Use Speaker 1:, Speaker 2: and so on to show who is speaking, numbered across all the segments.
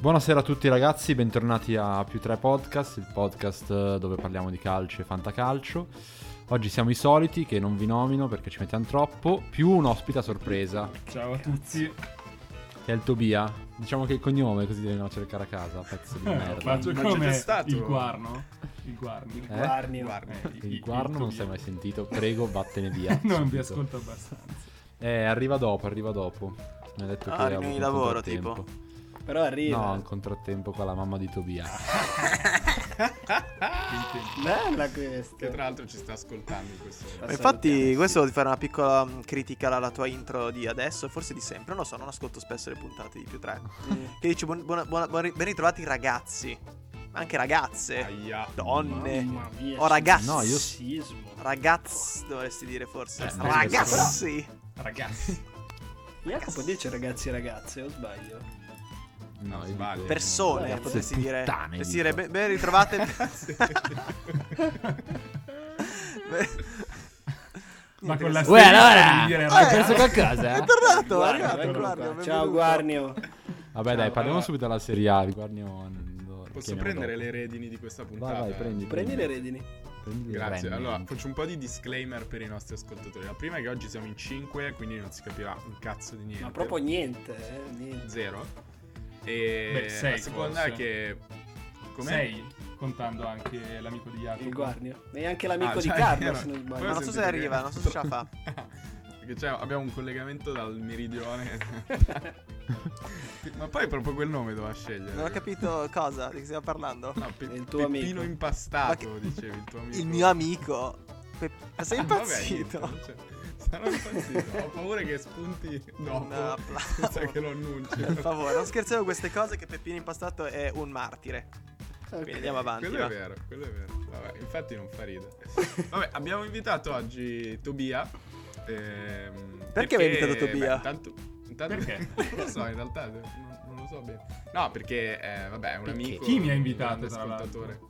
Speaker 1: Buonasera a tutti ragazzi, bentornati a Più 3 Podcast, il podcast eh, dove parliamo di calcio e fantacalcio. Oggi siamo i soliti, che non vi nomino perché ci mettiamo troppo, più un ospite a sorpresa,
Speaker 2: Ciao a tutti.
Speaker 1: che è il Tobia. Diciamo che il cognome, così devono cercare a casa, pezzo di merda.
Speaker 2: Ma
Speaker 3: c'è
Speaker 2: Eh, come
Speaker 3: già stato.
Speaker 2: il guarno? Il guarno.
Speaker 1: Eh?
Speaker 4: Guarnio.
Speaker 3: Guarda.
Speaker 2: Eh,
Speaker 1: Il guarno non sei mai sentito, prego vattene via.
Speaker 2: non vi
Speaker 1: subito.
Speaker 2: ascolto abbastanza.
Speaker 1: Eh, arriva dopo, arriva dopo. Mi ha detto
Speaker 3: Ah,
Speaker 1: che ha
Speaker 3: riunioni
Speaker 1: avuto un
Speaker 3: di lavoro,
Speaker 1: contrattempo.
Speaker 3: tipo. Ah,
Speaker 4: Però arriva.
Speaker 1: No, un contrattempo con la mamma di Tobia.
Speaker 4: Bella questa.
Speaker 3: Che tra l'altro ci sta ascoltando in questo momento.
Speaker 4: La
Speaker 3: Ma infatti,
Speaker 4: salutiamo,
Speaker 3: questo volevo fare una piccola mh, critica alla tua intro di adesso, forse di sempre. Non lo so, non ascolto spesso le puntate di più tre. Che dice buon, buona- buona- buon- ben ritrovati ragazzi. Ma anche ragazze. Donne.
Speaker 4: Mamma mia.
Speaker 3: Oh, ragazzi.
Speaker 1: No, io-
Speaker 4: Sismo.
Speaker 3: Ragazzi, dovresti dire forse.
Speaker 1: Eh, no,
Speaker 3: ragazzi!
Speaker 2: Ragazzi,
Speaker 4: Jacopo dice ragazzi e ragazze, o sbaglio?
Speaker 1: No, io
Speaker 5: Sbaglio.
Speaker 1: dico-
Speaker 3: Persone,
Speaker 1: Ragazze
Speaker 3: potresti dire.
Speaker 1: puttane,
Speaker 3: Potresti
Speaker 1: dico.
Speaker 3: dire ben, ben ritrovate.
Speaker 2: ma con la
Speaker 3: Niente,
Speaker 2: stessa
Speaker 1: allora,
Speaker 2: di dire
Speaker 3: hai
Speaker 2: ragazzi.
Speaker 3: perso
Speaker 1: qualcosa?
Speaker 3: È tornato, è
Speaker 4: Guarnio,
Speaker 3: arrivato il
Speaker 4: eccolo
Speaker 3: Guarnio.
Speaker 4: qua.
Speaker 3: benvenuto.
Speaker 4: Ciao Guarnio.
Speaker 1: Vabbè, dai,
Speaker 2: Ciao,
Speaker 1: parliamo
Speaker 5: allora.
Speaker 1: subito della Serie A. vi Guardiamo. lo
Speaker 5: Posso
Speaker 1: richiamiamo
Speaker 5: prendere
Speaker 1: dopo.
Speaker 5: le redini di questa puntata?
Speaker 1: Vai, vai, prendi.
Speaker 4: Prendi le redini.
Speaker 1: Prendi le
Speaker 5: Grazie.
Speaker 1: redini.
Speaker 5: Allora, faccio un po' di disclaimer per i nostri ascoltatori. La prima è che oggi siamo in 5, quindi non si capirà un cazzo di niente.
Speaker 4: Ma proprio niente, eh, niente.
Speaker 5: zero. E
Speaker 2: Beh, sei
Speaker 5: la seconda
Speaker 2: forse.
Speaker 5: è che come Ah,
Speaker 2: Sei contando anche l'amico di Jacopo.
Speaker 4: Il Guarnio. E anche l'amico
Speaker 5: cioè,
Speaker 4: di Carlo, se non sbaglio.
Speaker 3: Ma non so se arriva, non so se ce la fa.
Speaker 5: Perché cioè, abbiamo un collegamento dal meridione. Ma poi proprio quel nome doveva scegliere.
Speaker 3: Non ho capito cosa, di che stiamo parlando.
Speaker 5: No, pe-
Speaker 4: È il tuo
Speaker 5: Peppino
Speaker 4: amico.
Speaker 5: impastato,
Speaker 3: Ma che-
Speaker 5: dicevi, il tuo amico.
Speaker 3: Il mio amico. Pe- Ma sei
Speaker 5: Ah, vabbè,
Speaker 3: impazzito?
Speaker 5: niente, cioè, sarò impazzito. Ho paura che spunti dopo
Speaker 3: No, bravo.
Speaker 5: senza che lo annunci.
Speaker 3: Per favore, non scherziamo con queste cose che Peppino Impastato è un martire.
Speaker 4: Ok.
Speaker 3: Quindi andiamo avanti.
Speaker 5: Quello è
Speaker 3: va.
Speaker 5: vero, quello è vero. Vabbè, infatti non fa ridere. Vabbè, abbiamo invitato oggi Tobia. ehm,
Speaker 3: Perché avevi invitato
Speaker 5: beh,
Speaker 3: Tobia?
Speaker 5: intanto, intanto-
Speaker 2: Perché?
Speaker 5: non lo so, in realtà non, non lo so bene. No, perché, eh, vabbè, è un amico.
Speaker 2: Chi mi ha
Speaker 5: un
Speaker 2: invitato,
Speaker 5: grande
Speaker 2: tra l'altro?
Speaker 5: ascoltatore.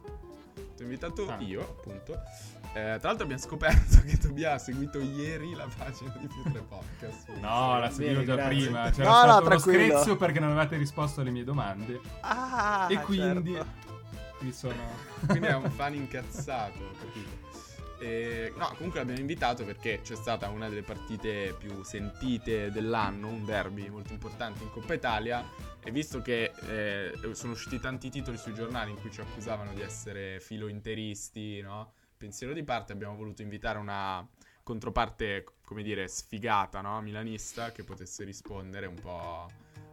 Speaker 5: Ti ho invitato
Speaker 2: Ah.
Speaker 5: io, appunto. Eh, tra l'altro abbiamo scoperto che Tobia ha seguito ieri la pagina di più tre podcast.
Speaker 2: No, la seguivo
Speaker 4: Bene,
Speaker 2: già
Speaker 4: grazie.
Speaker 2: prima. C'era
Speaker 3: No, no,
Speaker 2: stato uno
Speaker 3: tranquillo.
Speaker 2: screzzo perché non avevate risposto alle mie domande.
Speaker 3: Ah,
Speaker 2: e quindi
Speaker 3: certo.
Speaker 2: mi sono.
Speaker 5: Quindi è un fan incazzato, capito? E, no, comunque l'abbiamo invitato perché c'è stata una delle partite più sentite dell'anno, un derby molto importante in Coppa Italia. E visto che eh, sono usciti tanti titoli sui giornali in cui ci accusavano di essere filointeristi, no? Pensiero di parte, abbiamo voluto invitare una controparte, come dire, sfigata, no? Milanista, che potesse rispondere un po'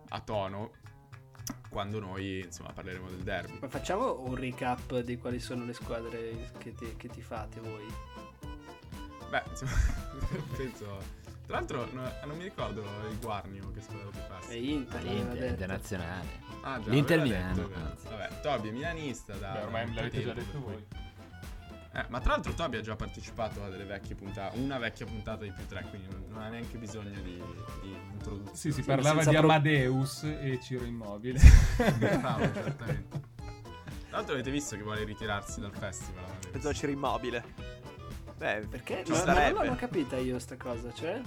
Speaker 5: a tono quando noi, insomma, parleremo del derby.
Speaker 4: Ma facciamo un recap di quali sono le squadre che ti, che ti fate voi.
Speaker 5: Beh, insomma, penso. Tra l'altro, no- ah, non mi ricordo il Guarnio che squadra ti
Speaker 4: È
Speaker 5: passi.
Speaker 4: Inter, aveva
Speaker 1: L'Inter
Speaker 4: detto.
Speaker 1: internazionale.
Speaker 5: Ah, già.
Speaker 1: L'Inter
Speaker 5: aveva
Speaker 1: Milano,
Speaker 5: detto,
Speaker 1: anzi.
Speaker 5: Vabbè, Tobi è milanista. Da,
Speaker 2: Beh, ormai me
Speaker 5: da
Speaker 2: l'avete già
Speaker 5: tempo,
Speaker 2: detto
Speaker 5: per cui-
Speaker 2: voi.
Speaker 5: Eh, ma tra l'altro, Tobi ha già partecipato a delle vecchie puntate. Una vecchia puntata di più tre, quindi non, non ha neanche bisogno di, di introduzione.
Speaker 2: Sì, si
Speaker 4: Sì,
Speaker 2: parlava
Speaker 4: senza
Speaker 2: di
Speaker 4: pro-
Speaker 2: Amadeus e Ciro Immobile.
Speaker 5: Bravo, esattamente. Tra l'altro, avete visto che vuole ritirarsi dal festival. avete visto?
Speaker 3: Pensavo c'era immobile. Beh,
Speaker 4: Perché?
Speaker 3: Ci
Speaker 4: Ma- ma
Speaker 3: sarebbe.
Speaker 4: non l'ho capita io sta cosa, cioè?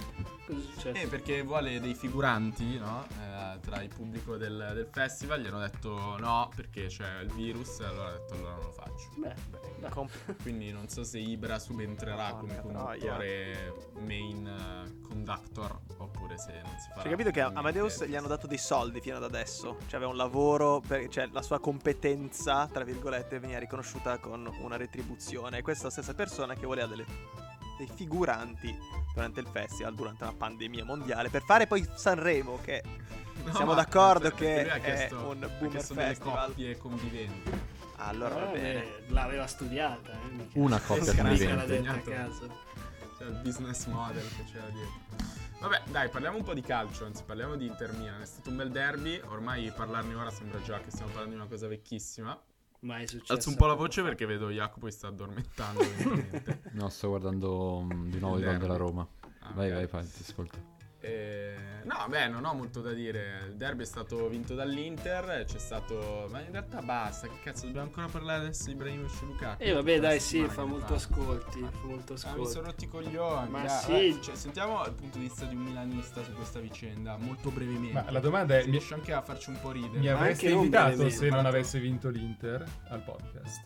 Speaker 4: Cosa è successo?
Speaker 5: Eh, perché vuole dei figuranti, no? Eh, tra il pubblico del, del festival gli hanno detto no perché c'è il virus, allora ha detto allora non lo faccio.
Speaker 4: Beh, beh.
Speaker 3: comp-
Speaker 5: Quindi non so se Ibra subentrerà come
Speaker 3: Porca
Speaker 5: conduttore main eh, conductor oppure se non si farà.
Speaker 1: Ah,
Speaker 3: cioè, capito che a-
Speaker 5: niente.
Speaker 3: Amadeus gli hanno dato dei soldi fino ad adesso. Cioè, aveva un lavoro, per- cioè la sua competenza, tra virgolette, veniva riconosciuta con una retribuzione. Questa è la stessa persona che voleva delle- dei figuranti durante il festival, durante una pandemia mondiale, per fare poi Sanremo, che
Speaker 5: No,
Speaker 3: siamo
Speaker 5: ma-
Speaker 3: d'accordo
Speaker 5: cioè, perché
Speaker 3: che
Speaker 5: lui ha
Speaker 3: è un
Speaker 5: ha
Speaker 3: boomer
Speaker 5: chiesto delle
Speaker 3: festival.
Speaker 5: coppie conviventi.
Speaker 3: allora
Speaker 4: Eh,
Speaker 3: va bene.
Speaker 4: L'aveva studiata, eh, mica.
Speaker 1: Una coppia
Speaker 4: Mica
Speaker 5: convivente.
Speaker 4: l'ha detta a
Speaker 5: Impegnato.
Speaker 4: caso.
Speaker 5: Cioè il business model che c'era dietro. Vabbè, dai, parliamo un po' di calcio, anzi parliamo di Inter Milan. È stato un bel derby, ormai parlarne ora sembra già che stiamo parlando di una cosa vecchissima. Cioè,
Speaker 4: Mai successo.
Speaker 5: Alzo un po' la voce perché vedo Jacopo che sta addormentando. veramente.
Speaker 1: No, sto guardando mm, di nuovo i gol
Speaker 5: Derby.
Speaker 1: della Roma.
Speaker 5: Ah,
Speaker 1: vai,
Speaker 5: ok. Esatto.
Speaker 1: vai, vai, ti ascolto.
Speaker 5: Eh, no, beh, non ho molto da dire. Il derby è stato vinto dall'Inter. C'è stato. Ma in realtà basta. Che cazzo, dobbiamo ancora parlare adesso di Ibrahimovic e Lukaku?
Speaker 4: E Eh, vabbè,
Speaker 5: Tutta la
Speaker 4: dai, sì,
Speaker 5: settimana
Speaker 4: fa
Speaker 5: che ne
Speaker 4: molto
Speaker 5: parlo.
Speaker 4: ascolti. Fa
Speaker 5: Ah,
Speaker 4: molto
Speaker 5: mi sono
Speaker 4: ascolti.
Speaker 5: rotti i coglioni.
Speaker 4: Ma
Speaker 5: dai.
Speaker 4: sì.
Speaker 5: Vabbè, cioè, sentiamo il punto di vista di un milanista su questa vicenda, molto brevemente.
Speaker 2: Ma la domanda è:
Speaker 5: Se
Speaker 2: mi,
Speaker 5: riesci anche a farci un po' ridere.
Speaker 2: mi
Speaker 4: Ma
Speaker 2: avresti
Speaker 4: anche non
Speaker 2: invitato
Speaker 4: veramente.
Speaker 2: se non avesse vinto l'Inter al podcast?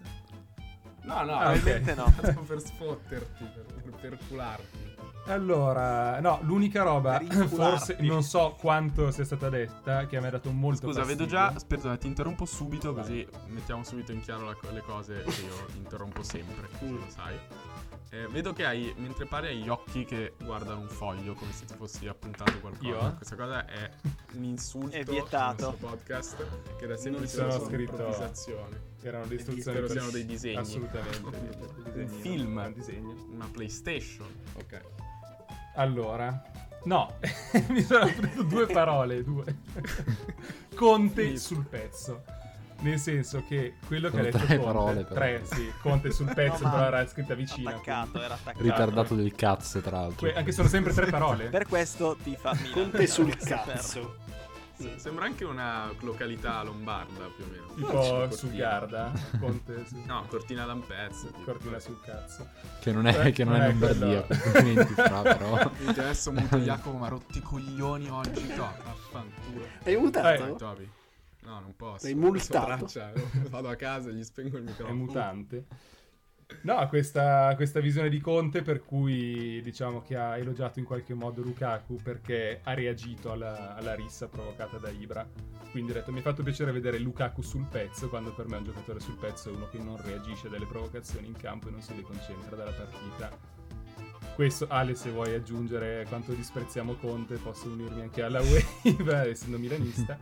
Speaker 5: No, no,
Speaker 2: Ah, ok.
Speaker 5: ovviamente
Speaker 3: no.
Speaker 5: no. per sfotterti, per, per cularti.
Speaker 2: Allora, no, l'unica roba,
Speaker 3: Rincularti.
Speaker 2: forse non so quanto sia stata detta, che mi ha dato molto
Speaker 5: Scusa, vedo
Speaker 2: fastidio.
Speaker 5: già. Aspetta, ti interrompo subito,
Speaker 2: Vai.
Speaker 5: così mettiamo subito in chiaro la co- le cose che io interrompo sempre, così
Speaker 4: Mm.
Speaker 5: lo sai. Eh, vedo che hai, mentre parli, hai gli occhi che guardano un foglio come se ti fossi appuntato qualcosa.
Speaker 2: Io?
Speaker 5: Questa cosa è un insulto
Speaker 3: È vietato.
Speaker 5: al nostro podcast che da sempre
Speaker 4: Non
Speaker 5: ci sono
Speaker 2: sono
Speaker 5: scritto
Speaker 2: scritto.
Speaker 5: improvvisazione.
Speaker 2: Erano le istruzioni.
Speaker 5: Spero
Speaker 2: per-
Speaker 5: siano dei disegni.
Speaker 2: Assolutamente.
Speaker 5: Un
Speaker 2: Disegni, no?
Speaker 5: film.
Speaker 2: Un disegno.
Speaker 5: Una PlayStation. Ok.
Speaker 2: Allora, no, mi sono preso due parole, due. Conte sul pezzo. Nel senso che quello che
Speaker 1: Sono
Speaker 2: ha detto
Speaker 1: tre
Speaker 2: Conte,
Speaker 1: parole, però.
Speaker 2: tre, sì, Conte sul pezzo,
Speaker 3: No, ma-
Speaker 2: però era scritta vicina.
Speaker 3: Attaccato, era attaccato.
Speaker 1: Ritardato del cazzo, tra l'altro.
Speaker 2: Que- anche sono sempre tre parole.
Speaker 3: Per questo ti fa Milan.
Speaker 4: Conte sul
Speaker 3: Questo per-
Speaker 4: cazzo.
Speaker 5: Sì, sembra anche una località lombarda più o meno.
Speaker 2: tipo su
Speaker 5: Cortina.
Speaker 2: Garda, Conte su-
Speaker 5: No, Cortina d'Ampezzo. tipo.
Speaker 2: Cortina sul cazzo.
Speaker 1: Che non
Speaker 5: eh,
Speaker 1: è, che non è
Speaker 2: Non è quello.
Speaker 1: Lombardia. Complimenti, fra, però.
Speaker 5: Quindi Adesso muto Jacopo, ma rotti i coglioni oggi. No, vaffanculo.
Speaker 4: Hai
Speaker 5: Vai,
Speaker 4: mutato?
Speaker 5: Toby. No, non posso.
Speaker 4: Sei
Speaker 5: Non
Speaker 4: multato.
Speaker 5: posso braccia. Vado a casa e gli spengo il
Speaker 2: è
Speaker 5: microfono.
Speaker 2: mutante. No, questa, questa visione di Conte per cui diciamo che ha elogiato in qualche modo Lukaku perché ha reagito alla, alla rissa provocata da Ibra. Quindi ha detto mi ha fatto piacere vedere Lukaku sul pezzo quando per me un giocatore sul pezzo è uno che non reagisce alle provocazioni in campo e non si deconcentra dalla partita. Questo, Ale, se vuoi aggiungere quanto disprezziamo Conte, posso unirmi anche alla Wave, essendo milanista.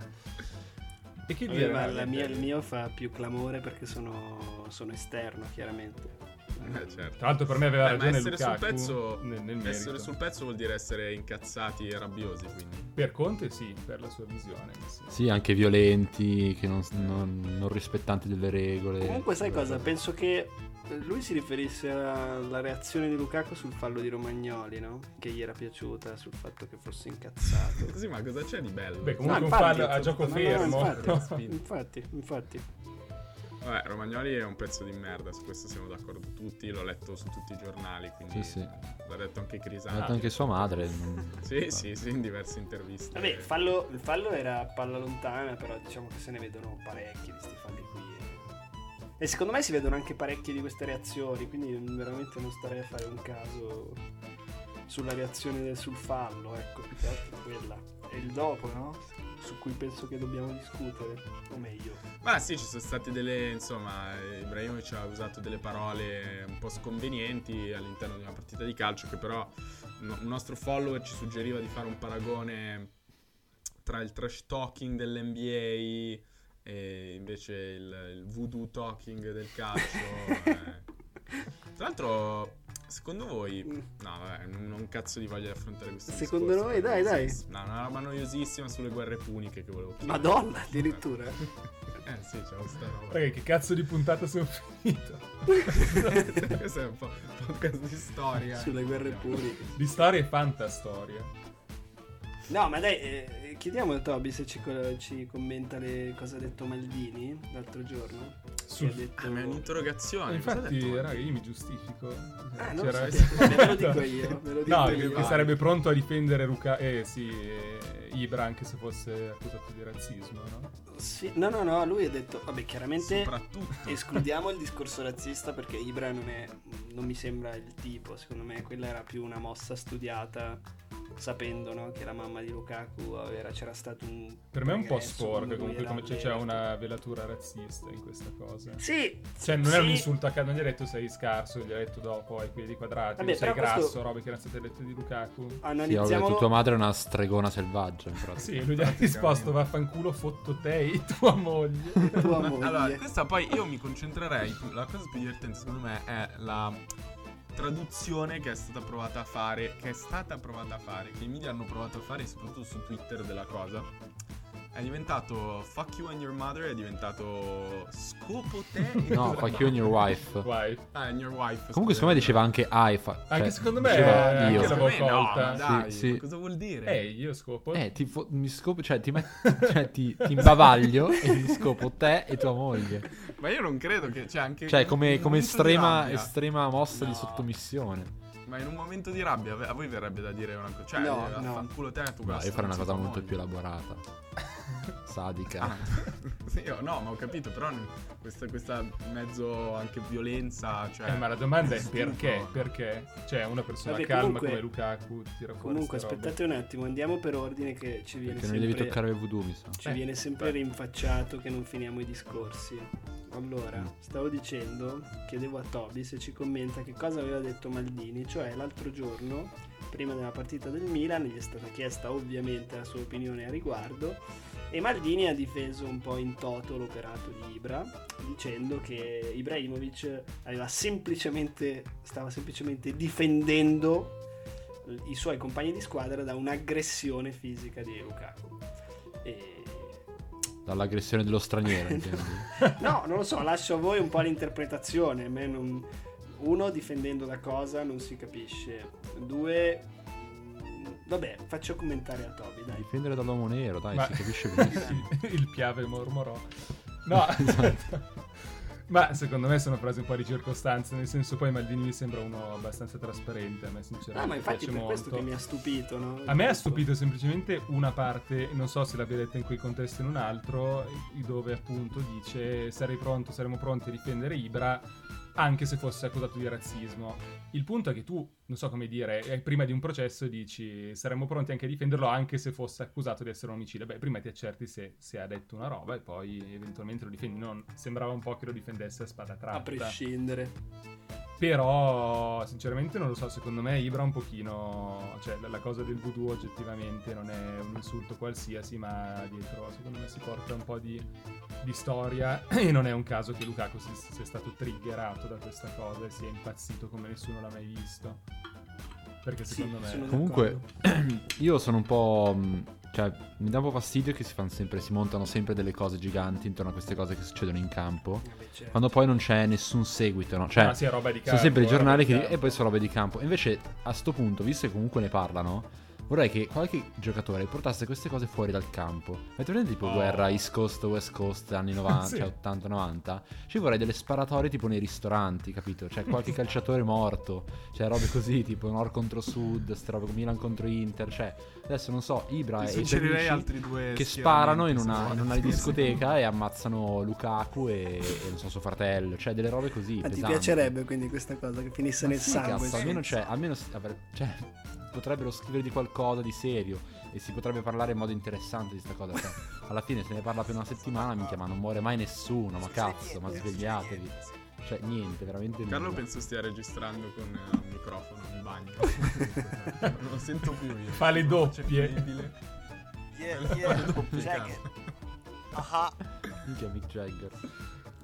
Speaker 2: E che
Speaker 4: Vabbè,
Speaker 2: dire?
Speaker 4: ma la
Speaker 2: Ale?
Speaker 4: mia, il mio fa più clamore perché sono, sono esterno, chiaramente.
Speaker 5: Eh, certo.
Speaker 2: Tra l'altro per me aveva
Speaker 5: Eh, ma
Speaker 2: ragione
Speaker 5: essere
Speaker 2: Lukaku
Speaker 5: sul pezzo.
Speaker 2: nel, nel merito.
Speaker 5: essere sul pezzo vuol dire essere incazzati e rabbiosi. Quindi.
Speaker 2: Per Conte sì, per la sua visione. nel senso.
Speaker 1: Sì, anche violenti, che non, non- non rispettanti delle regole.
Speaker 4: Comunque, sai cosa? Penso che eh, lui si riferisse alla reazione di Lukaku sul fallo di Romagnoli, no? Che gli era piaciuta, sul fatto che fosse incazzato.
Speaker 5: Sì, ma cosa c'è di bello?
Speaker 2: Beh,
Speaker 4: No,
Speaker 2: comunque un
Speaker 4: infatti,
Speaker 2: fallo a gioco
Speaker 4: no, no,
Speaker 2: fermo.
Speaker 4: infatti,
Speaker 5: Spinto.
Speaker 4: infatti, infatti.
Speaker 5: Vabbè, Romagnoli è un pezzo di merda. Su questo siamo d'accordo tutti. L'ho letto su tutti i giornali. Quindi
Speaker 1: Sì, sì.
Speaker 5: l'ha detto anche
Speaker 1: Ha detto
Speaker 5: Crisanti.
Speaker 1: anche sua madre. non-
Speaker 5: Sì, sì, sì, in diverse interviste.
Speaker 4: Vabbè, il fallo, il fallo era palla lontana, però diciamo che se ne vedono parecchi di sti falli qui. eh. e- E secondo me si vedono anche parecchie di queste reazioni, quindi veramente non starei a fare un caso sulla reazione del- sul fallo, ecco, più che altro quella. E il dopo, no? Su cui penso che dobbiamo discutere, o meglio.
Speaker 5: Ma sì, ci sono state delle, insomma, eh, Ibrahimovic ha usato delle parole un po' sconvenienti all'interno di una partita di calcio che però no- un nostro follower ci suggeriva di fare un paragone tra il trash talking dell'NBA e invece il, il voodoo talking del calcio. eh. Tra l'altro, secondo voi... No, vabbè, non non cazzo di voglia di affrontare questo
Speaker 4: Mm. Secondo
Speaker 5: discorso,
Speaker 4: noi? Dai, dai.
Speaker 5: noiosissimo. No, una roba noiosissima sulle guerre puniche che volevo chiedere.
Speaker 4: Madonna, addirittura.
Speaker 5: Eh sì, c'è questa roba.
Speaker 2: Raga, che cazzo di puntata sono finito?
Speaker 5: Questo è un po' un podcast di storia. Ah,
Speaker 4: Sulle guerre puniche.
Speaker 2: Di storia e fantastoria.
Speaker 4: No, ma dai, eh, chiediamo a Toby se ci, co- ci commenta le, cosa ha detto Maldini l'altro giorno.
Speaker 2: Sul-
Speaker 4: Che ha detto-
Speaker 5: Ah, ma è
Speaker 1: Eh,
Speaker 5: un'interrogazione.
Speaker 2: Infatti,
Speaker 5: cosa ha
Speaker 2: raga,
Speaker 5: detto?
Speaker 2: io mi giustifico.
Speaker 4: Ah,
Speaker 2: Eh,
Speaker 4: non
Speaker 2: c'era-
Speaker 4: lo sapevo, ve lo dico io, ve lo dico
Speaker 2: No,
Speaker 4: io.
Speaker 2: che sarebbe pronto a difendere Luca... Eh sì, eh, Ibra anche se fosse accusato di razzismo, no?
Speaker 4: Sì, no, no, no, lui ha detto, vabbè, chiaramente
Speaker 5: Soprattutto.
Speaker 4: escludiamo il discorso razzista perché Ibra non è, non mi sembra il tipo, secondo me quella era più una mossa studiata, sapendo no, che la mamma di Lukaku aveva, c'era stato un...
Speaker 2: Per me è un po'
Speaker 4: pregresso,
Speaker 2: sporco,
Speaker 4: lui
Speaker 2: comunque
Speaker 4: era
Speaker 2: come c'è, c'è
Speaker 4: allerta.
Speaker 2: una velatura razzista in questa cosa.
Speaker 4: Sì,
Speaker 2: Cioè, non
Speaker 4: sì.
Speaker 2: è un insulto a caso, non gli ha detto sei scarso, gli ha detto dopo hai i piedi quadrati,
Speaker 4: Vabbè,
Speaker 2: o sei
Speaker 4: però
Speaker 2: grasso,
Speaker 4: questo-
Speaker 2: robe che erano state dette di Lukaku.
Speaker 1: Sì, ho detto
Speaker 4: Analizziamolo...
Speaker 1: tua madre è una stregona selvaggia. in pratica.
Speaker 2: Sì, lui gli ha risposto vaffanculo fotto te e tua moglie.
Speaker 4: tua
Speaker 5: Ma-
Speaker 4: moglie.
Speaker 5: allora, questa poi io mi concentrerei. più- La cosa più divertente, secondo me, è la traduzione che è stata provata a fare. Che è stata provata a fare. Che i media hanno provato a fare, soprattutto su Twitter della cosa. È diventato fuck you and your mother, è diventato scopo te. e
Speaker 1: No,
Speaker 5: tua
Speaker 1: fuck you and your
Speaker 5: madre.
Speaker 1: wife.
Speaker 2: Guai.
Speaker 5: Ah, and your wife.
Speaker 1: Comunque, secondo me diceva anche I. fa- cioè,
Speaker 2: Anche secondo me
Speaker 1: diceva
Speaker 2: è anche
Speaker 1: io.
Speaker 2: la
Speaker 5: Secondo me no,
Speaker 2: volta.
Speaker 5: ma dai,
Speaker 1: Sì, sì.
Speaker 5: cosa vuol dire?
Speaker 2: Eh, io scopo.
Speaker 1: Eh, ti, fo- mi scopo, cioè, ti, met- cioè, ti, ti imbavaglio e mi scopo te e tua moglie.
Speaker 5: Ma io non credo che, cioè, anche
Speaker 1: Cioè,
Speaker 5: in
Speaker 1: come,
Speaker 5: un
Speaker 1: come
Speaker 5: momento di
Speaker 1: estrema,
Speaker 5: rabbia-
Speaker 1: estrema mossa
Speaker 4: No.
Speaker 1: di sottomissione.
Speaker 5: Ma in un momento di rabbia a voi verrebbe da dire una cosa. Cioè,
Speaker 4: No,
Speaker 5: no,
Speaker 4: no.
Speaker 5: fanculo te tu
Speaker 1: No,
Speaker 5: basta,
Speaker 1: io farei una
Speaker 5: non
Speaker 1: cosa
Speaker 5: so
Speaker 1: molto
Speaker 5: come.
Speaker 1: più elaborata. Sadica.
Speaker 5: Ah, sì, io- no, ma ho capito, però n- questa, questa mezzo anche violenza, cioè...
Speaker 2: Eh, ma la domanda è
Speaker 5: stupro.
Speaker 2: perché? Perché? Cioè, una persona
Speaker 4: Vabbè,
Speaker 2: calma
Speaker 4: comunque-
Speaker 2: come Lukaku ti tira fuori
Speaker 4: Comunque,
Speaker 2: ste robe.
Speaker 4: aspettate un attimo, andiamo per ordine che ci viene
Speaker 1: Perché non devi
Speaker 4: sempre...
Speaker 1: toccare il voodoo, mi sa.
Speaker 4: Ci
Speaker 2: Beh,
Speaker 4: viene sempre
Speaker 2: beh.
Speaker 4: rinfacciato che non finiamo i discorsi. Allora,
Speaker 1: Mm.
Speaker 4: stavo dicendo, chiedevo a Toby se ci commenta che cosa aveva detto Maldini, cioè l'altro giorno, prima della partita del Milan, gli è stata chiesta ovviamente la sua opinione a riguardo e Maldini ha difeso un po' in toto l'operato di Ibra, dicendo che Ibrahimovic aveva semplicemente, stava semplicemente difendendo i suoi compagni di squadra da un'aggressione fisica di Lukaku. E
Speaker 1: Dall'aggressione dello straniero, intendi.
Speaker 4: No, non lo so, lascio a voi un po' l'interpretazione. A me non- Uno, difendendo la cosa, non si capisce. Due, mm, vabbè, faccio commentare a Toby, dai.
Speaker 1: Dipendere dall'uomo nero, dai,
Speaker 2: Ma-
Speaker 1: si capisce benissimo.
Speaker 2: il piave mormorò. No, esatto. ma secondo me sono frasi un po' di circostanza. Nel senso, poi Maldini mi sembra uno abbastanza trasparente. A me, sinceramente,
Speaker 4: No, Ah, ma infatti è
Speaker 2: piace
Speaker 4: per questo
Speaker 2: molto.
Speaker 4: che mi ha stupito, no?
Speaker 2: A me ha stupito semplicemente una parte, non so se l'abbia detta in quel contesto o in un altro, i- dove appunto dice sarei pronto, saremo pronti a difendere Ibra anche se fosse accusato di razzismo. Il punto è che tu, non so come dire, eh, prima di un processo dici saremmo pronti anche a difenderlo anche se fosse accusato di essere un omicida. Beh, prima ti accerti se, se ha detto una roba e poi eventualmente lo difendi. Non, sembrava un po' che lo difendesse a spada tratta.
Speaker 4: A prescindere.
Speaker 2: Però, sinceramente, non lo so. Secondo me, Ibra un pochino. Cioè, la, la cosa del voodoo oggettivamente non è un insulto qualsiasi, ma dietro, secondo me, si porta un po' di, di storia. E non è un caso che Lukaku si- sia stato triggerato da questa cosa e sia impazzito come nessuno l'ha mai visto. Perché
Speaker 4: Sì,
Speaker 2: secondo me.
Speaker 4: sono
Speaker 1: Comunque, io sono un po'. mh, Cioè, mi dà un po' fastidio che si fanno sempre, si montano sempre delle cose giganti intorno a queste cose che succedono in campo.
Speaker 4: Vabbè, certo.
Speaker 1: Quando poi non c'è nessun seguito, no? Cioè,
Speaker 2: Ah, sì, è roba di
Speaker 1: sono
Speaker 2: campo,
Speaker 1: sempre i
Speaker 2: è roba
Speaker 1: giornali
Speaker 2: di
Speaker 1: che.
Speaker 2: campo.
Speaker 1: E poi sono robe di campo. Invece, a sto punto, visto che comunque ne parlano, vorrei che qualche giocatore portasse queste cose fuori dal campo. Avete presente tipo
Speaker 5: Oh.
Speaker 1: guerra East Coast, West Coast, anni 90,
Speaker 2: Sì.
Speaker 1: cioè 80-90? Ci vorrei delle sparatorie tipo nei ristoranti, capito? Cioè, qualche calciatore morto. Cioè, robe così, tipo Nord contro Sud, ste robe Milan contro Inter. Cioè, adesso non so, Ibra
Speaker 5: Ti
Speaker 1: e i suoi
Speaker 5: suggerirei
Speaker 1: amici
Speaker 5: altri due
Speaker 1: che
Speaker 5: schieramenti,
Speaker 1: sparano in
Speaker 5: se
Speaker 1: una,
Speaker 5: vuoi.
Speaker 1: in una discoteca e ammazzano Lukaku e, e non so, suo fratello. Cioè, delle robe così.
Speaker 4: Ma Ah, ti
Speaker 1: pesanti.
Speaker 4: piacerebbe quindi questa cosa che finisse nel
Speaker 1: Sì,
Speaker 4: sangue?
Speaker 1: cazzo, almeno, cioè, almeno s- avre- cioè, potrebbero scrivere di qualcosa di serio e si potrebbe parlare in modo interessante di sta cosa. cioè, alla fine se ne parla per una settimana, minchia, ma non muore mai nessuno, ma cazzo, ma svegliatevi. Cioè, niente, veramente
Speaker 5: Carlo
Speaker 1: nulla.
Speaker 5: penso stia registrando con eh, un microfono in bagno. non lo sento più io.
Speaker 2: Fa le doppie.
Speaker 3: Yeah,
Speaker 5: Fa le
Speaker 3: yeah.
Speaker 5: doppie,
Speaker 3: Jagged.
Speaker 5: cazzo.
Speaker 3: Cioè Aha.
Speaker 1: Minchia, Mick Jagger.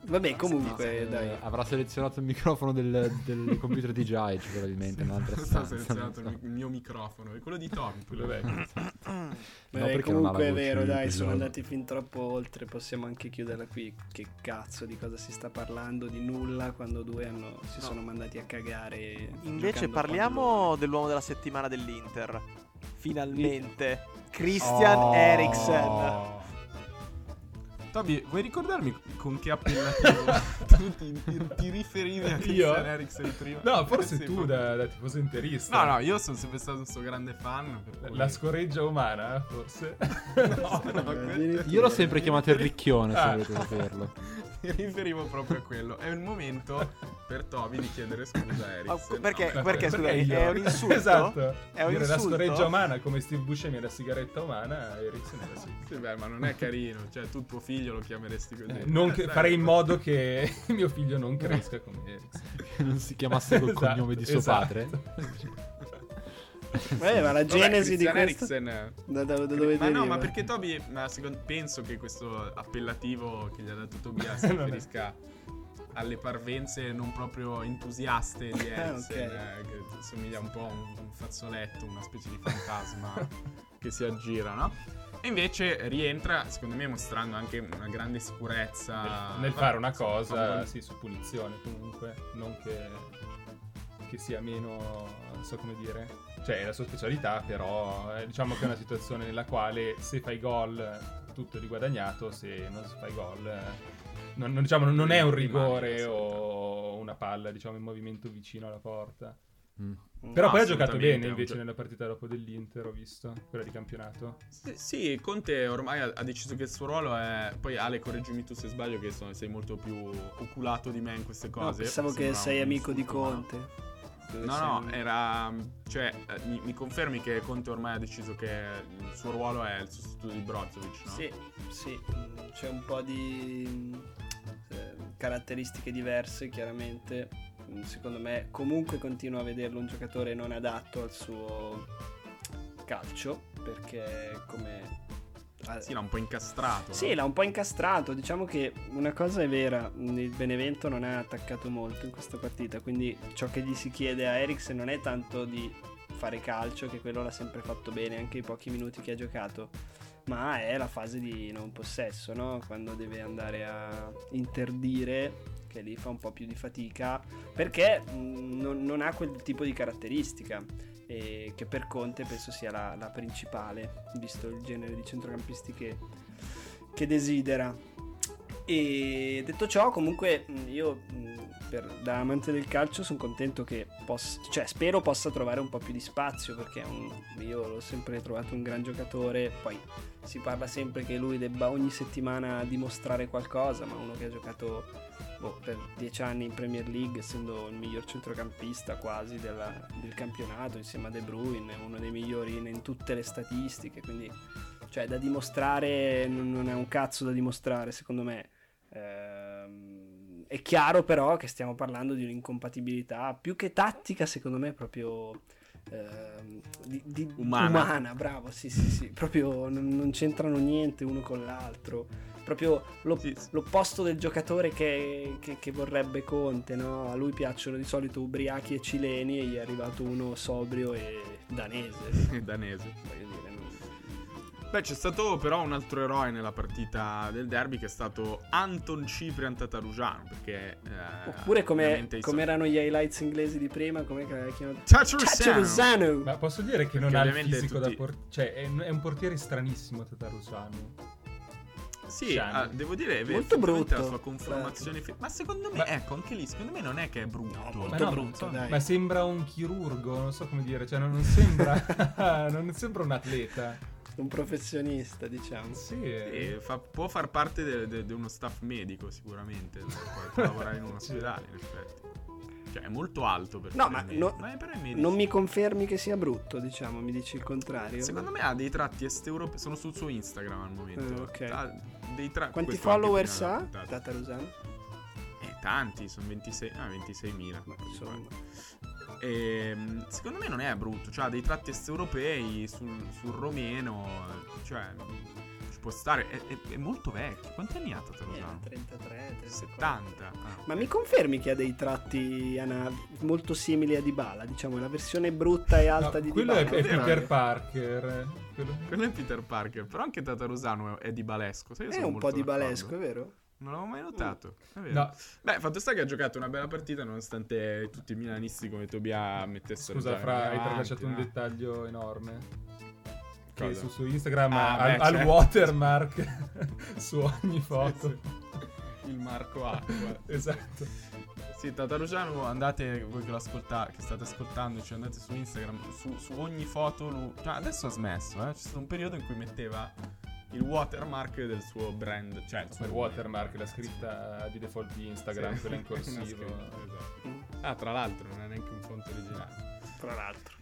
Speaker 4: Vabbè,
Speaker 1: Eh,
Speaker 4: comunque, dai.
Speaker 1: Avrà selezionato il microfono del, del computer di Jai, probabilmente, in un'altra
Speaker 5: Sta
Speaker 1: stanza, non
Speaker 5: selezionato
Speaker 1: so.
Speaker 5: il mi- il mio microfono e quello di Tommy,
Speaker 2: Quello
Speaker 5: quello vecchio.
Speaker 2: vecchio.
Speaker 1: No,
Speaker 4: Vabbè,
Speaker 1: perché non ha la
Speaker 4: comunque è
Speaker 1: voce
Speaker 4: vero,
Speaker 1: di
Speaker 4: dai, sono
Speaker 1: Pizzolo.
Speaker 4: andati fin troppo oltre. Possiamo anche chiuderla qui. Che cazzo di cosa si sta parlando? Di nulla quando due hanno- si
Speaker 3: No.
Speaker 4: sono mandati a cagare. giocando
Speaker 3: Invece
Speaker 4: a
Speaker 3: parliamo dell'uomo della settimana dell'Inter. Finalmente. Christian
Speaker 5: Oh.
Speaker 3: Eriksen.
Speaker 5: Toby, vuoi ricordarmi con che appellativo tu ti, ti- ti riferivi
Speaker 2: Io?
Speaker 5: a Christian Eriksen prima?
Speaker 2: No, forse
Speaker 5: Sì,
Speaker 2: tu,
Speaker 5: proprio.
Speaker 2: da, da tifoso interista.
Speaker 5: No, no, io sono sempre stato un suo grande fan. per cui-
Speaker 2: La scoreggia umana, eh, forse.
Speaker 5: No, no, quello-
Speaker 1: Io l'ho sempre chiamato il ricchione, se
Speaker 2: Ah.
Speaker 1: volete saperlo.
Speaker 5: Mi riferivo proprio a quello. È il momento per Toby di chiedere scusa a
Speaker 1: Ah,
Speaker 3: Oh,
Speaker 5: Eriksen.
Speaker 3: perché-
Speaker 5: No,
Speaker 3: perché, scusa,
Speaker 2: io?
Speaker 3: è un insulto?
Speaker 2: esatto.
Speaker 3: È un
Speaker 2: Dire la
Speaker 3: insulto?
Speaker 2: scoreggia umana come Steve Buscemi è la sigaretta umana, Ericsson è la sigaretta.
Speaker 5: Sì, beh, ma non è carino. Cioè, tu tuo figlio lo chiameresti così.
Speaker 2: Non
Speaker 5: Eh,
Speaker 2: che-
Speaker 5: sai,
Speaker 2: farei in modo che mio figlio non cresca come Ericsson.
Speaker 1: Che non si chiamasse col
Speaker 2: Esatto,
Speaker 1: cognome di suo
Speaker 2: esatto.
Speaker 1: padre.
Speaker 4: Eh, ma la
Speaker 5: Vabbè,
Speaker 4: genesi di
Speaker 5: Christian
Speaker 4: questo
Speaker 5: Eriksen-
Speaker 4: da, da- da dove
Speaker 5: ma no,
Speaker 4: deriva?
Speaker 5: ma perché Toby. Ma secondo, penso che questo appellativo che gli ha dato Tobia si
Speaker 2: Non è.
Speaker 5: riferisca alle parvenze non proprio entusiaste di
Speaker 4: Ah,
Speaker 5: Eriksen,
Speaker 4: ok.
Speaker 5: eh, che somiglia un po' a un, un fazzoletto, una specie di fantasma che si aggira, no? E invece rientra, secondo me, mostrando anche una grande sicurezza
Speaker 2: nel fare una
Speaker 5: Insomma, fa un
Speaker 2: cosa,
Speaker 5: po'
Speaker 2: sì, su punizione comunque, non che, che sia meno, non so come dire, cioè è la sua specialità, però eh, diciamo che è una situazione nella quale se fai gol tutto è riguadagnato, se non si fai gol eh, non, non- diciamo, non è un rigore
Speaker 5: Rimane la
Speaker 2: o una palla diciamo in movimento vicino alla porta.
Speaker 1: Mm.
Speaker 2: Però
Speaker 5: No,
Speaker 2: poi ha giocato
Speaker 5: assolutamente,
Speaker 2: bene
Speaker 5: è un
Speaker 2: invece
Speaker 5: gio-
Speaker 2: nella partita dopo dell'Inter, ho visto, quella di campionato.
Speaker 5: Sì, Sì, Conte ormai ha ha deciso che il suo ruolo è. Poi Ale, correggimi tu se sbaglio, che so- sei molto più oculato di me in queste
Speaker 4: No,
Speaker 5: cose.
Speaker 4: pensavo che
Speaker 5: Sembrava
Speaker 4: sei
Speaker 5: un-
Speaker 4: amico di
Speaker 5: ma-
Speaker 4: Conte.
Speaker 5: No, no, era. Cioè, eh, mi, mi confermi che Conte ormai ha deciso che il suo ruolo è il sostituto di Brozovic, no?
Speaker 4: Sì, eh, sì, mm, c'è un po' di mm, eh, caratteristiche diverse chiaramente. Mm, Secondo me comunque continuo a vederlo un giocatore non adatto al suo calcio perché come... ah,
Speaker 5: Sì, l'ha un po' incastrato.
Speaker 4: Sì, l'ha un po' incastrato. Diciamo che una cosa è vera: il Benevento non ha attaccato molto in questa partita. Quindi ciò che gli si chiede a Eriksen non è tanto di fare calcio, che quello l'ha sempre fatto bene, anche i pochi minuti che ha giocato. Ma è la fase di non possesso, no? Quando deve andare a interdire, che lì fa un po' più di fatica, perché mh, non, non ha quel tipo di caratteristica, e che per Conte penso sia la, la principale, visto il genere di centrocampisti che, che desidera. E detto ciò, comunque mh, io mh, per- da amante del calcio sono contento che possa, cioè spero possa trovare un po' più di spazio perché è un- io l'ho sempre trovato un gran giocatore, poi si parla sempre che lui debba ogni settimana dimostrare qualcosa, ma uno che ha giocato boh, per dieci anni in Premier League, essendo il miglior centrocampista quasi della- del campionato, insieme a De Bruyne, uno dei migliori in, in tutte le statistiche, quindi cioè da dimostrare non, non è un cazzo da dimostrare secondo me. Ehm, è chiaro però che stiamo parlando di un'incompatibilità più che tattica, secondo me proprio... ehm, di- di-
Speaker 5: Umana.
Speaker 4: umana, bravo, sì, sì, sì, proprio non, non c'entrano niente uno con l'altro, proprio lo,
Speaker 5: Sì, sì.
Speaker 4: l'opposto del giocatore che, che- che vorrebbe Conte, no? A lui piacciono di solito ubriachi e cileni e gli è arrivato uno sobrio e danese,
Speaker 5: Danese.
Speaker 4: voglio dire. non-
Speaker 5: Beh, c'è stato però un altro eroe nella partita del derby che è stato Anton Ciprian Tatarugiano. Perché. eh,
Speaker 4: Oppure come,
Speaker 5: ovviamente i-
Speaker 4: come erano gli highlights inglesi di prima, come che l'aveva chiamato?
Speaker 5: Tatarugiano!
Speaker 4: Cacciarusano!
Speaker 2: Ma posso dire che non
Speaker 5: Perché
Speaker 2: ha il
Speaker 5: ovviamente
Speaker 2: fisico da
Speaker 5: tutti-
Speaker 2: portiere. Cioè, è, un- è un portiere stranissimo Tatarusano.
Speaker 5: Sì,
Speaker 2: Sciano.
Speaker 5: ah, devo dire, beh,
Speaker 4: Cioè, Molto
Speaker 5: effettivamente
Speaker 4: brutto.
Speaker 5: La sua conformazione. fi- ma secondo me,
Speaker 2: Ma-
Speaker 5: ecco, anche lì, secondo me non è che è brutto.
Speaker 2: Ma
Speaker 4: No, molto
Speaker 2: no,
Speaker 4: brutto,
Speaker 5: ma-
Speaker 4: dai.
Speaker 2: Ma sembra un chirurgo, non so come dire, cioè non, non sembra non sembra un atleta.
Speaker 4: Un professionista, diciamo.
Speaker 2: Sì,
Speaker 5: sì, fa- può far parte de- de- di uno staff medico, sicuramente. Può può lavorare in un ospedale, in effetti. Cioè, è molto alto per
Speaker 4: No,
Speaker 5: fare
Speaker 4: ma
Speaker 5: il medico,
Speaker 4: no-
Speaker 5: ma è però è medico.
Speaker 4: Non mi confermi che sia brutto, diciamo, mi dici il contrario.
Speaker 5: Secondo me ha dei tratti est-europei. Sono sul suo Instagram al momento.
Speaker 4: Eh, ok.
Speaker 5: Ha dei tra-
Speaker 4: Quanti
Speaker 5: questo anche
Speaker 4: followers
Speaker 5: fino alla
Speaker 4: ha
Speaker 5: puntata.
Speaker 4: Tatarusano?
Speaker 5: Eh, tanti, sono 26, ah, 26.000.
Speaker 4: Ma insomma.
Speaker 5: Ehm, secondo me non è brutto, cioè ha dei tratti est-europei sul, sul romeno, eh, cioè ci può stare, è, è- è molto vecchio. Quanti anni ha
Speaker 4: Eh,
Speaker 5: Tatarusano?
Speaker 4: 33, 34.
Speaker 5: 70. Ah.
Speaker 4: Ma mi confermi che ha dei tratti Ana, molto simili a Dybala, diciamo, la versione brutta e
Speaker 2: No,
Speaker 4: alta di
Speaker 2: quello
Speaker 4: Dybala.
Speaker 2: è, è
Speaker 5: vero?
Speaker 2: Peter Parker. Quello-
Speaker 5: Quello è Peter Parker, però anche Tatarusano è, è di balesco. sai, io
Speaker 4: È
Speaker 5: sono
Speaker 4: un
Speaker 5: molto
Speaker 4: po' di
Speaker 5: d'accordo.
Speaker 4: balesco, è vero?
Speaker 5: Non l'avevo mai notato. È vero.
Speaker 2: No,
Speaker 5: Beh, fatto sta che ha giocato una bella partita nonostante tutti i milanisti come Tobia mettessero
Speaker 2: scusa,
Speaker 5: già
Speaker 2: fra, hai
Speaker 5: avanti,
Speaker 2: tralasciato un
Speaker 5: no?
Speaker 2: dettaglio enorme. Che
Speaker 5: Cosa?
Speaker 2: su, su Instagram ha
Speaker 5: Ah, beh,
Speaker 2: ha il
Speaker 5: certo.
Speaker 2: watermark su ogni foto.
Speaker 5: Il Marco Acqua.
Speaker 2: Esatto.
Speaker 5: Sì, Tatarugiano, andate, voi che lo ascoltate, che state ascoltando, cioè andate su Instagram, su, su ogni foto, lu- cioè, adesso ha smesso, eh, c'è stato un periodo in cui metteva il watermark del suo brand, cioè il suo
Speaker 2: Il watermark, la scritta di default di Instagram,
Speaker 5: Sì,
Speaker 2: quella in
Speaker 5: una
Speaker 2: corsivo.
Speaker 5: scritta, esatto.
Speaker 4: Mm,
Speaker 5: Ah, tra l'altro, non è neanche un fonte originale.
Speaker 4: Fra l'altro.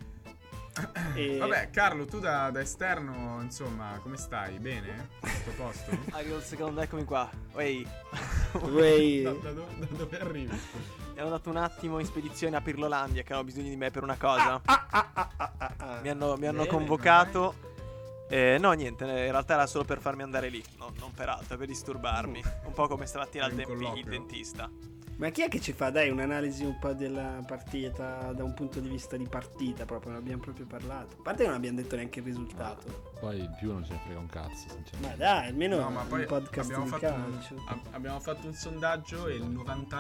Speaker 4: E-
Speaker 5: Vabbè, Carlo, tu da, da esterno, insomma, come stai? Bene? Tutto a posto?
Speaker 3: Hang on a second, eccomi qua. Ehi,
Speaker 4: Wey.
Speaker 5: da, da dove, da dove arrivi?
Speaker 3: mi hanno dato un attimo in spedizione a Pirlolandia che hanno bisogno di me per una cosa.
Speaker 4: Ah, ah, ah, ah, ah, ah.
Speaker 3: Mi hanno, mi hanno
Speaker 5: Bene,
Speaker 3: convocato. Eh, no, niente, in realtà era solo per farmi andare lì, no, non per altro, per disturbarmi. Un po' come stamattina al
Speaker 5: Per un
Speaker 3: tempi- il
Speaker 5: colloquio.
Speaker 3: dentista.
Speaker 4: Ma chi è che ci fa, dai, un'analisi un po' della partita da un punto di vista di partita proprio? Non abbiamo proprio parlato. A parte che non abbiamo detto neanche il risultato.
Speaker 1: Poi in più non ce ne frega un cazzo,
Speaker 4: Ma
Speaker 1: sinceramente.
Speaker 4: dai, almeno
Speaker 5: No, ma poi
Speaker 4: un podcast
Speaker 5: abbiamo
Speaker 4: di
Speaker 5: fatto,
Speaker 4: calcio.
Speaker 5: un, ab- abbiamo fatto un sondaggio e il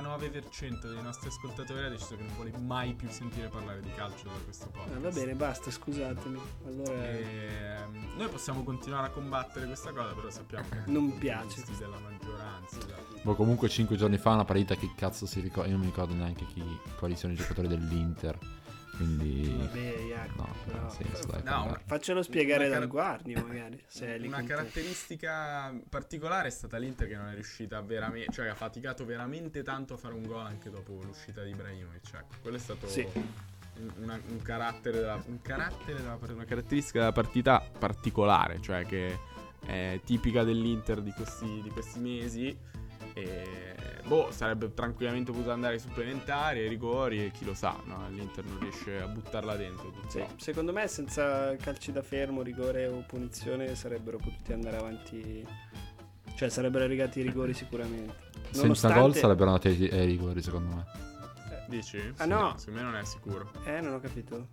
Speaker 5: 99% dei nostri ascoltatori ha deciso che non vuole mai più sentire parlare di calcio da questo podcast.
Speaker 4: Ah, va bene, eh. basta, scusatemi. Allora
Speaker 5: Ehm, noi possiamo continuare a combattere questa cosa, però sappiamo che
Speaker 4: Non
Speaker 5: i punti
Speaker 4: piace.
Speaker 5: di vista della maggioranza. esatto.
Speaker 1: Boh, comunque 5 giorni fa una partita che cazzo si ricorda. Io non mi ricordo neanche chi, quali sono i giocatori dell'Inter. Quindi.
Speaker 4: vabbè, Jacopo,
Speaker 1: No, non
Speaker 4: però-
Speaker 1: ha senso, dai.
Speaker 5: No,
Speaker 1: vabbè.
Speaker 4: Faccelo spiegare
Speaker 5: Una
Speaker 4: dal
Speaker 5: car-
Speaker 4: guardio, magari. Se è lì
Speaker 5: Una
Speaker 4: con te.
Speaker 5: caratteristica particolare è stata l'Inter che non è riuscita veramente, cioè ha faticato veramente tanto a fare un gol anche dopo l'uscita di Ibrahimovic. ecco. Quello è stato
Speaker 4: Sì.
Speaker 5: un, una- un carattere della, un carattere della part- una caratteristica della partita particolare, cioè che è tipica dell'Inter di questi, di questi mesi. E, boh, sarebbe tranquillamente potuto andare ai supplementari, ai rigori e chi lo sa, no? l'Inter non riesce a buttarla dentro.
Speaker 4: Sì,
Speaker 5: purtroppo.
Speaker 4: secondo me senza calci da fermo, rigore o punizione sarebbero potuti andare avanti. Cioè sarebbero arrivati i rigori sicuramente.
Speaker 1: Senza gol sarebbero andati ai ai rigori, secondo me.
Speaker 5: Dici?
Speaker 4: Ah, no.
Speaker 5: Secondo me non è sicuro.
Speaker 4: Eh, non ho capito.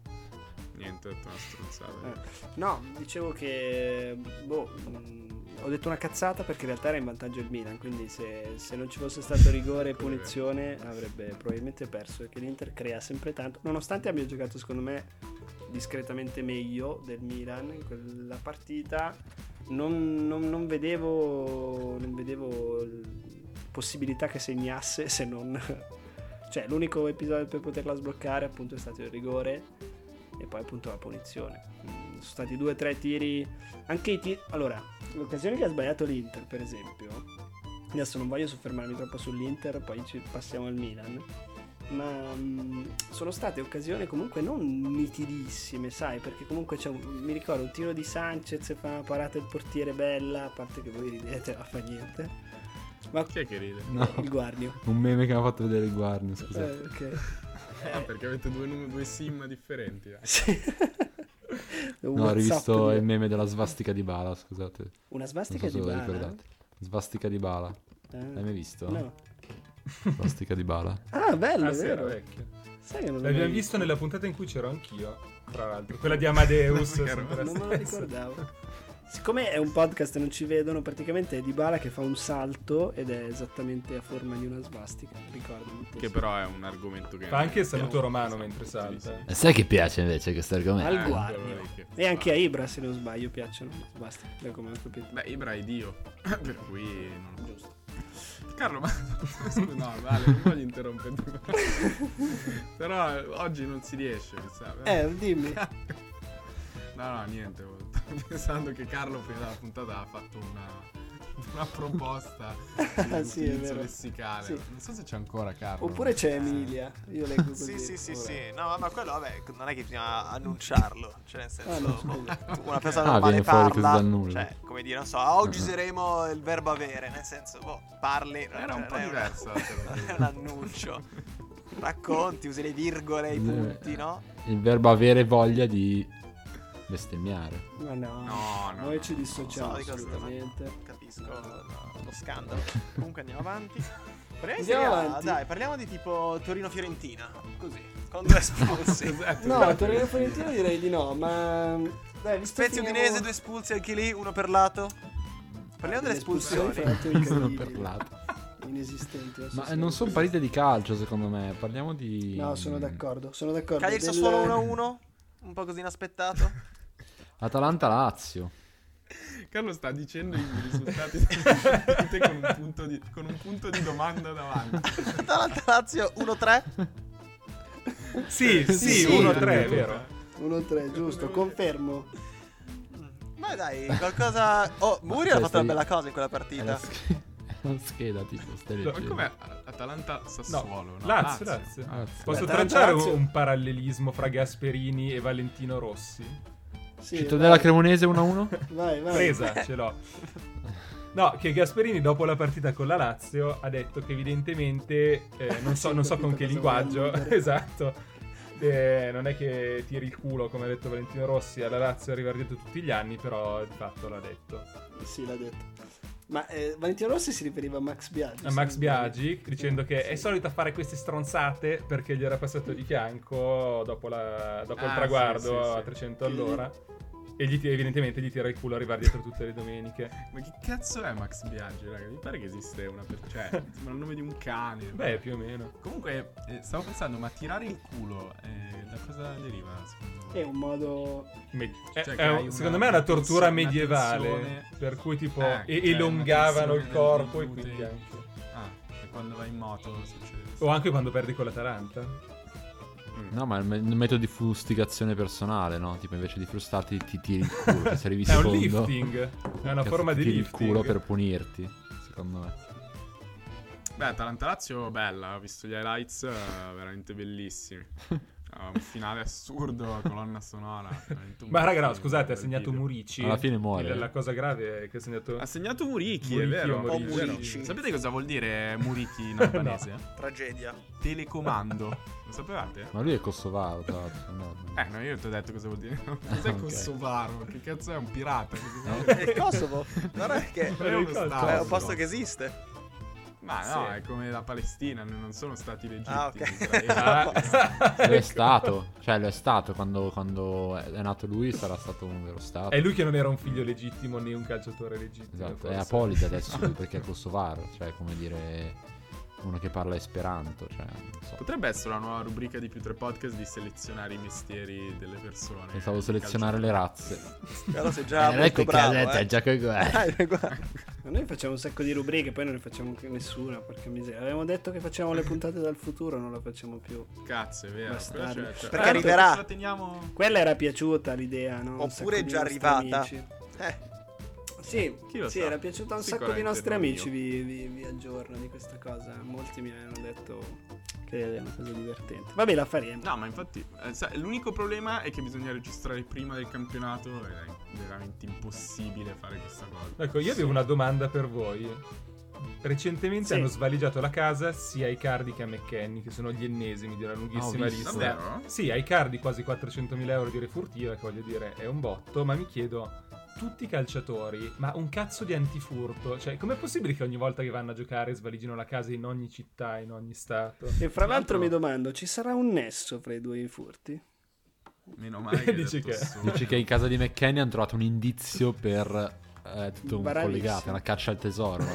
Speaker 5: Niente, ho detto una stronzata.
Speaker 4: Eh. No, dicevo che. Boh. mh, ho detto una cazzata perché in realtà era in vantaggio il Milan. Quindi se, se non ci fosse stato rigore e punizione avrebbe probabilmente perso. Perché l'Inter crea sempre tanto. Nonostante abbia giocato, secondo me, discretamente meglio del Milan in quella partita. Non, non- non vedevo. Non vedevo l- possibilità che segnasse se non. Cioè, l'unico episodio per poterla sbloccare, appunto, è stato il rigore e poi appunto la punizione. Mm, Sono stati due o tre tiri. Anche i tiri. Allora, l'occasione che ha sbagliato l'Inter, per esempio. Adesso non voglio soffermarmi troppo sull'Inter, poi ci passiamo al Milan. Ma mm, sono state occasioni comunque non nitidissime, sai, perché comunque c'è un, mi ricordo un tiro di Sanchez e fa una parata il portiere bella, a parte che voi ridete, ma fa niente. Ma
Speaker 5: Chi è che ride?
Speaker 1: No. Esatto.
Speaker 4: il guardio.
Speaker 1: Un meme che mi ha fatto vedere il guardia, scusa.
Speaker 4: Eh, ok.
Speaker 5: Ah, perché avete due, nu- due sim differenti. dai.
Speaker 4: Sì. Un
Speaker 1: No, ho
Speaker 4: WhatsApp
Speaker 1: rivisto
Speaker 4: di-
Speaker 1: il meme della svastica di Bala, scusate.
Speaker 4: Una
Speaker 1: Non
Speaker 4: svastica
Speaker 1: so se
Speaker 4: di
Speaker 1: lo
Speaker 4: Bala. Eh.
Speaker 1: ricordate. Svastica di Bala. L'hai mai visto?
Speaker 4: No.
Speaker 1: Svastica di Bala.
Speaker 4: Ah, bello,
Speaker 2: Ah,
Speaker 4: è
Speaker 2: sì, era
Speaker 4: vero.
Speaker 2: vecchia.
Speaker 4: Sai che non l'ho mai
Speaker 2: L'abbiamo visto nella puntata in cui c'ero anch'io, tra l'altro. Quella di Amadeus.
Speaker 5: No,
Speaker 2: sempre la
Speaker 4: Non me lo
Speaker 2: stessa.
Speaker 4: ricordavo. Siccome è un podcast e non ci vedono, praticamente è di Bala che fa un salto ed è esattamente a forma di una svastica, ricordo. molto
Speaker 5: Che
Speaker 4: sì.
Speaker 5: però è un argomento che...
Speaker 2: Fa anche il saluto
Speaker 5: Siamo-
Speaker 2: romano
Speaker 5: siamo
Speaker 2: mentre
Speaker 5: tutti
Speaker 2: salta.
Speaker 5: lì, sì.
Speaker 1: Eh, sai che piace invece questo argomento?
Speaker 4: Al
Speaker 5: Eh,
Speaker 4: guardio.
Speaker 5: quello lì che-
Speaker 4: E anche a Ibra, se non sbaglio, piacciono. Basta, da come ho capito.
Speaker 5: Beh, Ibra è Dio, per cui... Non...
Speaker 4: Giusto.
Speaker 5: Carlo, ma... Scusa, no, vale, non voglio interromperti. però eh, oggi non si riesce, sa,
Speaker 4: Eh, dimmi.
Speaker 5: No, no, niente. Stavo pensando che Carlo prima della puntata ha fatto una... Una proposta
Speaker 4: Ah,
Speaker 5: di
Speaker 4: sì, è
Speaker 5: utilizzo
Speaker 4: vero.
Speaker 5: lessicale.
Speaker 4: Sì.
Speaker 5: Non so se c'è ancora Carlo. Eh,
Speaker 4: Oppure c'è Emilia. Io leggo così.
Speaker 3: Sì, sì, sì,
Speaker 4: Vabbè.
Speaker 3: sì. No, ma quello, vabbè, non è che bisogna annunciarlo. Cioè, nel senso,
Speaker 4: Ah, no,
Speaker 3: boh,
Speaker 4: scusa.
Speaker 3: tu- una persona
Speaker 1: Ah,
Speaker 3: normale
Speaker 1: viene fuori
Speaker 3: parla.
Speaker 1: così dal nulla. Eh.
Speaker 3: Cioè, come dire, non so, ah, oggi useremo il verbo avere. Nel senso, boh, parli. non-
Speaker 5: Era un
Speaker 3: non
Speaker 5: po'
Speaker 3: è una-
Speaker 5: diverso.
Speaker 3: Non è un annuncio. Racconti, usi le virgole, i
Speaker 1: Eh,
Speaker 3: punti, no?
Speaker 1: Il verbo avere voglia di bestemmiare.
Speaker 4: Ma no.
Speaker 5: No, no,
Speaker 4: Noi
Speaker 5: no,
Speaker 4: ci
Speaker 5: no,
Speaker 4: dissociamo
Speaker 3: no, dico-
Speaker 4: assolutamente.
Speaker 3: Capisco no, lo scandalo. Comunque andiamo avanti. Parliamo di
Speaker 4: Andiamo
Speaker 3: Serie A,
Speaker 4: avanti.
Speaker 3: Dai, parliamo di tipo Torino-Fiorentina. Così, con due espulsi.
Speaker 2: Eh,
Speaker 5: Cos'è?
Speaker 4: No, Torino Fiorentino direi di no, ma... Dai, visto
Speaker 3: Spezia
Speaker 4: finiamo-
Speaker 3: Udinese, due espulsi anche lì, uno per lato.
Speaker 4: Ah,
Speaker 3: Parliamo delle espulsioni.
Speaker 4: fra l'altro,
Speaker 1: Sono
Speaker 4: incredibili.
Speaker 1: parlato.
Speaker 4: Inesistenti. adesso
Speaker 1: Ma eh,
Speaker 4: sì.
Speaker 1: non sono partite di calcio, secondo me. Parliamo di. mm,
Speaker 4: No, sono d'accordo, sono d'accordo.
Speaker 3: Cagliari
Speaker 4: Del-
Speaker 3: Sassuolo 1-1, un po' così inaspettato.
Speaker 1: Atalanta-Lazio.
Speaker 5: Carlo sta dicendo i risultati di te con un punto di, con un punto di domanda davanti.
Speaker 3: Atalanta Lazio 1-3.
Speaker 2: Sì, sì,
Speaker 4: sì.
Speaker 2: 1-3, è vero.
Speaker 4: 1-3, giusto, confermo.
Speaker 3: Ma dai, qualcosa. Oh, Muri
Speaker 1: Cioè,
Speaker 3: ha fatto una
Speaker 1: stai-
Speaker 3: bella cosa in quella
Speaker 1: È la
Speaker 3: partita.
Speaker 1: sch- è la scheda, tipo, stai
Speaker 5: Ma
Speaker 1: leggendo.
Speaker 5: com'è Atalanta Sassuolo? No,
Speaker 2: Lazio, Lazio.
Speaker 1: Lazio.
Speaker 2: Posso
Speaker 4: Beh,
Speaker 2: tracciare
Speaker 4: Lazio.
Speaker 2: un parallelismo fra Gasperini e Valentino Rossi?
Speaker 4: Sì,
Speaker 1: Cittadella
Speaker 4: vai,
Speaker 1: Cremonese 1-1?
Speaker 4: Vai, vai.
Speaker 2: presa, ce l'ho. No, che Gasperini dopo la partita con la Lazio ha detto che evidentemente, eh, non, so,
Speaker 4: Sì,
Speaker 2: non so
Speaker 4: capito
Speaker 2: con che
Speaker 4: cosa
Speaker 2: linguaggio,
Speaker 4: vogliamo dire.
Speaker 2: esatto, eh, non è che tiri il culo, come ha detto Valentino Rossi, alla Lazio arriva dentro tutti gli anni, però di fatto l'ha detto.
Speaker 4: Sì, l'ha detto. Ma eh, Valentino Rossi si riferiva a Max Biaggi.
Speaker 2: a Max
Speaker 4: se non sbaglio.
Speaker 2: Biaggi dicendo che è
Speaker 4: Sì.
Speaker 2: solito fare queste stronzate perché gli era passato di fianco dopo, la- dopo il
Speaker 5: Ah,
Speaker 2: traguardo
Speaker 5: sì, sì, sì.
Speaker 2: a 300
Speaker 4: Che-
Speaker 2: all'ora e gli ti- evidentemente gli tira il culo arrivare dietro tutte le domeniche.
Speaker 5: Ma che cazzo è Max Biaggi, raga? Mi pare che esiste una per... Cioè, sembra il nome di un cane.
Speaker 2: Beh, più o meno.
Speaker 5: Comunque, eh, stavo pensando, ma tirare il culo, eh, da cosa deriva, secondo voi?
Speaker 4: È un modo...
Speaker 2: Me- è-
Speaker 5: Cioè,
Speaker 2: è
Speaker 5: che hai
Speaker 2: un-
Speaker 5: una-
Speaker 2: secondo me è una tortura
Speaker 5: una
Speaker 2: medievale
Speaker 5: tensione-
Speaker 2: per cui tipo
Speaker 5: Eh,
Speaker 2: e-
Speaker 5: cioè, una
Speaker 2: elongavano il
Speaker 5: tensione
Speaker 2: corpo e
Speaker 5: del
Speaker 2: quindi
Speaker 5: gluteo.
Speaker 2: anche...
Speaker 5: Ah, è quando vai in moto succede.
Speaker 2: O anche quando perdi con l'Atalanta.
Speaker 1: No, ma è un me- un metodo di fustigazione personale, no? Tipo invece di frustarti ti tiri il culo, ti arrivi
Speaker 2: È un
Speaker 1: secondo.
Speaker 2: lifting. È una
Speaker 1: Cazzo,
Speaker 2: forma
Speaker 1: ti
Speaker 2: di
Speaker 1: tiri
Speaker 2: lifting.
Speaker 1: il culo per punirti, secondo me.
Speaker 5: Beh, Atalanta-Lazio, bella, ho visto gli highlights, eh, veramente bellissimi. Ah, un finale assurdo, colonna sonora. veramente un
Speaker 2: Ma
Speaker 5: bel
Speaker 2: raga, no,
Speaker 5: film,
Speaker 2: scusate, ha
Speaker 5: bel
Speaker 2: segnato
Speaker 5: video.
Speaker 2: Murici.
Speaker 1: Alla fine muore.
Speaker 2: Il- La cosa grave è che ha segnato...
Speaker 5: Ha segnato Murichi,
Speaker 2: Murichi
Speaker 5: è
Speaker 2: o
Speaker 5: vero.
Speaker 2: Murici.
Speaker 5: è vero.
Speaker 3: Murici.
Speaker 5: Sapete cosa vuol dire Murichi in albanese?
Speaker 3: Tragedia.
Speaker 5: Telecomando. Lo sapevate?
Speaker 1: Ma lui è kosovaro, tra l'altro. no, no.
Speaker 5: Eh, no, io ti ho detto cosa vuol dire.
Speaker 2: Ah,
Speaker 5: Cos'è
Speaker 1: ok.
Speaker 5: Kosovaro? Che cazzo è un pirata? Cosa vuol dire?
Speaker 3: È il Kosovo. Guarda che
Speaker 5: Non è uno
Speaker 2: Cazzo.
Speaker 1: Ah,
Speaker 5: stato.
Speaker 3: è un posto che esiste.
Speaker 5: Ma no,
Speaker 2: Sì.
Speaker 5: è come la Palestina, n- non sono stati legittimi. Eh,
Speaker 3: Ah, ok.
Speaker 5: Israele.
Speaker 2: Ah,
Speaker 1: Lo è stato, cioè lo è stato quando, quando è nato lui sarà stato un vero stato.
Speaker 2: È lui che non era un figlio legittimo né un calciatore legittimo.
Speaker 1: Esatto, è
Speaker 2: forse.
Speaker 1: apolide adesso lui perché è kosovaro, cioè è come dire uno che parla esperanto, cioè non so.
Speaker 5: Potrebbe essere una nuova rubrica di più tre podcast di selezionare i mestieri delle persone.
Speaker 1: Pensavo selezionare le razze.
Speaker 3: Però sei già
Speaker 1: Eh, Non è
Speaker 3: molto
Speaker 1: ecco che
Speaker 3: bravo.
Speaker 1: casetta, è
Speaker 3: eh.
Speaker 1: già che guarda.
Speaker 3: Ah, guarda.
Speaker 4: Ma noi facciamo un sacco di rubriche, poi non ne facciamo anche nessuna, perché miseria. Avevamo detto che facciamo le puntate dal futuro, non la facciamo più.
Speaker 5: Cazzo, è vero.
Speaker 4: Bastardi.
Speaker 5: quella c'è- c'è-
Speaker 3: Perché
Speaker 5: Ah,
Speaker 3: arriverà.
Speaker 5: ce La teniamo...
Speaker 4: Quella era piaciuta l'idea, no? Un
Speaker 3: Oppure
Speaker 4: sacco
Speaker 3: è
Speaker 4: di
Speaker 3: già
Speaker 4: nostri
Speaker 3: arrivata.
Speaker 4: amici.
Speaker 3: Eh,
Speaker 4: Sì,
Speaker 5: Chi lo
Speaker 4: sì,
Speaker 5: sa?
Speaker 4: era piaciuta a un sacco di
Speaker 5: Sicuramente
Speaker 4: nostri
Speaker 5: non
Speaker 4: amici,
Speaker 5: io.
Speaker 4: vi, vi- vi aggiorno di questa cosa. Molti mi hanno detto che è una cosa divertente. Vabbè, la faremo.
Speaker 5: No, ma infatti, eh, sai, l'unico problema è che bisogna registrare prima del campionato ed è veramente impossibile fare questa cosa.
Speaker 2: Ecco, io avevo una domanda per voi. Recentemente
Speaker 4: Sì.
Speaker 2: hanno svaligiato la casa sia ai Cardi che a McKenny, che sono gli ennesimi di una lunghissima
Speaker 1: Ah, ho visto.
Speaker 2: lista.
Speaker 5: Davvero?
Speaker 2: Sì, ai Cardi quasi 400.000 euro di refurtiva, che voglio dire è un botto, ma mi chiedo, tutti i calciatori, ma un cazzo di antifurto? Cioè, com'è possibile che ogni volta che vanno a giocare svaligino la casa in ogni città, in ogni stato?
Speaker 4: E fra
Speaker 5: Tra l'altro-
Speaker 4: l'altro mi domando, ci sarà un nesso fra i due furti?
Speaker 5: Meno male che hai
Speaker 2: Dici
Speaker 5: detto
Speaker 2: che-
Speaker 5: solo.
Speaker 1: Dici che in casa di McKenny hanno trovato un indizio per eh, tutto un
Speaker 4: Bravissimo.
Speaker 1: collegato, una caccia al tesoro. no?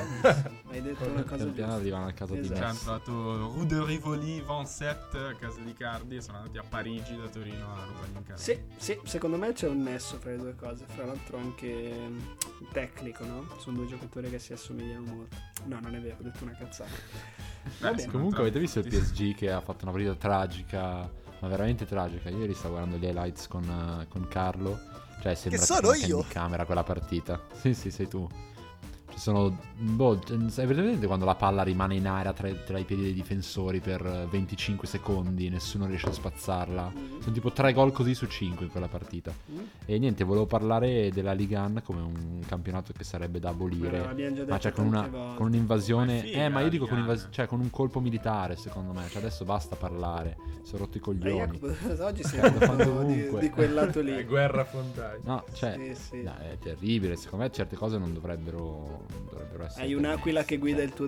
Speaker 4: Hai detto una cosa
Speaker 1: Pian piano
Speaker 4: giusta.
Speaker 1: arrivano a casa di
Speaker 4: Esatto.
Speaker 5: Ci hanno
Speaker 1: Messi.
Speaker 5: trovato Rue de Rivoli, 27, a casa di Cardi, e sono andati a Parigi da Torino a rubargli in casa.
Speaker 4: Sì, sì, secondo me c'è un nesso fra le due cose. Fra l'altro anche mm, tecnico, no? Sono due giocatori che si assomigliano molto. No, non è vero, ho detto una cazzata. Va bene.
Speaker 1: Comunque avete visto il PSG che ha fatto una partita tragica, ma veramente tragica. Ieri stavo guardando gli highlights con, eh, con Carlo. Cioè, sembra
Speaker 3: sono
Speaker 1: una cam-
Speaker 3: io?
Speaker 1: in camera quella partita. Sì, sì, sei tu. Ci sono. Boh, c- è presente quando la palla rimane in aria tra, tra i piedi dei difensori per eh, 25 secondi, nessuno riesce a spazzarla.
Speaker 4: Mm.
Speaker 1: Sono tipo 3 gol così su 5 in quella partita.
Speaker 4: Mm.
Speaker 1: E niente, volevo parlare della Ligan come un campionato che sarebbe da
Speaker 4: Però
Speaker 1: abolire.
Speaker 4: l'abbiamo già detto
Speaker 1: Ma cioè con,
Speaker 4: tante
Speaker 1: una-
Speaker 4: volte.
Speaker 1: con un'invasione...
Speaker 5: Ma è figa
Speaker 1: eh, ma io dico
Speaker 5: la
Speaker 1: con,
Speaker 5: Ligan.
Speaker 1: invas- cioè, con un colpo militare, secondo me. Cioè adesso basta parlare. Sono rotto i
Speaker 4: Ma
Speaker 1: coglioni.
Speaker 4: Jacopo, oggi si
Speaker 1: L'hanno fatto
Speaker 4: parlando di,
Speaker 1: ovunque.
Speaker 4: di quel lato
Speaker 2: Eh,
Speaker 4: lì.
Speaker 2: guerra fondai.
Speaker 1: No, cioè...
Speaker 4: Sì, sì.
Speaker 1: no, è terribile, secondo me certe cose non dovrebbero, non dovrebbero essere.
Speaker 4: Hai un'aquila
Speaker 1: permesse,
Speaker 4: che guida
Speaker 1: cioè.
Speaker 4: il tuo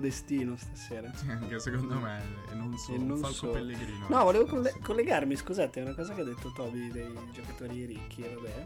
Speaker 4: destino stasera.
Speaker 5: Anche secondo me, e non
Speaker 4: E
Speaker 5: solo,
Speaker 4: non
Speaker 5: un falco
Speaker 4: solo.
Speaker 5: pellegrino.
Speaker 4: No, volevo colle- collegarmi, scusate, è una cosa che ha detto Toby dei giocatori ricchi, vabbè.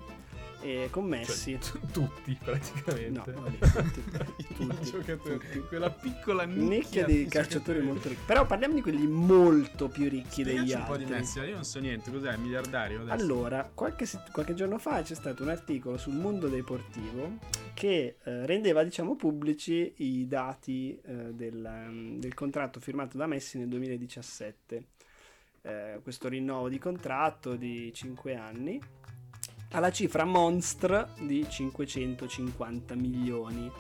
Speaker 4: E con Messi.
Speaker 2: Cioè, t- tutti
Speaker 4: eh, no,
Speaker 2: praticamente.
Speaker 4: vabbè, tutti,
Speaker 5: I
Speaker 4: tutti,
Speaker 5: giocatori,
Speaker 4: tutti.
Speaker 5: quella piccola
Speaker 4: Nicchia
Speaker 5: nicchia
Speaker 4: di calciatori molto ricchi. Però parliamo di quelli molto più ricchi degli
Speaker 5: Spiegaci un po' di
Speaker 4: altri.
Speaker 5: Messi, io non so niente, cos'è, miliardario adesso?
Speaker 4: Allora, qualche, set- qualche giorno fa c'è stato un articolo sul mondo deportivo che eh, rendeva, diciamo, pubblici i dati eh, del, ehm, del contratto firmato da Messi nel 2017. Eh, questo rinnovo di contratto di 5 anni alla cifra monstre di 550 milioni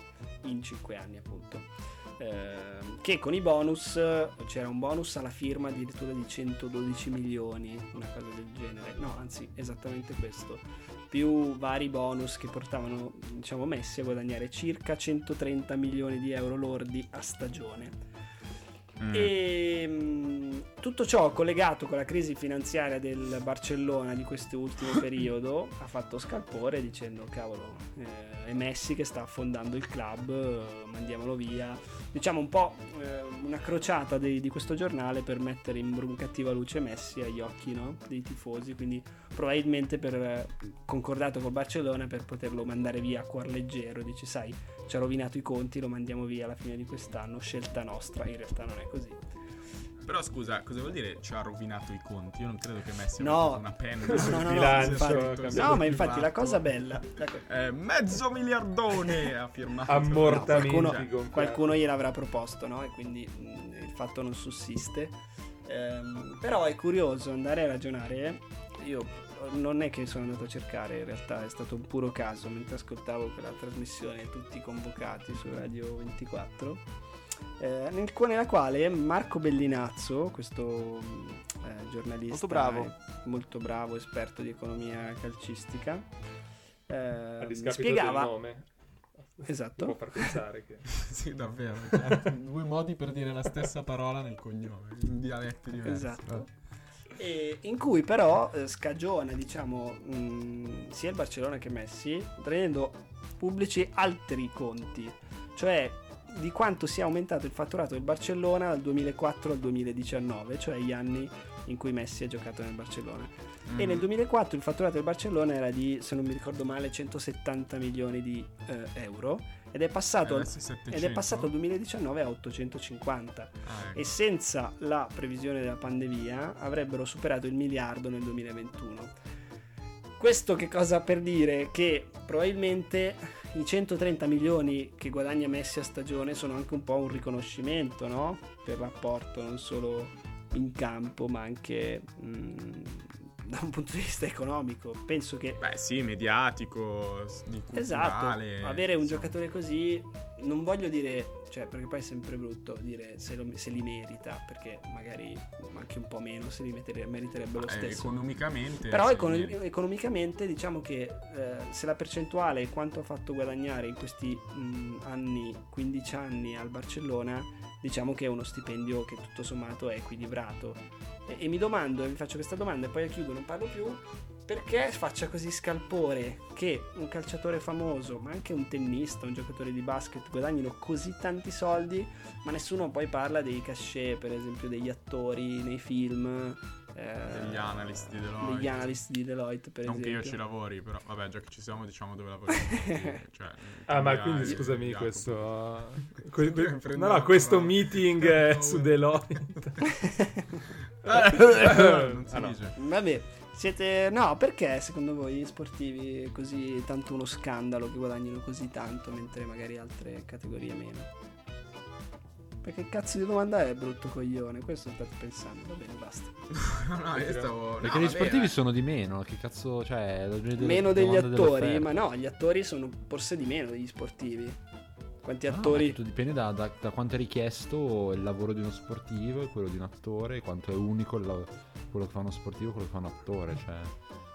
Speaker 4: in 5 anni, appunto. Ehm, che con i bonus c'era un bonus alla firma addirittura di 112 milioni, una cosa del genere. No, anzi, esattamente questo. Più vari bonus che portavano, diciamo, Messi a guadagnare circa 130 milioni di euro lordi a stagione.
Speaker 1: Mm.
Speaker 4: E mh, Ehm, tutto ciò collegato con la crisi finanziaria del Barcellona di quest'ultimo periodo ha fatto scalpore dicendo cavolo eh, è Messi che sta affondando il club, eh, mandiamolo via. Diciamo un po' eh, una crociata dei- di questo giornale per mettere in bru- cattiva luce Messi agli occhi no? dei tifosi, quindi probabilmente per eh, concordato col Barcellona per poterlo mandare via a cuor leggero, dice sai ci ha rovinato i conti, lo mandiamo via alla fine di quest'anno, scelta nostra, in realtà non è così.
Speaker 5: Però scusa, cosa vuol dire ci ha rovinato i conti? Io non credo che Messi
Speaker 4: No.
Speaker 5: abbia preso una penna
Speaker 4: No,
Speaker 5: sul
Speaker 4: no, no,
Speaker 5: bilancio, cioè,
Speaker 4: infatti.
Speaker 5: ha detto,
Speaker 2: No,
Speaker 5: "Sì,
Speaker 4: No, ma
Speaker 5: ho
Speaker 4: infatti la
Speaker 5: firmato".
Speaker 4: cosa bella, la co-
Speaker 5: Eh, mezzo miliardone ha firmato. Cioè,
Speaker 2: Ammortamenti
Speaker 4: No,
Speaker 2: gonfiati.
Speaker 4: qualcuno gliel'avrà proposto, no? E quindi mh, il fatto non sussiste. Ehm, però è curioso andare a ragionare. Io non è che sono andato a cercare, in realtà è stato un puro caso mentre ascoltavo quella trasmissione tutti convocati su Radio 24. eh, nel cu- nella quale Marco Bellinazzo, questo mh, eh, giornalista
Speaker 3: Molto bravo.
Speaker 4: e- molto bravo, esperto di economia calcistica,
Speaker 2: A
Speaker 4: eh,
Speaker 2: discapito del
Speaker 4: spiegava
Speaker 2: nome.
Speaker 4: Esatto.
Speaker 2: Può far pensare che...
Speaker 5: sì, davvero. cioè. Ha due modi per dire la stessa parola nel cognome, in dialetti diversi.
Speaker 4: Esatto. E in cui però eh, scagiona, diciamo, mh, sia il Barcellona che Messi, rendendo pubblici altri conti, cioè di quanto sia aumentato il fatturato del Barcellona dal 2004 al 2019, cioè gli anni in cui Messi ha giocato nel Barcellona.
Speaker 5: Mm.
Speaker 4: E nel 2004 il fatturato del Barcellona era di, se non mi ricordo male, 170 milioni di eh, euro ed è passato,
Speaker 5: Adesso
Speaker 4: ed è
Speaker 5: 700.
Speaker 4: passato il 2019 a 850
Speaker 5: Ah, ecco.
Speaker 4: e senza la previsione della pandemia avrebbero superato il miliardo nel 2021. Questo che cosa per dire? Che probabilmente i 130 milioni che guadagna Messi a stagione sono anche un po' un riconoscimento, no? Per l'apporto non solo in campo, ma anche mh, da un punto di vista economico. Penso che
Speaker 5: Beh, sì, mediatico, s- di culturale.
Speaker 4: Esatto, avere un
Speaker 5: insomma.
Speaker 4: giocatore così non voglio dire, cioè, perché poi è sempre brutto dire se, lo- se li merita, perché magari anche un po' meno se li metere- meriterebbe lo
Speaker 5: Eh,
Speaker 4: stesso.
Speaker 5: economicamente
Speaker 4: Però
Speaker 5: sì,
Speaker 4: econ-
Speaker 5: niente.
Speaker 4: economicamente diciamo che eh, se la percentuale è quanto ha fatto guadagnare in questi mh, anni, 15 anni al Barcellona, diciamo che è uno stipendio che tutto sommato è equilibrato. E, e mi domando, e vi faccio questa domanda e poi la chiudo, non parlo più, perché faccia così scalpore che un calciatore famoso, ma anche un tennista, un giocatore di basket, guadagnino così tanti soldi, ma nessuno poi parla dei cachet, per esempio, degli attori nei film. eh,
Speaker 5: Degli analyst di Deloitte.
Speaker 4: Degli analyst di Deloitte, per
Speaker 5: non che
Speaker 4: esempio.
Speaker 5: io ci lavori, però vabbè, già che ci siamo, diciamo dove lavoriamo. tutti, cioè,
Speaker 2: Ah, ma
Speaker 5: Andrea
Speaker 2: quindi
Speaker 5: e
Speaker 2: scusami,
Speaker 5: Jacopo.
Speaker 2: questo. que- que-
Speaker 5: Prendo
Speaker 2: no, no,
Speaker 5: la
Speaker 2: questo
Speaker 5: parola.
Speaker 2: meeting
Speaker 5: Prendo
Speaker 2: eh, su Deloitte.
Speaker 5: non si
Speaker 2: Ah, no.
Speaker 5: dice.
Speaker 4: Vabbè, siete... No, perché secondo voi gli sportivi è così tanto uno scandalo che guadagnino così tanto, mentre magari altre categorie meno? Perché cazzo di domanda è, brutto coglione? Questo state pensando, va bene, basta.
Speaker 5: No, no, io stavo...
Speaker 1: Perché
Speaker 5: no,
Speaker 1: gli
Speaker 5: vabbè,
Speaker 1: sportivi
Speaker 5: eh.
Speaker 1: sono di meno, che cazzo, cioè... la- delle-
Speaker 4: Meno degli
Speaker 1: domande
Speaker 4: attori,
Speaker 1: dell'offerta.
Speaker 4: ma no, gli attori sono forse di meno degli sportivi. Quanti
Speaker 1: No, no,
Speaker 4: attori...
Speaker 1: Ah, tutto dipende da, da- da quanto è richiesto il lavoro di uno sportivo e quello di un attore, quanto è unico il lav- quello che fa uno sportivo e quello che fa un attore, cioè...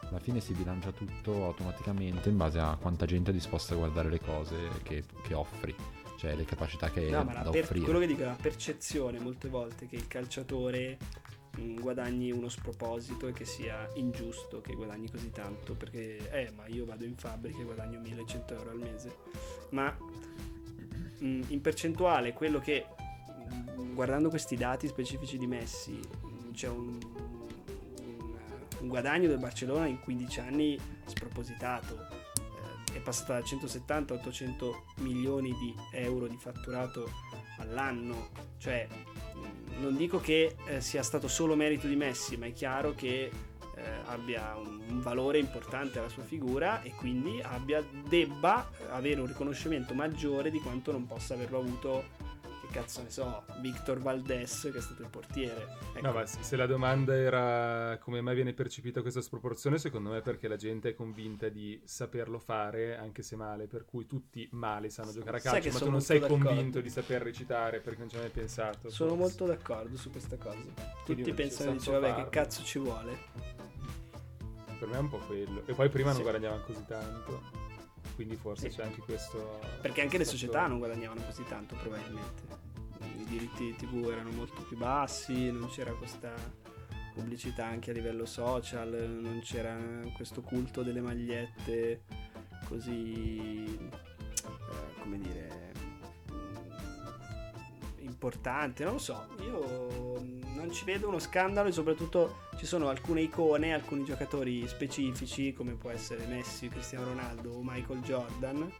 Speaker 1: Alla fine si bilancia tutto automaticamente in base a quanta gente è disposta a guardare le cose che, che offri, cioè le capacità che hai
Speaker 4: No, ma la
Speaker 1: da
Speaker 4: per-
Speaker 1: offrire.
Speaker 4: quello che dico è la percezione molte volte che il calciatore mh, guadagni uno sproposito e che sia ingiusto che guadagni così tanto perché eh ma io vado in fabbrica e guadagno 1100 euro al mese ma mh, in percentuale quello che mh, guardando questi dati specifici di Messi mh, c'è un, un- un guadagno del Barcellona in 15 anni spropositato Eh, è passata da 170 a 800 milioni di euro di fatturato all'anno cioè mh, non dico che eh, sia stato solo merito di Messi ma è chiaro che eh, abbia un, un valore importante alla sua figura e quindi abbia, debba avere un riconoscimento maggiore di quanto non possa averlo avuto, che cazzo ne so, Victor Valdes che è stato il portiere. Ecco.
Speaker 2: No, ma se se la domanda era come mai viene percepita questa sproporzione, secondo me è perché la gente è convinta di saperlo fare anche se male, per cui tutti male sanno giocare a
Speaker 4: Sai
Speaker 2: calcio,
Speaker 4: che
Speaker 2: ma tu
Speaker 4: sono
Speaker 2: non
Speaker 4: molto
Speaker 2: sei
Speaker 4: d'accordo.
Speaker 2: convinto di saper recitare perché non ci hai mai pensato.
Speaker 4: Sono
Speaker 2: forse.
Speaker 4: molto d'accordo su questa cosa.
Speaker 2: Quindi
Speaker 4: Tutti
Speaker 2: non
Speaker 4: pensano
Speaker 2: c'è
Speaker 4: e dicono,
Speaker 2: senso
Speaker 4: vabbè,
Speaker 2: farlo".
Speaker 4: che cazzo ci vuole?
Speaker 2: Per me è un po' quello. E poi prima
Speaker 4: Sì.
Speaker 2: non guadagnavano così tanto, quindi forse
Speaker 4: Sì.
Speaker 2: c'è anche questo.
Speaker 4: Perché anche le
Speaker 2: questo
Speaker 4: società
Speaker 2: fattore.
Speaker 4: non guadagnavano così tanto, probabilmente. Il diritti TV erano molto più bassi, non c'era questa pubblicità anche a livello social, non c'era questo culto delle magliette così, eh, come dire, mm, importante, non lo so, io mm, non ci vedo uno scandalo e soprattutto ci sono alcune icone, alcuni giocatori specifici come può essere Messi, Cristiano Ronaldo o Michael Jordan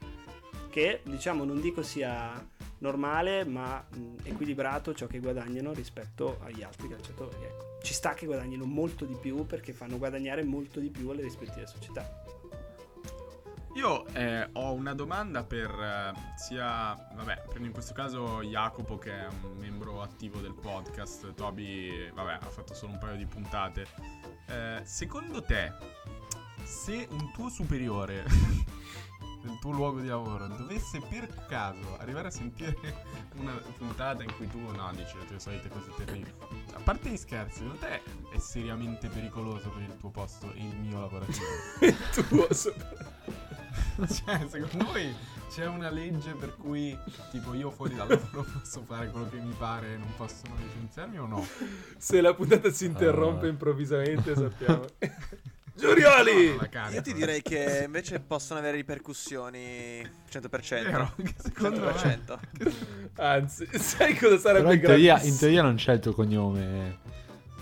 Speaker 4: che diciamo non dico sia normale ma mm, equilibrato ciò che guadagnano rispetto agli altri calciatori. ecco. Ci sta che guadagnino molto di più perché fanno guadagnare molto di più alle rispettive società.
Speaker 5: Io eh, ho una domanda per eh, sia, vabbè, prendo in questo caso Jacopo che è un membro attivo del podcast, Toby, vabbè, ha fatto solo un paio di puntate. Eh, secondo te, se un tuo superiore del tuo luogo di lavoro dovesse per caso arrivare a sentire una puntata in cui tu no, dici le tue solite cose terribili, a parte gli scherzi, secondo te è seriamente pericoloso per il tuo posto e il mio lavorativo?
Speaker 4: tuo sopra.
Speaker 5: Cioè, secondo voi c'è una legge per cui tipo io fuori dal lavoro posso fare quello che mi pare e non possono licenziarmi o no?
Speaker 2: Se la puntata si interrompe
Speaker 1: Ah.
Speaker 2: improvvisamente, sappiamo.
Speaker 5: No,
Speaker 2: Giurioli!
Speaker 5: la
Speaker 1: Ah,
Speaker 5: cazzo.
Speaker 3: Io ti direi che invece possono avere ripercussioni 100%.
Speaker 5: Vero, che secondo me
Speaker 3: 100%.
Speaker 2: Anzi, sai cosa
Speaker 1: Però
Speaker 2: sarebbe
Speaker 1: in teoria,
Speaker 2: gravissimo?
Speaker 1: in teoria non c'è il tuo cognome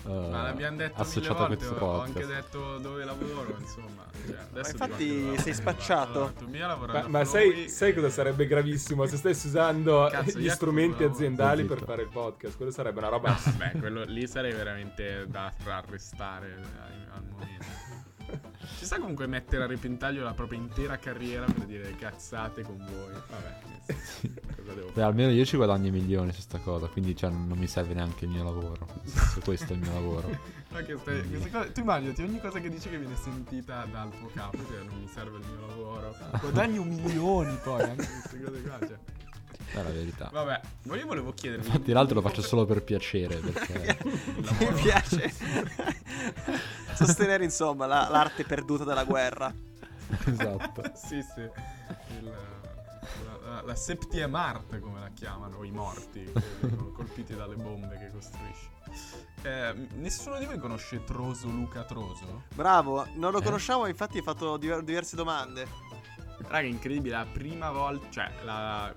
Speaker 1: eh,
Speaker 5: ma l'abbiamo detto mille
Speaker 1: associato a
Speaker 5: volte,
Speaker 1: questo
Speaker 5: ho
Speaker 1: podcast.
Speaker 5: anche detto dove lavoro, insomma. Cioè, adesso
Speaker 3: infatti
Speaker 5: dico anche dove lavoro.
Speaker 3: sei spacciato.
Speaker 5: Allora, tu mia lavora
Speaker 2: Ma,
Speaker 5: da
Speaker 2: ma
Speaker 5: Flowy.
Speaker 2: sai, sai cosa sarebbe gravissimo se stessi usando
Speaker 5: Cazzo,
Speaker 2: gli
Speaker 5: Jacopo,
Speaker 2: strumenti
Speaker 5: bravo.
Speaker 2: aziendali per
Speaker 1: Zitto.
Speaker 2: fare il podcast? Quello sarebbe una roba.
Speaker 5: No, vabbè, quello lì sarei veramente da arrestare al, al momento. Ci sta comunque mettere a repentaglio la propria intera carriera per dire cazzate con voi. Vabbè, nel senso, cosa devo
Speaker 1: Beh, almeno io ci guadagno milioni su sta cosa, quindi cioè, non mi serve neanche il mio lavoro. Nel senso, questo è il mio lavoro.
Speaker 5: Ma che stai- queste cose- tu immaginati ogni cosa che dici che viene sentita dal tuo capo, che non mi serve il mio lavoro.
Speaker 1: Ah.
Speaker 5: Guadagno milioni poi,
Speaker 1: eh.
Speaker 5: anche queste cose qua. Cioè.
Speaker 1: È la verità.
Speaker 5: Vabbè, ma io volevo chiedervi.
Speaker 1: Infatti, l'altro lo faccio solo per piacere. Perché...
Speaker 3: Mi piace sostenere, insomma, la- l'arte perduta della guerra.
Speaker 1: esatto.
Speaker 5: sì, sì. Il, la, la, la septième art, come la chiamano, o i morti, che vengono colpiti dalle bombe che costruisci. Eh, nessuno di voi conosce Troso Luca Troso?
Speaker 3: Bravo, non lo
Speaker 1: Eh?
Speaker 3: conosciamo, infatti hai fatto diver- diverse domande.
Speaker 5: Raga, è incredibile, la prima volta, cioè la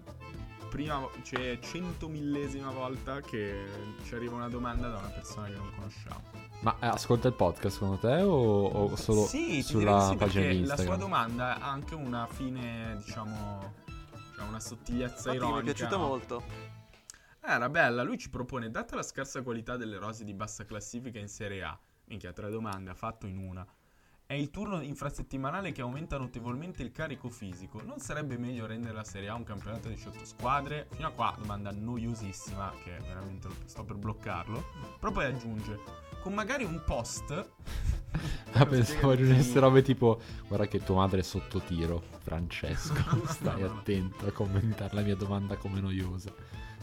Speaker 5: prima, vo- cioè centomillesima volta che ci arriva una domanda da una persona che non conosciamo.
Speaker 1: Ma eh, ascolta il podcast secondo te o, o solo
Speaker 5: sì, ti direi di
Speaker 1: sulla
Speaker 5: sì,
Speaker 1: pagina di
Speaker 5: perché la
Speaker 1: Instagram?
Speaker 5: sua domanda ha anche una fine, diciamo, cioè una sottigliezza
Speaker 3: Infatti mi
Speaker 5: ironica.
Speaker 3: è piaciuta
Speaker 5: no?
Speaker 3: molto.
Speaker 5: Eh, era bella, lui ci propone, data la scarsa qualità delle rose di bassa classifica in Serie A, minchia, tre domande, ha fatto in una. È il turno infrasettimanale che aumenta notevolmente il carico fisico. Non sarebbe meglio rendere la Serie A un campionato di sottosquadre? Fino a qua, domanda noiosissima, che veramente lo- sto per bloccarlo. Però poi aggiunge, con magari un post...
Speaker 1: Ah, pensavo aggiungesse robe tipo guarda che tua madre è sotto tiro, Francesco, stai
Speaker 5: No, no, no.
Speaker 1: attento a commentare la mia domanda come noiosa.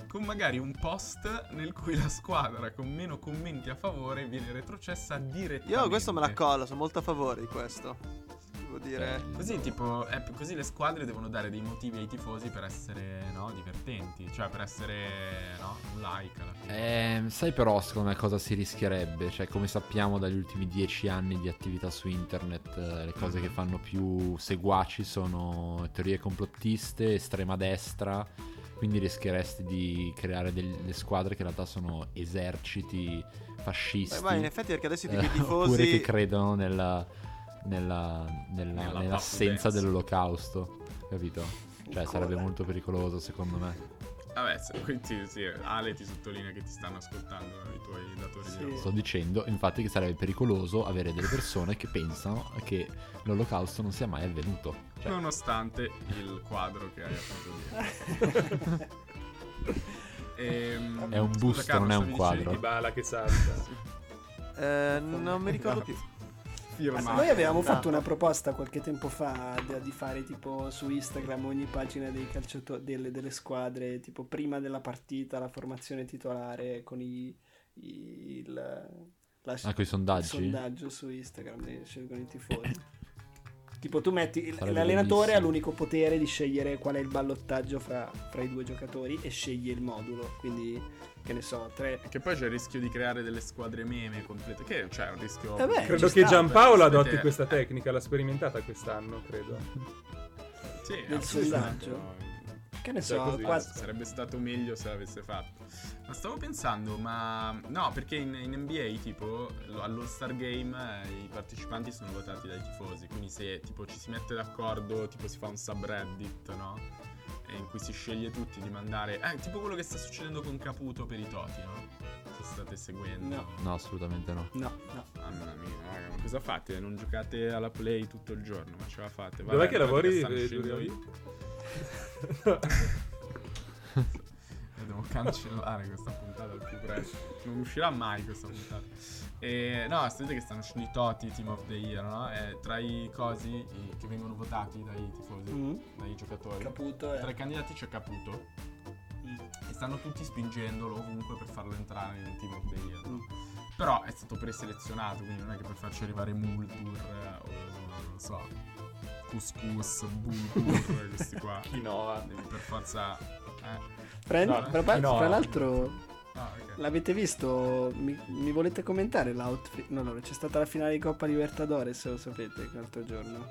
Speaker 5: con magari un post nel cui la squadra con meno commenti a favore viene retrocessa direttamente.
Speaker 3: Io questo me la collo, sono molto a favore di questo. Devo dire.
Speaker 1: Bello.
Speaker 5: Così, tipo, è- così le squadre devono dare dei motivi ai tifosi per essere, no, divertenti, cioè per essere, no, un like alla fine.
Speaker 1: Ehm, sai però secondo me cosa si rischierebbe? Cioè come sappiamo dagli ultimi dieci anni di attività su internet eh, le cose che fanno più seguaci sono teorie complottiste, estrema destra, quindi rischieresti di creare del- delle squadre che in realtà sono eserciti fascisti.
Speaker 3: Beh, ma in effetti perché adesso i tipi
Speaker 1: Eh, Oppure che
Speaker 3: tifosi
Speaker 1: credono nella, nella- nella-
Speaker 5: Nella
Speaker 1: nell'assenza
Speaker 5: puffiness.
Speaker 1: dell'olocausto, capito? Cioè sarebbe
Speaker 4: Ancora.
Speaker 1: molto pericoloso secondo me.
Speaker 5: Vabbè, se- quindi sì, Ale ti sottolinea che ti stanno ascoltando eh, i tuoi datori
Speaker 4: Sì.
Speaker 5: di lavoro.
Speaker 1: Sto dicendo infatti che sarebbe pericoloso avere delle persone che pensano che l'olocausto non sia mai avvenuto. Cioè,
Speaker 5: Nonostante il quadro che hai appunto dietro. Ehm,
Speaker 1: È un
Speaker 5: scusa,
Speaker 1: busto,
Speaker 5: Carlo,
Speaker 1: non è un
Speaker 5: stavi
Speaker 1: quadro.
Speaker 2: Di
Speaker 5: dicendo
Speaker 2: bala che salta.
Speaker 3: eh, non mi ricordo
Speaker 5: No.
Speaker 3: più.
Speaker 5: di
Speaker 4: Ma
Speaker 5: firmare.
Speaker 4: Ah, noi avevamo
Speaker 3: no.
Speaker 1: Esatto.
Speaker 4: fatto una proposta qualche tempo fa di, di fare tipo su Instagram ogni pagina dei calciatori delle, delle squadre, tipo prima della partita la formazione titolare con i, i- il la-
Speaker 1: ah, con i sondaggi?
Speaker 4: sondaggio su Instagram, eh, scelgono i tifosi. Tipo tu metti il-
Speaker 1: Sarebbe
Speaker 4: l'allenatore
Speaker 1: bellissimo.
Speaker 4: ha l'unico potere di scegliere qual è il ballottaggio fra, fra i due giocatori e sceglie il modulo, quindi che ne so, tre...
Speaker 5: Che poi c'è il rischio di creare delle squadre meme complete. Che cioè, è un rischio.
Speaker 4: Eh beh,
Speaker 2: Credo
Speaker 4: ci
Speaker 2: che
Speaker 4: sta,
Speaker 2: Giampaolo
Speaker 5: perché-
Speaker 2: adotti questa tecnica, l'ha sperimentata quest'anno, credo.
Speaker 5: Sì,
Speaker 4: del
Speaker 5: assolutamente.
Speaker 4: sondaggio. Che ne
Speaker 2: Cioè,
Speaker 4: so,
Speaker 2: così.
Speaker 4: quattro-
Speaker 5: Anzi, sarebbe stato meglio se l'avesse fatto. Ma stavo pensando, ma no, perché in, in NBA, tipo, lo- allo Star Game eh, i partecipanti sono votati dai tifosi. Quindi se tipo ci si mette d'accordo, tipo si fa un subreddit, no? E in cui si sceglie tutti di mandare. Eh, tipo quello che sta succedendo con Caputo per i Toti, no? Se state seguendo.
Speaker 4: No.
Speaker 1: No, assolutamente no.
Speaker 4: No, no.
Speaker 5: Mamma mia, raga, ma cosa fate? Non giocate alla play tutto il giorno, ma ce la fate.
Speaker 2: Dov'è che
Speaker 5: guarda
Speaker 2: lavori,
Speaker 5: stanno
Speaker 2: eh,
Speaker 5: uscendo
Speaker 2: Giulia?
Speaker 5: i- La Devo cancellare questa puntata al più presto. Non uscirà mai questa puntata. E, no, sapete che stanno uscendo i Toti Team of the Year, no? E tra i cosi i- che vengono votati dai tifosi,
Speaker 4: Mm.
Speaker 5: dai giocatori.
Speaker 4: Caputo eh.
Speaker 5: tra i
Speaker 4: è...
Speaker 5: candidati c'è Caputo. E stanno tutti spingendolo ovunque per farlo entrare in Team of the Year. no?
Speaker 4: Mm.
Speaker 5: Però è stato preselezionato, quindi non è che per farci arrivare Multur eh, o non so, Couscous, Bulgur, questi qua.
Speaker 2: Quinoa.
Speaker 5: Devi per forza... Eh.
Speaker 4: Prendi-
Speaker 2: No,
Speaker 4: tra,
Speaker 2: no.
Speaker 4: tra l'altro,
Speaker 5: Ah, ok.
Speaker 4: l'avete visto? Mi, mi volete commentare l'outfit? No, no, c'è stata la finale di Coppa Libertadores, se lo sapete, l'altro giorno.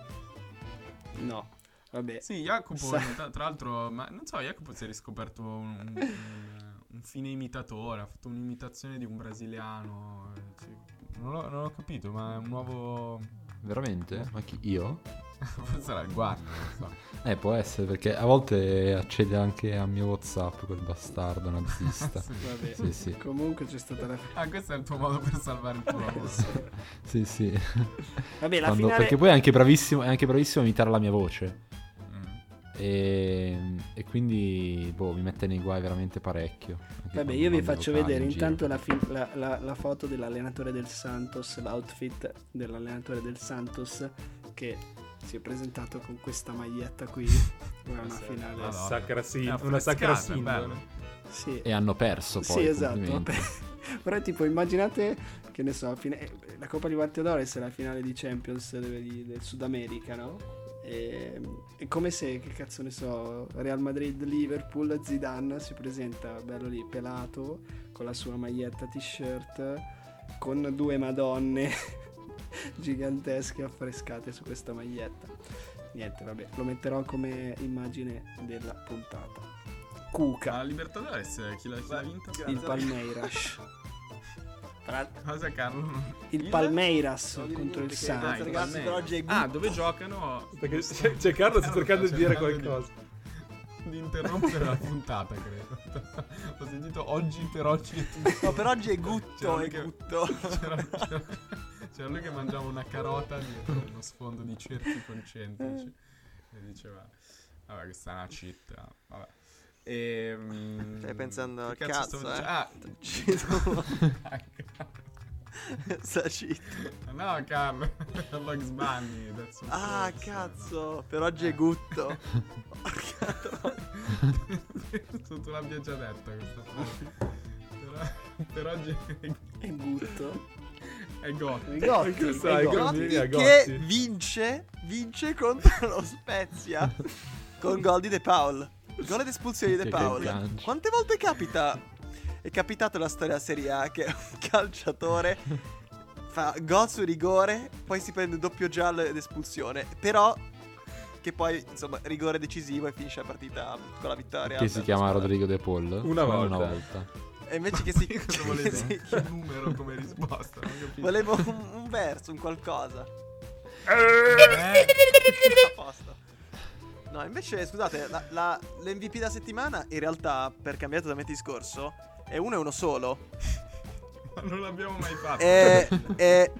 Speaker 4: No, vabbè.
Speaker 5: Sì, Jacopo,
Speaker 4: Sa-
Speaker 5: tra, tra l'altro, ma non so, Jacopo si è riscoperto un, un- un- un fine imitatore, ha fatto un'imitazione di un brasiliano. eh, sì. Non, l'ho, non l'ho capito, ma è un nuovo...
Speaker 1: Veramente? Ma chi? Io?
Speaker 5: Forse sarà il guardo, non lo so.
Speaker 1: Eh, può essere perché a volte accede anche a mio WhatsApp quel bastardo nazista.
Speaker 5: Sì.
Speaker 4: Vabbè.
Speaker 1: sì, sì,
Speaker 4: Comunque c'è stata la
Speaker 5: Ah, questo è il tuo modo per salvare il tuo lavoro.
Speaker 1: sì, sì.
Speaker 4: Vabbè, la
Speaker 1: Quando-
Speaker 4: finale
Speaker 1: Perché poi è anche bravissimo, è anche bravissimo a imitare la mia voce.
Speaker 5: Mm.
Speaker 1: E, e quindi, boh, mi mette nei guai veramente parecchio. Anche
Speaker 4: Vabbè,
Speaker 1: quando
Speaker 4: io vi
Speaker 1: mando
Speaker 4: faccio
Speaker 1: vocali
Speaker 4: vedere
Speaker 1: in giro.
Speaker 4: intanto la, fi- la- la- la foto dell'allenatore del Santos, l'outfit dell'allenatore del Santos che si è presentato con questa maglietta qui. Una
Speaker 5: Ah,
Speaker 2: Questa è
Speaker 4: finale.
Speaker 5: Madonna.
Speaker 2: Sacra sin-
Speaker 5: È
Speaker 2: una sacra
Speaker 5: affrescata, è bello.
Speaker 2: sindone.
Speaker 4: Sì,
Speaker 1: E hanno perso poi.
Speaker 4: Sì, esatto.
Speaker 1: complimenti.
Speaker 4: Però tipo immaginate che ne so, a fine- eh, la Coppa di Libertadores è la finale di Champions del, del Sud America, no? E, è come se, che cazzo ne so, Real Madrid-Liverpool, Zidane si presenta bello lì pelato con la sua maglietta t-shirt con due madonne gigantesche affrescate su questa maglietta. Niente, vabbè, lo metterò come immagine della puntata.
Speaker 5: La
Speaker 4: Cuca,
Speaker 5: Libertadores, chi l'ha, chi l'ha vinta?
Speaker 3: Grazie.
Speaker 4: il Palmeiras. Tra-
Speaker 5: Cosa, Carlo?
Speaker 4: il
Speaker 3: Il-
Speaker 4: Palmeiras
Speaker 3: Non dire
Speaker 4: contro il
Speaker 3: niente, che-
Speaker 5: Ah,
Speaker 4: Santos.
Speaker 5: il
Speaker 3: ragazzi,
Speaker 5: torneo.
Speaker 3: però oggi è
Speaker 5: Ah,
Speaker 3: gruppo.
Speaker 5: dove giocano?
Speaker 2: Perché c'è, c'è Carlo sta cercando di dire
Speaker 5: cercando
Speaker 2: qualcosa.
Speaker 5: di interrompere la puntata, credo. Ho sentito oggi per oggi è tutto.
Speaker 3: No, per oggi è
Speaker 5: C'era
Speaker 3: gutto,
Speaker 5: lui
Speaker 3: è
Speaker 5: che-
Speaker 3: gutto.
Speaker 5: C'era, c'era- c'era lui che mangiava una carota dietro uno sfondo di cerchi concentrici. E diceva, vabbè, questa è una città. Vabbè. Ehm,
Speaker 3: Stai pensando,
Speaker 5: che
Speaker 3: cazzo,
Speaker 5: stavo
Speaker 3: eh.
Speaker 5: dicendo?
Speaker 3: Ci sono-
Speaker 5: Ah, cazzo.
Speaker 3: Saci.
Speaker 5: Ah, No, Carlo, Bugs Bunny. that's what
Speaker 3: Ah,
Speaker 5: it was, no.
Speaker 3: cazzo, per oggi è gutto. Porca troia.
Speaker 5: Penso tu l'abbia già detta questa frase. Però- Per oggi
Speaker 4: È butto.
Speaker 5: è gol.
Speaker 4: I
Speaker 2: Che
Speaker 4: Gotti,
Speaker 2: sai,
Speaker 4: i Gotti.
Speaker 2: con- Gotti.
Speaker 3: che vince, vince contro lo Spezia con gol di De Paul. Gol ed espulsione di
Speaker 1: Che-
Speaker 3: De
Speaker 1: che
Speaker 3: Paul.
Speaker 1: gancio.
Speaker 3: Quante volte capita? È capitato la storia della Serie A che un calciatore fa gol su rigore, poi si prende un doppio giallo ed espulsione. Però che poi, insomma, rigore decisivo e finisce la partita con la vittoria.
Speaker 1: Che si
Speaker 3: per
Speaker 1: chiama
Speaker 3: la squadra.
Speaker 1: Rodrigo De Paul?
Speaker 2: Una
Speaker 1: Solo
Speaker 2: volta.
Speaker 1: Una volta.
Speaker 3: E invece che si...
Speaker 5: Cosa
Speaker 3: che
Speaker 5: volete?
Speaker 3: si-
Speaker 5: Il numero come risposta. Non capisco.
Speaker 3: volevo un, un verso, un qualcosa.
Speaker 5: Eh,
Speaker 3: A posto. No, invece, scusate, la- la- l'MVP da settimana, in realtà, per cambiare totalmente discorso, è uno e uno solo.
Speaker 5: ma non l'abbiamo mai fatto.
Speaker 3: E, e-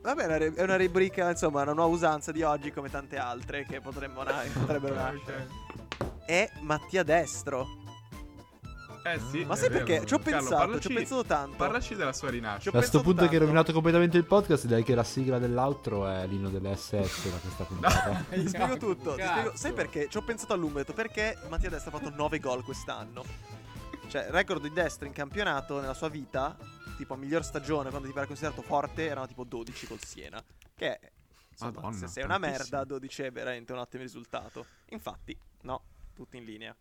Speaker 3: vabbè, è una ri- è una rubrica, insomma, una nuova usanza di oggi, come tante altre che potremmo na- che potrebbero nascere. È Mattia Destro.
Speaker 5: Eh sì.
Speaker 3: Ma
Speaker 5: è
Speaker 3: sai
Speaker 5: vero.
Speaker 3: perché? Ci ho
Speaker 5: Carlo,
Speaker 3: pensato, ci ho
Speaker 5: parlaci-
Speaker 3: pensato tanto.
Speaker 5: Parlaci della sua rinascita.
Speaker 1: A questo
Speaker 3: pensato
Speaker 1: punto che hai
Speaker 3: tanto.
Speaker 1: rovinato completamente il podcast, direi che la sigla dell'altro è l'inno delle SS da questa puntata.
Speaker 3: Ti spiego tutto. ti
Speaker 5: Cazzo.
Speaker 3: spiego- sai perché? Ci ho pensato a lungo. Ho detto perché Mattia Destro ha fatto 9 gol quest'anno. Cioè, record di destro in campionato nella sua vita, tipo a miglior stagione, quando ti era considerato forte, erano tipo 12 col Siena. Che è Insomma,
Speaker 5: Madonna,
Speaker 3: se sei una
Speaker 5: tantissimo.
Speaker 3: merda, 12 è veramente un ottimo risultato. Infatti, no, tutti in linea.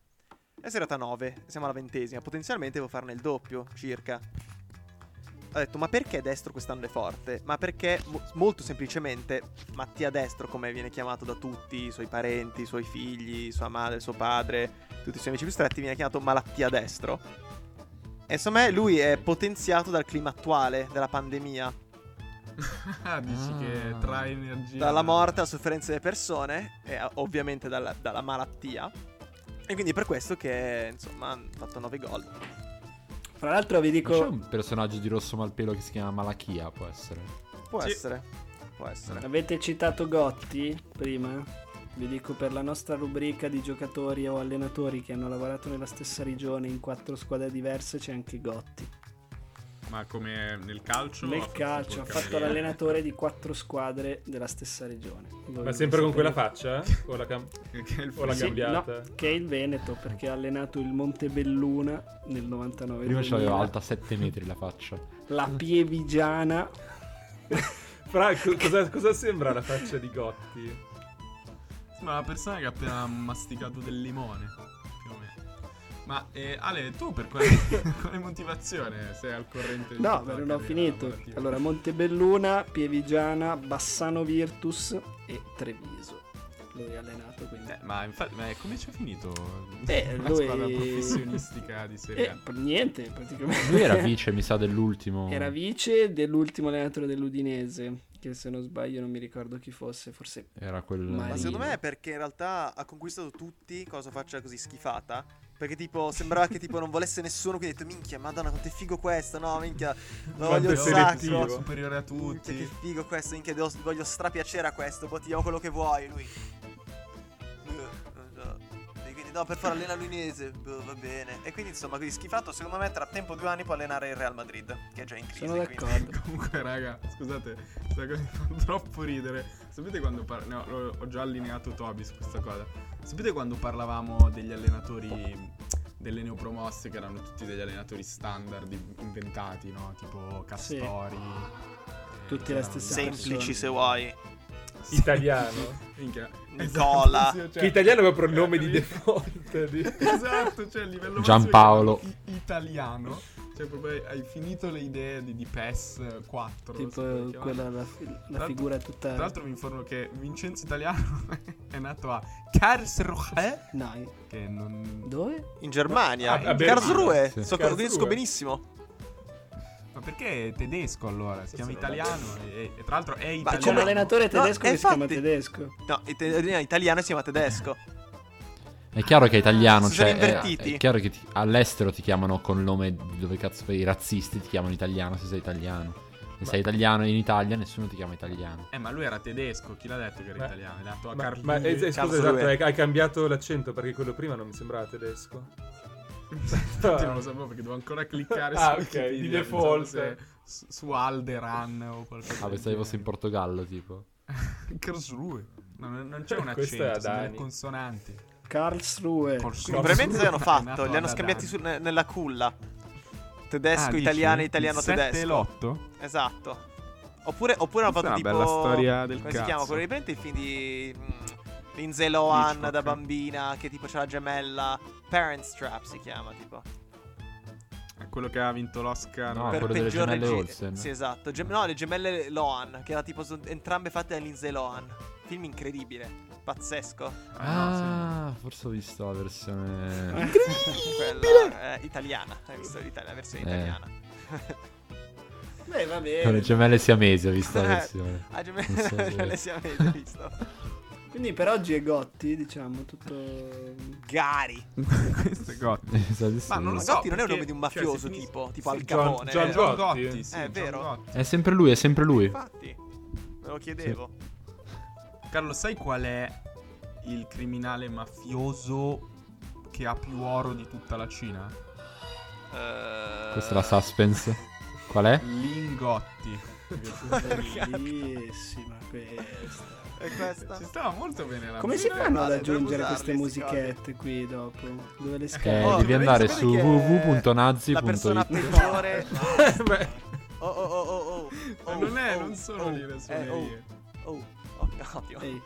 Speaker 3: È serata 9, siamo alla ventesima, potenzialmente devo farne il doppio, circa. Ho detto, ma perché destro quest'anno è forte? Ma perché, mo- molto semplicemente, Mattia Destro, come viene chiamato da tutti, i suoi parenti, i suoi figli, sua madre, suo padre, tutti i suoi amici più stretti, viene chiamato Malattia Destro. E secondo me lui è potenziato dal clima attuale, della pandemia.
Speaker 5: Ah, Dici che tra energia.
Speaker 3: dalla morte alla sofferenza delle persone e ah, ovviamente dalla, dalla malattia. E quindi è per questo che insomma hanno fatto 9 gol.
Speaker 4: Fra l'altro vi
Speaker 1: Non C'è
Speaker 4: dico,
Speaker 1: un personaggio di rosso malpelo che si chiama Malachia, può essere.
Speaker 3: Può
Speaker 5: Sì.
Speaker 3: essere. Può essere.
Speaker 4: avete citato Gotti prima? Vi dico per la nostra rubrica di giocatori o allenatori che hanno lavorato nella stessa regione in quattro squadre diverse c'è anche Gotti.
Speaker 5: Ma come nel calcio? ha
Speaker 4: Nel
Speaker 5: fatto
Speaker 4: calcio ha
Speaker 5: porca
Speaker 4: fatto
Speaker 5: miseria.
Speaker 4: l'allenatore di quattro squadre della stessa regione. Voi
Speaker 2: Ma
Speaker 4: non
Speaker 2: sempre con
Speaker 4: sapete.
Speaker 2: quella faccia? eh? Con la cam-
Speaker 5: Perché il
Speaker 2: o la
Speaker 4: Sì,
Speaker 2: cambiata?
Speaker 4: no, che è il Veneto perché ha allenato il Montebelluna nel 99
Speaker 1: Prima ce l'aveva
Speaker 4: 2000,
Speaker 1: alta 7 metri la faccia.
Speaker 4: la Pievigiana
Speaker 2: Franco, cosa, cosa sembra la faccia di Gotti?
Speaker 5: Sembra la persona che ha appena masticato del limone. Più o meno. Ma eh, Ale, tu per quale, quale motivazione sei al corrente di
Speaker 4: No,
Speaker 5: tutta
Speaker 4: ma
Speaker 5: la
Speaker 4: non
Speaker 5: carriera
Speaker 4: ho finito.
Speaker 5: lavorativa?
Speaker 4: Allora, Montebelluna, Pievigiana, Bassano Virtus e Treviso. Lui è allenato, quindi...
Speaker 5: Eh, ma infatti, ma come ci è finito?
Speaker 4: Eh,
Speaker 5: la
Speaker 4: lui-
Speaker 5: squadra professionistica di Serie
Speaker 4: E
Speaker 5: A.
Speaker 4: pr- niente, praticamente.
Speaker 1: Lui era vice, mi sa, dell'ultimo.
Speaker 4: Era vice dell'ultimo allenatore dell'Udinese, che se non sbaglio non mi ricordo chi fosse, forse...
Speaker 1: Era quel.
Speaker 4: Ma
Speaker 3: Ma secondo
Speaker 4: Marino.
Speaker 3: me è perché in realtà ha conquistato tutti cosa faccia così schifata. Perché tipo sembrava che tipo non volesse nessuno, quindi ha detto minchia, madonna quanto è figo questo, no minchia, lo
Speaker 2: Quanto
Speaker 4: Eh,
Speaker 3: voglio
Speaker 2: è
Speaker 3: un
Speaker 2: selettivo.
Speaker 3: sacco.
Speaker 5: superiore a
Speaker 3: Minchia, che
Speaker 5: tutti.
Speaker 3: figo questo, minchia, devo- voglio strapiacere a questo, boh, ti do quello che vuoi, lui. eh, E quindi no, per fare allena l'Udinese, boh, va bene. E quindi insomma, quindi schifato, secondo me tra tempo e due anni può allenare il Real Madrid, che è già in crisi.
Speaker 4: Sono
Speaker 3: quindi.
Speaker 4: d'accordo.
Speaker 5: Comunque, raga, scusate, questa cosa mi fa troppo ridere. Sapete quando par- no, l'ho- ho già allineato Toby su questa cosa. Sapete quando parlavamo degli allenatori delle neopromosse che erano tutti degli allenatori standard inventati, no? Tipo Castori. eh,
Speaker 4: Tutti
Speaker 5: chi
Speaker 4: la
Speaker 5: erano
Speaker 4: stessa
Speaker 5: gli altri?
Speaker 3: Semplici se vuoi.
Speaker 5: Sì.
Speaker 2: Italiano.
Speaker 5: Minchia.
Speaker 3: Nicola.
Speaker 5: Esatto, sì, cioè-
Speaker 2: Che italiano è proprio il nome di
Speaker 5: Capito?
Speaker 2: default. eh, di-
Speaker 5: Esatto, cioè a livello
Speaker 1: Giampaolo.
Speaker 5: massimo i- italiano. Cioè proprio hai finito le idee di, di PES 4. so come
Speaker 4: Tipo
Speaker 5: chiamare.
Speaker 4: quella, la, fi- la
Speaker 5: l'altro-
Speaker 4: figura
Speaker 3: Eh.
Speaker 5: Tra
Speaker 4: tutta...
Speaker 5: l'altro vi informo che Vincenzo Italiano è nato a Karlsruhe,
Speaker 4: No, eh,
Speaker 5: che non...
Speaker 4: dove?
Speaker 3: In Germania,
Speaker 5: Ah,
Speaker 3: in
Speaker 2: beh,
Speaker 3: Karlsruhe,
Speaker 1: sì.
Speaker 3: so- lo
Speaker 2: Karlsruhe.
Speaker 3: conosco benissimo.
Speaker 5: Ma perché è tedesco allora? Si chiama
Speaker 2: Forse non
Speaker 5: Italiano e, e tra l'altro è
Speaker 3: Ma
Speaker 5: italiano.
Speaker 4: C'è un
Speaker 3: come-
Speaker 4: allenatore tedesco
Speaker 3: No,
Speaker 4: che si chiama
Speaker 3: infatti-
Speaker 4: tedesco.
Speaker 3: No, it- italiano si chiama tedesco.
Speaker 1: È chiaro che è italiano,
Speaker 3: Si
Speaker 1: cioè.
Speaker 3: sono
Speaker 1: È,
Speaker 3: invertiti.
Speaker 1: è chiaro che ti- all'estero ti chiamano col nome di dove cazzo fai, i razzisti ti chiamano italiano se sei italiano. Se sei italiano in Italia, nessuno ti chiama italiano.
Speaker 5: Eh ma lui era tedesco, chi l'ha detto che era
Speaker 2: Ma-
Speaker 5: italiano? È nato a
Speaker 2: Ma,
Speaker 5: Karlsruhe.
Speaker 2: ma eh, eh, scusa,
Speaker 3: Karlsruhe.
Speaker 2: esatto, hai, hai cambiato l'accento perché quello prima non mi sembrava tedesco.
Speaker 5: Infatti non lo sapevo perché devo ancora cliccare
Speaker 2: Ah,
Speaker 5: su
Speaker 2: ok, di
Speaker 5: Wikipedia,
Speaker 2: default.
Speaker 5: pensavo se- su, su Alderan o qualcosa
Speaker 1: Ah,
Speaker 5: del
Speaker 1: pensavo fosse in
Speaker 5: genere.
Speaker 1: Portogallo, tipo.
Speaker 5: Karlsruhe. No, non, non c'è un
Speaker 2: Questo è
Speaker 5: accento, sono delle
Speaker 2: Adani.
Speaker 5: consonanti.
Speaker 4: Karlsruhe.
Speaker 5: Karlsruhe.
Speaker 3: Eh, Probabilmente se l'hanno
Speaker 5: Nato
Speaker 3: fatto, li
Speaker 5: ad
Speaker 3: hanno scambiati
Speaker 5: Adani.
Speaker 3: su- ne- nella culla.
Speaker 5: Ah,
Speaker 3: Tedesco,
Speaker 5: dici?
Speaker 3: italiano,
Speaker 5: Il
Speaker 3: italiano,
Speaker 5: sette e
Speaker 3: tedesco.
Speaker 5: l'otto?
Speaker 3: Esatto. Oppure, oppure hanno
Speaker 5: Questa
Speaker 3: fatto
Speaker 5: è
Speaker 3: tipo.
Speaker 5: una bella storia del
Speaker 3: come
Speaker 5: cazzo.
Speaker 3: si chiama? Quello riprende il film di. mm, Lindsay Lohan
Speaker 5: Hitchcock.
Speaker 3: da bambina che tipo c'è la gemella. Parents Trap si chiama tipo.
Speaker 5: Ah, È quello che ha vinto l'Oscar.
Speaker 1: No, quello delle
Speaker 3: peggior
Speaker 1: gemelle
Speaker 3: regi-
Speaker 1: Olsen.
Speaker 3: Sì, esatto. Gem- no, le gemelle Lohan, che era tipo sono entrambe fatte da Lindsay Lohan. Film incredibile. Pazzesco.
Speaker 5: Ah,
Speaker 1: Ah, forse ho visto la versione.
Speaker 3: Quella eh, italiana. Hai visto l'Italia- la versione
Speaker 1: Eh.
Speaker 3: italiana?
Speaker 4: Beh, va
Speaker 1: Con le
Speaker 4: bene.
Speaker 1: gemelle siamesi, ho visto la
Speaker 3: Eh,
Speaker 1: versione.
Speaker 3: La
Speaker 1: Non so
Speaker 3: gemella
Speaker 1: se-
Speaker 3: le si avete visto.
Speaker 4: Quindi per oggi è Gotti, diciamo, tutto...
Speaker 3: Gari.
Speaker 5: sì. Questo è Gotti.
Speaker 1: Mi sa di sì.
Speaker 5: Ma non lo
Speaker 3: Ma
Speaker 5: so.
Speaker 3: Gotti non è un
Speaker 5: perché-
Speaker 3: nome di un mafioso,
Speaker 5: cioè, se finis-
Speaker 3: tipo, tipo
Speaker 5: sì,
Speaker 3: Al
Speaker 2: John-
Speaker 3: Capone.
Speaker 2: John
Speaker 3: eh.
Speaker 5: John
Speaker 2: Gotti.
Speaker 5: Gotti, sì,
Speaker 3: Eh,
Speaker 5: John
Speaker 3: vero.
Speaker 5: Gotti.
Speaker 1: È sempre lui, è sempre lui.
Speaker 3: Infatti, me lo chiedevo.
Speaker 5: Carlo, sai qual è il criminale mafioso che ha più oro di tutta la Cina?
Speaker 3: Eh,
Speaker 1: Questa è la suspense. Qual è?
Speaker 5: Lingotti.
Speaker 4: Bellissima questa.
Speaker 3: E questa?
Speaker 5: Ci stava molto bene la
Speaker 4: Come si
Speaker 5: musica.
Speaker 4: fanno ad
Speaker 3: male, dovremmo
Speaker 4: aggiungere
Speaker 3: usarle
Speaker 4: queste
Speaker 3: sti
Speaker 4: musichette qui dopo? Dove le
Speaker 1: Eh,
Speaker 4: scarico?
Speaker 1: devi
Speaker 3: dovrei
Speaker 1: andare
Speaker 3: sapere
Speaker 1: su
Speaker 3: chi è La
Speaker 1: www.nazi.it.
Speaker 3: persona peggiore.
Speaker 2: Beh,
Speaker 3: Oh oh oh oh oh.
Speaker 5: Ma
Speaker 3: Oh,
Speaker 5: non è,
Speaker 3: oh,
Speaker 5: non sono
Speaker 3: oh,
Speaker 5: lì le
Speaker 3: eh,
Speaker 5: suonerie.
Speaker 3: oh, oh, Ok, ottimo.
Speaker 4: Ehi.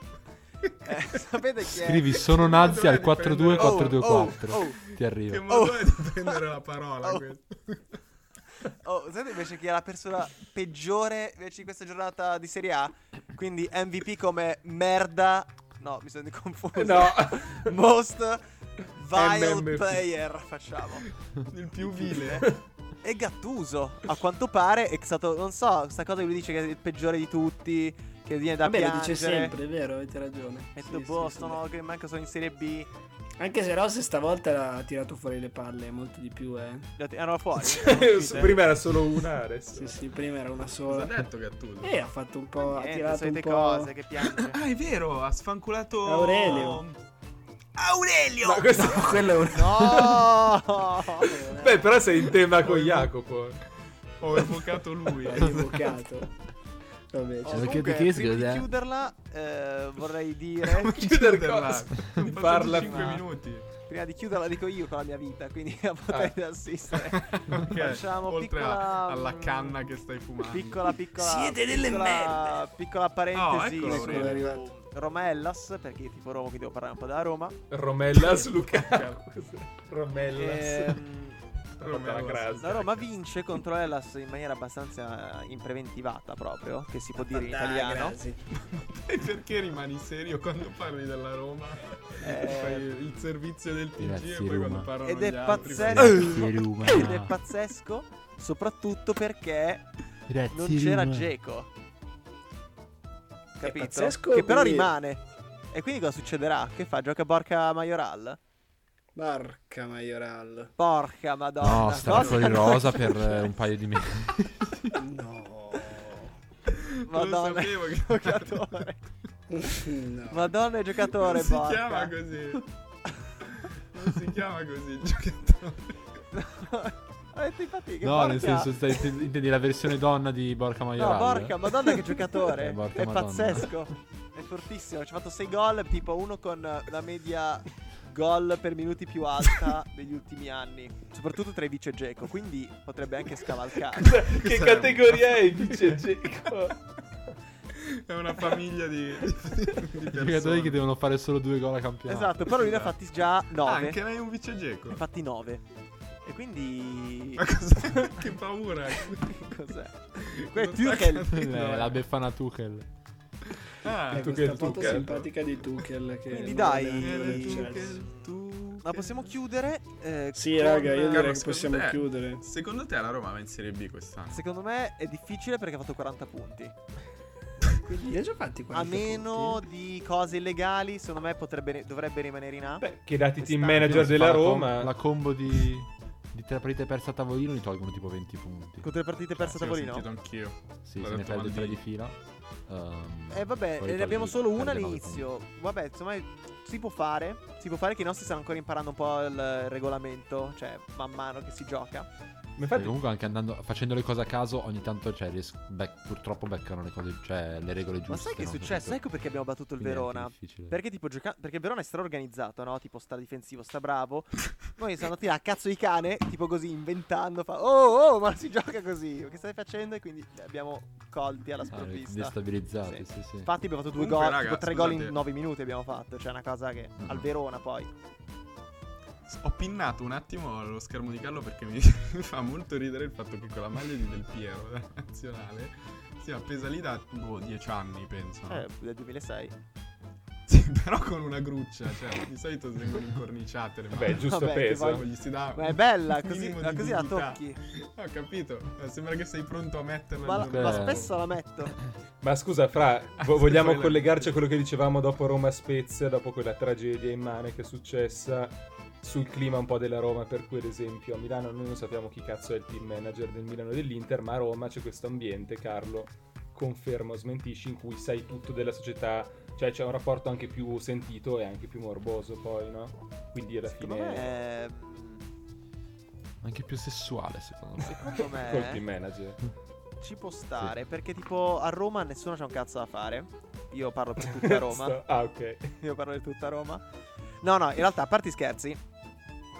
Speaker 3: Eh, sapete chi è?
Speaker 1: Scrivi sono nazi al 42424.
Speaker 3: Oh, oh,
Speaker 1: Ti
Speaker 5: Che
Speaker 1: arriva.
Speaker 5: modo è di prendere la parola
Speaker 3: Oh.
Speaker 5: questo?
Speaker 3: Oh, sapete invece chi è la persona peggiore invece di questa giornata di Serie A? Quindi MVP come merda. No, mi sono confuso.
Speaker 2: No.
Speaker 3: Most vile
Speaker 2: MMP.
Speaker 3: player, facciamo.
Speaker 5: Il più
Speaker 3: Eh.
Speaker 5: vile.
Speaker 3: E Gattuso, a quanto pare, è stato, non so, sta cosa che lui dice che è il peggiore di tutti, che viene da
Speaker 4: Vabbè, lo
Speaker 3: piangere.
Speaker 4: dice sempre, è vero, avete ragione.
Speaker 3: E
Speaker 4: Sì,
Speaker 3: tu,
Speaker 4: sì,
Speaker 3: boh,
Speaker 4: sì.
Speaker 3: sono, che manco sono in Serie B.
Speaker 4: Anche se Ross stavolta ha tirato fuori le palle molto di più, eh.
Speaker 3: Lo tirano fuori.
Speaker 2: Eh,
Speaker 3: non
Speaker 2: su-
Speaker 3: uscite.
Speaker 2: Prima era solo una, adesso.
Speaker 4: Sì, sì, prima era una
Speaker 5: Cosa ha
Speaker 4: sola.
Speaker 5: detto
Speaker 3: Eh.
Speaker 5: Gattuso?
Speaker 4: E ha fatto un po'. ha
Speaker 3: Niente,
Speaker 4: tirato un
Speaker 3: solite
Speaker 4: po'.
Speaker 3: cose che piange.
Speaker 5: Ah, è vero, ha sfanculato
Speaker 4: Aurelio.
Speaker 3: Aurelio!
Speaker 2: Ma questo-
Speaker 4: No, quello è un.
Speaker 3: No!
Speaker 2: Beh, però sei in tema con Jacopo.
Speaker 5: Ho evocato lui.
Speaker 4: L'hai evocato. Vabbè,
Speaker 3: Oh,
Speaker 4: cioè,
Speaker 1: Perché ti
Speaker 3: comunque,
Speaker 1: chiedi
Speaker 3: prima di
Speaker 1: cos'è?
Speaker 3: chiuderla, eh, vorrei dire.
Speaker 5: Chiuderla.
Speaker 2: Parla-
Speaker 5: Parla 5
Speaker 3: Ah.
Speaker 5: minuti.
Speaker 3: prima di chiuderla, dico io con la mia vita, quindi
Speaker 4: Ah.
Speaker 3: la potete assistere.
Speaker 5: Ok,
Speaker 3: Facciamo
Speaker 5: Oltre
Speaker 3: piccola-
Speaker 5: a- alla canna che stai fumando.
Speaker 3: Piccola, piccola.
Speaker 4: Siete delle
Speaker 3: piccola-
Speaker 4: merde. Ecco.
Speaker 3: Piccola parentesi.
Speaker 5: Oh, eccolo,
Speaker 3: su
Speaker 4: Aurelio. È arrivato.
Speaker 3: Roma Hellas, perché io tipo Roma, quindi devo parlare un po' da Roma.
Speaker 2: Romellas Luca. Romellas.
Speaker 3: Ehm,
Speaker 5: Romellas.
Speaker 2: La grasa.
Speaker 3: La Roma vince contro l'Hellas in maniera abbastanza impreventivata proprio, che si può dire in
Speaker 4: dai,
Speaker 3: italiano.
Speaker 4: grazie.
Speaker 5: E perché rimani serio quando parli della Roma?
Speaker 3: Eh,
Speaker 5: Fai il servizio del TG e
Speaker 1: grazie,
Speaker 5: poi quando
Speaker 1: Roma.
Speaker 5: parlano
Speaker 3: Ed
Speaker 5: gli
Speaker 3: è
Speaker 5: altri,
Speaker 3: pazzesco.
Speaker 5: fai-
Speaker 1: Grazie, Roma.
Speaker 3: Ed è pazzesco, soprattutto perché
Speaker 1: Grazie,
Speaker 3: non c'era
Speaker 1: Roma.
Speaker 3: Geco. Capito?
Speaker 4: pazzesco,
Speaker 3: che però
Speaker 4: quindi-
Speaker 3: rimane. E quindi cosa succederà? Che fa? Gioca Borca Majoral?
Speaker 4: Barca Majoral.
Speaker 3: Porca madonna.
Speaker 1: No, stava
Speaker 3: cosa-
Speaker 1: fuori rosa per eh, un paio di mesi.
Speaker 4: No.
Speaker 5: Non lo
Speaker 3: Madonna,
Speaker 5: sapevo che
Speaker 3: giocatore.
Speaker 4: no.
Speaker 3: Madonna, è giocatore,
Speaker 5: Non si
Speaker 3: porca.
Speaker 5: chiama così. Non si chiama così il giocatore.
Speaker 3: Avete infatti che
Speaker 1: No,
Speaker 3: Eh, porca-
Speaker 1: nel senso, stai- intendi la versione donna di Borca
Speaker 3: No,
Speaker 1: Majoral?
Speaker 3: porca madonna che giocatore.
Speaker 1: Eh, porca
Speaker 3: è
Speaker 1: madonna.
Speaker 3: pazzesco. È fortissimo. Ci ha fatto 6 gol, tipo uno con la media gol per minuti più alta degli ultimi anni. Soprattutto tra i vice Geco, quindi potrebbe anche scavalcare.
Speaker 2: Che
Speaker 5: Questa
Speaker 2: categoria è vice Geco?
Speaker 5: È una famiglia di, di, di
Speaker 1: I
Speaker 5: persone.
Speaker 1: giocatori che devono fare solo due gol a campionato.
Speaker 3: esatto, però lui ne ha fatti già 9.
Speaker 5: Ah, anche lei è un vice geco.
Speaker 3: Ne ha fatti 9. E quindi
Speaker 5: Ma cos'è? che paura.
Speaker 3: cos'è?
Speaker 5: Non sta
Speaker 3: Quello è Tuchel.
Speaker 1: Eh,
Speaker 5: capendo.
Speaker 1: la befana Tuchel.
Speaker 5: Ah,
Speaker 4: Eh,
Speaker 5: tu
Speaker 4: questa
Speaker 5: che
Speaker 4: foto
Speaker 5: Tuchel.
Speaker 4: simpatica di Tuchel che
Speaker 3: Quindi
Speaker 4: non
Speaker 3: dai,
Speaker 4: vede
Speaker 5: eh,
Speaker 4: ancora il
Speaker 5: tu
Speaker 4: Chelsea.
Speaker 5: che tu.
Speaker 3: Ma possiamo chiudere eh,
Speaker 4: cioè, Sì,
Speaker 3: con-
Speaker 4: raga, io direi
Speaker 5: Carlo,
Speaker 4: che possiamo
Speaker 5: secondo te-
Speaker 4: chiudere.
Speaker 5: Secondo te la Roma va in Serie B quest'anno?
Speaker 3: Secondo me è difficile perché ha fatto 40 punti.
Speaker 4: Li ha già fatti
Speaker 3: A
Speaker 4: 40
Speaker 3: meno
Speaker 4: punti?
Speaker 3: di cose illegali, secondo me potrebbe, dovrebbe rimanere in A.
Speaker 2: Beh, che dati team
Speaker 3: Quest'anno
Speaker 2: manager della
Speaker 1: Fa la com-
Speaker 2: Roma.
Speaker 1: La combo di, di tre partite perse a tavolino gli tolgono tipo 20 punti.
Speaker 3: Con tre partite perse a
Speaker 5: Sì, ho
Speaker 3: tavolino.
Speaker 5: sentito anch'io.
Speaker 1: Sì,
Speaker 5: L'ha
Speaker 1: se ne
Speaker 5: detto
Speaker 1: perde tre
Speaker 5: Maldini.
Speaker 1: di fila. Ehm,
Speaker 3: Eh vabbè,
Speaker 1: poi
Speaker 3: ne
Speaker 1: perde-
Speaker 3: abbiamo solo una
Speaker 1: perde nove
Speaker 3: all'inizio. Vabbè, insomma, si può fare. Si può fare che i nostri stanno ancora imparando un po' il regolamento, cioè man mano che si gioca.
Speaker 2: Ma
Speaker 1: punti. E
Speaker 2: infatti,
Speaker 1: comunque anche andando, facendo le cose a caso ogni tanto cioè, ries- bec- purtroppo beccano le cose, cioè le regole giuste.
Speaker 3: Ma sai che è
Speaker 1: no?
Speaker 3: successo?
Speaker 1: Capito?
Speaker 3: Ecco perché abbiamo battuto il
Speaker 1: Quindi è anche
Speaker 3: Verona.
Speaker 1: difficile.
Speaker 3: Perché tipo gioca- perché il Verona è straorganizzato, no? Tipo sta difensivo, sta bravo. Noi siamo andati là a cazzo di cane, tipo così inventando, fa "Oh, oh, ma si gioca così. Che stai facendo?" E quindi li abbiamo colti alla
Speaker 1: Ah,
Speaker 3: sprovvista.
Speaker 1: destabilizzati,
Speaker 3: Sì.
Speaker 1: sì, sì.
Speaker 3: Infatti abbiamo fatto due
Speaker 5: Comunque,
Speaker 3: gol,
Speaker 5: raga,
Speaker 3: tipo tre
Speaker 5: scusate.
Speaker 3: gol in nove minuti abbiamo fatto, cioè una cosa che
Speaker 1: Mhm.
Speaker 3: al Verona poi.
Speaker 5: Ho pinnato un attimo lo schermo di Carlo perché mi fa molto ridere il fatto che con la maglia di Del Piero della nazionale sia appesa lì da boh, 10 anni, penso. no?
Speaker 3: Eh, del 2006.
Speaker 5: Sì, però con una gruccia, cioè di solito vengono incorniciate le
Speaker 2: vabbè,
Speaker 5: maglie.
Speaker 2: giusto
Speaker 3: Vabbè, che
Speaker 2: peso.
Speaker 3: voglio-
Speaker 5: Gli si dà
Speaker 3: Ma è bella,
Speaker 5: un
Speaker 3: così,
Speaker 5: minimo
Speaker 3: ma
Speaker 5: di
Speaker 3: così la
Speaker 5: dignità.
Speaker 3: tocchi.
Speaker 5: Ho capito, eh, sembra che sei pronto a metterla
Speaker 3: Ma,
Speaker 5: il
Speaker 3: la-
Speaker 5: giorno
Speaker 3: ma
Speaker 1: Eh.
Speaker 5: dopo.
Speaker 3: spesso la metto.
Speaker 2: Ma scusa, Fra, vo-
Speaker 5: se
Speaker 2: vogliamo
Speaker 5: poi la-
Speaker 2: collegarci a quello che dicevamo dopo Roma Spezia, dopo quella tragedia immane che è successa sul clima un po' della Roma, per cui ad esempio a Milano noi non sappiamo chi cazzo è il team manager del Milano e dell'Inter, ma a Roma c'è questo ambiente, Carlo, conferma o smentisci, in cui sai tutto della società, cioè c'è un rapporto anche più sentito e anche più morboso poi, no? Quindi alla
Speaker 3: Secondo
Speaker 2: fine
Speaker 3: me.
Speaker 1: Anche più sessuale, secondo me.
Speaker 3: Secondo
Speaker 2: col team
Speaker 3: me
Speaker 2: manager.
Speaker 3: ci può stare. Perché, tipo, a Roma nessuno c'ha un cazzo da fare. Io parlo per tutta Roma.
Speaker 2: ah, ok.
Speaker 3: Io parlo di tutta Roma. No, no, in realtà, a parte i scherzi,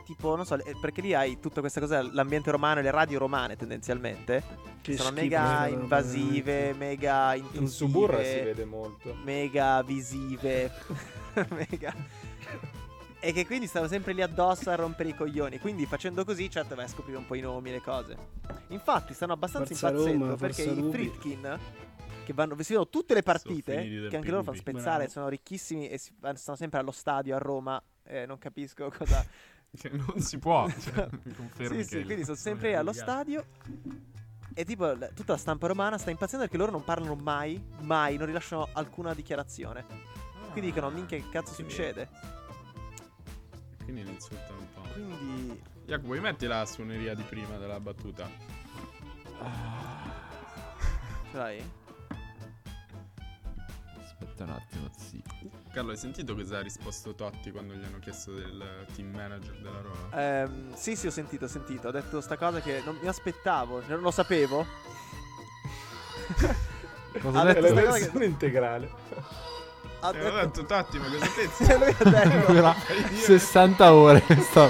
Speaker 3: tipo, non so, eh, perché lì hai tutta questa cosa, l'ambiente romano e le radio romane tendenzialmente, che
Speaker 4: Che
Speaker 3: sono
Speaker 4: schifo, eh.
Speaker 3: mega
Speaker 4: sì,
Speaker 3: invasive,
Speaker 4: veramente.
Speaker 3: mega intrusive,
Speaker 2: In Suburra si vede molto.
Speaker 3: mega visive, mega... E che quindi stanno sempre lì addosso a rompere i coglioni. Quindi facendo così, certo, vai a scoprire un po' i nomi, le cose. Infatti, stanno abbastanza
Speaker 4: Forza
Speaker 3: impazzendo
Speaker 4: Roma,
Speaker 3: perché
Speaker 4: forza
Speaker 3: i
Speaker 4: Rubi.
Speaker 3: Fritkin, che vanno, si vedono tutte le partite,
Speaker 5: Sono finiti dal
Speaker 3: che anche loro fanno
Speaker 5: PNB.
Speaker 3: spezzare,
Speaker 6: Bravo.
Speaker 3: sono ricchissimi e si- stanno sempre allo stadio a Roma. eh, non capisco cosa.
Speaker 5: Che non si può. Cioè, mi confermi
Speaker 3: sì,
Speaker 5: che
Speaker 3: sì,
Speaker 5: il-
Speaker 3: quindi sono sempre allo stadio. E tipo l- tutta la stampa romana sta impazzendo perché loro non parlano mai, mai, non rilasciano alcuna dichiarazione. Quindi dicono, minchia, che cazzo
Speaker 5: Quindi-
Speaker 3: succede?
Speaker 5: Quindi li insultano un po'.
Speaker 3: Quindi
Speaker 5: Jacopo, vuoi metti la suoneria di prima della battuta?
Speaker 3: ce l'hai?
Speaker 1: Aspetta un attimo, sì.
Speaker 5: Carlo, hai sentito cosa ha risposto Totti quando gli hanno chiesto del team manager della Roma? Eh,
Speaker 3: Ehm, sì, sì, ho sentito, ho sentito. Ho detto sta cosa che non mi aspettavo, cioè non lo sapevo.
Speaker 1: Cosa
Speaker 3: Ha
Speaker 1: ho
Speaker 2: È la
Speaker 1: detto?
Speaker 3: detto-
Speaker 2: versione integrale.
Speaker 3: Ha
Speaker 5: E ho detto Totti, ma cosa pensi?
Speaker 3: detto- lui ha detto-
Speaker 1: Dura
Speaker 5: Fai dire-
Speaker 1: 60 ore. sto-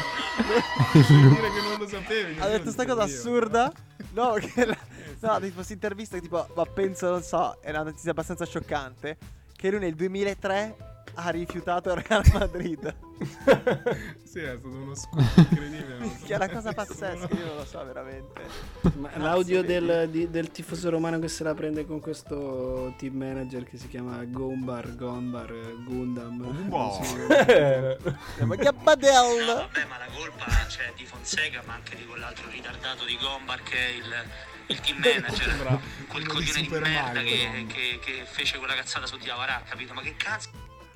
Speaker 5: fai dire che non lo sapevi.
Speaker 3: ha detto sta cosa assurda. No, che la- no, tipo si intervista che tipo, ma penso, non so, è una notizia abbastanza scioccante. Che lui nel 2003 ha rifiutato il Real Madrid.
Speaker 5: Sì, è stato uno scoop incredibile. non lo
Speaker 3: Che è una cosa
Speaker 5: sapevo.
Speaker 3: pazzesca, io non lo so veramente. Cioè,
Speaker 4: Ma
Speaker 3: Cazzo,
Speaker 4: l'audio
Speaker 3: vedi?
Speaker 4: del, di- del tifoso romano che se la prende con questo team manager che si chiama Gombar, Gombar, eh, Gundam.
Speaker 5: Gumbar.
Speaker 4: Non so.
Speaker 2: Eh,
Speaker 3: Ma che badel!
Speaker 6: Vabbè, ma la colpa c'è di Fonseca, ma anche di quell'altro ritardato di Gombar che è il, il team
Speaker 5: Sembra
Speaker 6: manager.
Speaker 5: uno
Speaker 6: Quel
Speaker 5: di
Speaker 6: coglione di,
Speaker 5: Super
Speaker 6: merda
Speaker 5: Mario,
Speaker 6: che,
Speaker 5: Gombar.
Speaker 6: che- che fece quella cazzata su Diavarà, capito? Ma che cazzo?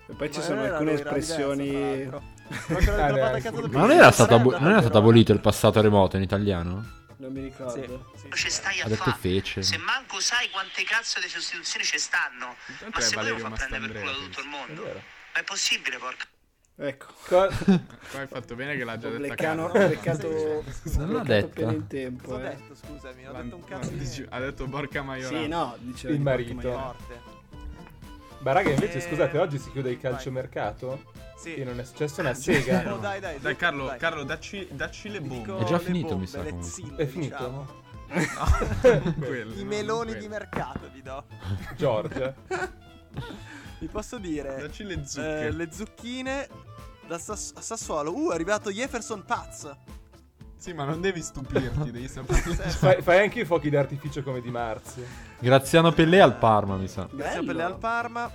Speaker 4: E poi ci
Speaker 3: Ma
Speaker 4: sono
Speaker 3: non era
Speaker 4: alcune
Speaker 3: lui, era
Speaker 4: espressioni...
Speaker 3: diverso, tra l'altro. Ma che l'ho
Speaker 2: Ah,
Speaker 3: trovata
Speaker 2: dai,
Speaker 3: cazzo
Speaker 1: Eh,
Speaker 2: scusa.
Speaker 3: da
Speaker 1: Ma non
Speaker 3: più
Speaker 1: era,
Speaker 3: di
Speaker 1: stato abo-
Speaker 3: Instagram,
Speaker 1: non era stato
Speaker 3: però.
Speaker 1: abolito il passato remoto in italiano?
Speaker 4: non mi ricordo.
Speaker 3: Sì.
Speaker 6: Ci stai
Speaker 1: Ha
Speaker 6: a
Speaker 1: detto
Speaker 6: fare?
Speaker 1: fece.
Speaker 6: Se manco sai quante cazzo di sostituzioni ci stanno,
Speaker 5: Intanto
Speaker 6: ma
Speaker 5: è
Speaker 6: se
Speaker 5: Valerio
Speaker 6: volevo fa prendere
Speaker 5: Mastandrea.
Speaker 6: per culo da
Speaker 5: penso.
Speaker 6: tutto il mondo.
Speaker 2: vero.
Speaker 6: Ma è possibile, porca.
Speaker 4: Ecco.
Speaker 2: co-
Speaker 5: Poi hai fatto bene che l'ha già detta
Speaker 4: Leccano,
Speaker 5: Carlo.
Speaker 4: beccato,
Speaker 1: Non l'ha
Speaker 4: beccato
Speaker 1: detta.
Speaker 4: appena in tempo.
Speaker 3: Cosa ho
Speaker 4: eh.
Speaker 3: detto, scusami, ho detto un
Speaker 5: No,
Speaker 3: cazzo di
Speaker 5: dici-
Speaker 3: niente.
Speaker 5: Ha detto Borca Maiorana.
Speaker 4: Sì, no, diceva
Speaker 2: Il
Speaker 4: di
Speaker 2: marito.
Speaker 4: Porco Maiorana.
Speaker 3: Forte.
Speaker 2: Ma raga, invece,
Speaker 3: Eh,
Speaker 2: scusate, oggi si chiude il
Speaker 3: vai.
Speaker 2: calciomercato?
Speaker 3: Sì.
Speaker 2: E non è successa una
Speaker 3: Oh,
Speaker 2: sega.
Speaker 3: dai, dai,
Speaker 5: Dai Carlo,
Speaker 3: dai.
Speaker 5: Carlo dacci, dacci le
Speaker 3: Ti
Speaker 5: bombe.
Speaker 3: dico
Speaker 1: È già
Speaker 3: le
Speaker 1: finito,
Speaker 3: bombe,
Speaker 1: mi sa,
Speaker 3: le
Speaker 1: comunque.
Speaker 3: zille,
Speaker 2: È finito?
Speaker 3: diciamo.
Speaker 5: Quelle,
Speaker 3: I
Speaker 5: no,
Speaker 3: meloni
Speaker 5: quelle.
Speaker 3: di mercato vi do.
Speaker 2: Giorgia.
Speaker 3: Vi posso dire
Speaker 5: Dacci le zucche.
Speaker 3: eh, le zucchine da Sass- a Sassuolo. Uh, è arrivato Jefferson Paz.
Speaker 5: Sì, ma non devi stupirti, devi saperle.
Speaker 2: Fai, fai anche i fuochi d'artificio come di Marzio.
Speaker 1: Graziano Pellè al Parma, mi sa.
Speaker 3: Grazie
Speaker 4: Bello.
Speaker 3: per le al Parma.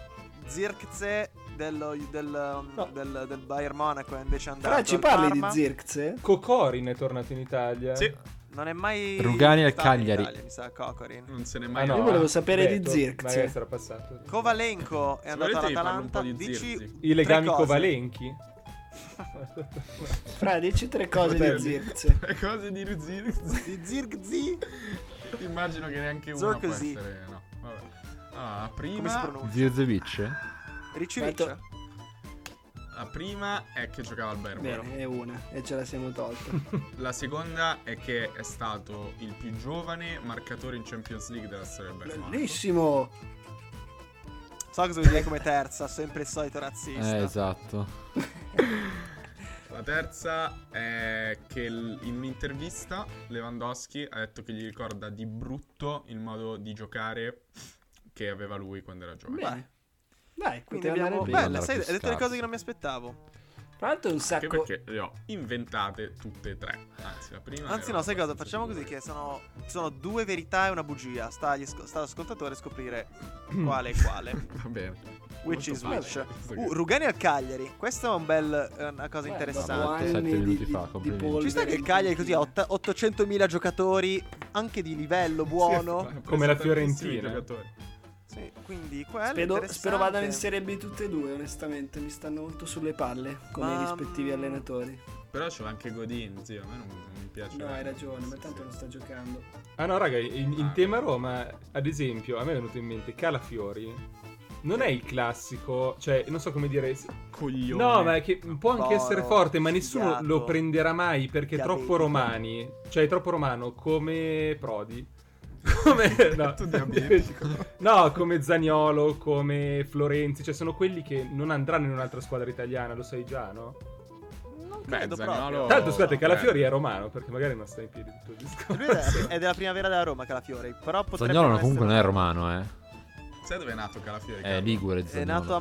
Speaker 3: Zirkze dello- del, um,
Speaker 2: No.
Speaker 3: del- del Bayern Monaco è invece andato
Speaker 4: Fra, ci
Speaker 3: al
Speaker 4: parli
Speaker 3: Parma.
Speaker 4: di Zirkze?
Speaker 2: Cocorin è tornato in Italia. Ah,
Speaker 5: Sì,
Speaker 3: Non è mai
Speaker 1: Rugani al
Speaker 3: stato in
Speaker 1: Cagliari.
Speaker 3: Italia, mi sa, Cocorin.
Speaker 5: non se ne
Speaker 2: Ah,
Speaker 5: mai
Speaker 2: no,
Speaker 4: Io volevo sapere di Zirkzee.
Speaker 2: Magari sarà passato.
Speaker 3: Kovalenko è
Speaker 5: Se
Speaker 3: andato
Speaker 5: volete vi parlo un
Speaker 3: all'Atalanta.
Speaker 5: po' di
Speaker 3: Dici
Speaker 5: Zirkzee.
Speaker 2: I legami
Speaker 3: tre cose.
Speaker 2: covalenchi?
Speaker 4: Fra, dici tre cose di
Speaker 5: Potevi.
Speaker 4: Zirkze.
Speaker 5: Le cose di Zirkzee.
Speaker 3: Di Zirkzee?
Speaker 5: Immagino che neanche uno può
Speaker 3: Zirkzee.
Speaker 5: essere. No, vabbè. Ah,
Speaker 3: Come si
Speaker 5: prima,
Speaker 3: pronuncia?
Speaker 1: Zirzevic?
Speaker 3: Ricciuccia.
Speaker 5: la ah, prima è che giocava al Bayern. Monaco.
Speaker 4: Bene, è una e ce la siamo tolta.
Speaker 5: La seconda è che è stato il più giovane marcatore in Champions League della storia del Bayern. Monaco.
Speaker 4: Bellissimo!
Speaker 3: So cosa vuol dire come terza, sempre il solito razzista.
Speaker 1: Eh, esatto.
Speaker 5: La terza è che l- in un'intervista Lewandowski ha detto che gli ricorda di brutto il modo di giocare che aveva lui quando era giovane.
Speaker 4: Bene. Dai,
Speaker 3: Quindi
Speaker 4: poteva
Speaker 3: abbiamo...
Speaker 4: andare
Speaker 1: bene.
Speaker 3: Bella, sai,
Speaker 1: Più
Speaker 3: hai detto le
Speaker 1: scarso.
Speaker 3: cose che non mi aspettavo.
Speaker 4: Tra l'altro è un
Speaker 5: Anche
Speaker 4: sacco...
Speaker 5: perché le ho inventate tutte e tre. Anzi, la prima.
Speaker 3: Anzi
Speaker 5: era
Speaker 3: no, sai cosa?
Speaker 5: abbastanza
Speaker 3: Facciamo così
Speaker 5: sicura.
Speaker 3: che sono, sono due verità e una bugia. Sta, agli asco- sta all'ascoltatore scoprire quale è quale.
Speaker 5: Va bene.
Speaker 3: Which
Speaker 5: Molto
Speaker 3: is
Speaker 5: facile,
Speaker 3: which.
Speaker 5: visto che-
Speaker 3: Uh, Rugani al Cagliari. Questa è un bel, è una cosa
Speaker 4: Beh,
Speaker 3: interessante.
Speaker 4: dopo anni
Speaker 1: Sette minuti fa,
Speaker 4: di- di- di
Speaker 1: complimenti.
Speaker 4: polvere
Speaker 3: Ci sta che il
Speaker 4: in
Speaker 3: Cagliari così ha
Speaker 4: panchina.
Speaker 3: otta- 800.000 giocatori, anche di livello
Speaker 5: Sì,
Speaker 3: buono.
Speaker 5: esatto. ha preso
Speaker 2: Come la
Speaker 5: tantissimi
Speaker 2: Fiorentina.
Speaker 5: giocatori.
Speaker 3: Sì, quindi quello
Speaker 4: Spero,
Speaker 3: interessante.
Speaker 4: spero vadano in Serie B tutte e due, onestamente, mi stanno molto sulle palle come
Speaker 3: Ma-
Speaker 4: i rispettivi allenatori.
Speaker 5: Però c'è anche Godin, zio. A me non, non mi piace.
Speaker 4: No, hai ragione, ma
Speaker 5: Sì,
Speaker 4: tanto
Speaker 5: sì.
Speaker 4: non sta giocando.
Speaker 2: Ah no, raga, in, in
Speaker 5: Ah.
Speaker 2: tema Roma, ad esempio, a me è venuto in mente Calafiori. Non è il classico, cioè, non so come dire. s-
Speaker 5: Coglione.
Speaker 2: No, ma è che può anche
Speaker 3: Povero,
Speaker 2: essere forte, ma nessuno
Speaker 3: sfigato,
Speaker 2: lo prenderà mai perché è troppo
Speaker 3: diabetico.
Speaker 2: romani. Cioè, è troppo romano come Prodi. Come no.
Speaker 5: Tu diabetico.
Speaker 2: No, come Zagnolo, come Florenzi, cioè sono quelli che non andranno in un'altra squadra italiana, lo sai già, no?
Speaker 3: Non Non credo
Speaker 5: Beh,
Speaker 3: proprio.
Speaker 5: Zaniolo-
Speaker 2: Tanto scusate,
Speaker 5: no,
Speaker 2: Calafiori
Speaker 5: beh.
Speaker 2: è romano, perché magari non sta in piedi tutto il discorso.
Speaker 3: Lui è, è della prima vera della Roma, Calafiori. Però potrebbe
Speaker 1: Zagnolo
Speaker 3: non
Speaker 1: comunque non
Speaker 3: essere-
Speaker 1: è romano, eh.
Speaker 5: Sai dove è Ah, nato Calafiori?
Speaker 1: È Eh, Ligure
Speaker 3: È nato
Speaker 1: Zagnolo.
Speaker 3: a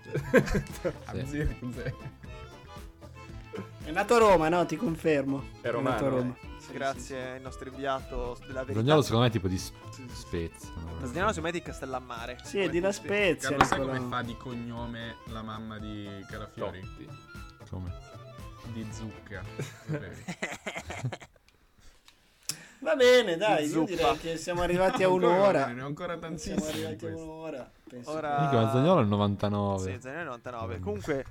Speaker 3: Madrid. cioè.
Speaker 1: sì.
Speaker 2: Sì.
Speaker 5: Zirze.
Speaker 4: È nato a Roma, no? Ti confermo.
Speaker 2: È romano,
Speaker 4: nato a Roma. Sì,
Speaker 3: Grazie al nostro inviato della verità.
Speaker 1: Zagnolo secondo me è tipo di s- Spezia. no?
Speaker 3: Zagnolo secondo me è di Castellammare.
Speaker 4: Sì, sì è di La Spezia.
Speaker 5: Carlo, sai
Speaker 4: Nicolò.
Speaker 5: come fa di cognome la mamma di Calafiori?
Speaker 2: Totti.
Speaker 1: Come?
Speaker 5: Di zucca.
Speaker 4: Va bene, dai, io
Speaker 3: Zuppa.
Speaker 4: direi che siamo arrivati a
Speaker 5: Ancora,
Speaker 4: un'ora.
Speaker 5: Ne ho ancora
Speaker 4: Siamo
Speaker 5: tantissimi. di
Speaker 4: arrivati a
Speaker 5: questi.
Speaker 4: un'ora. penso
Speaker 3: Ora-
Speaker 4: che-
Speaker 1: Mica, ma Zagnolo è il
Speaker 3: Sì,
Speaker 1: 99.
Speaker 3: Zagnolo è 99.
Speaker 1: Mm.
Speaker 3: Comunque,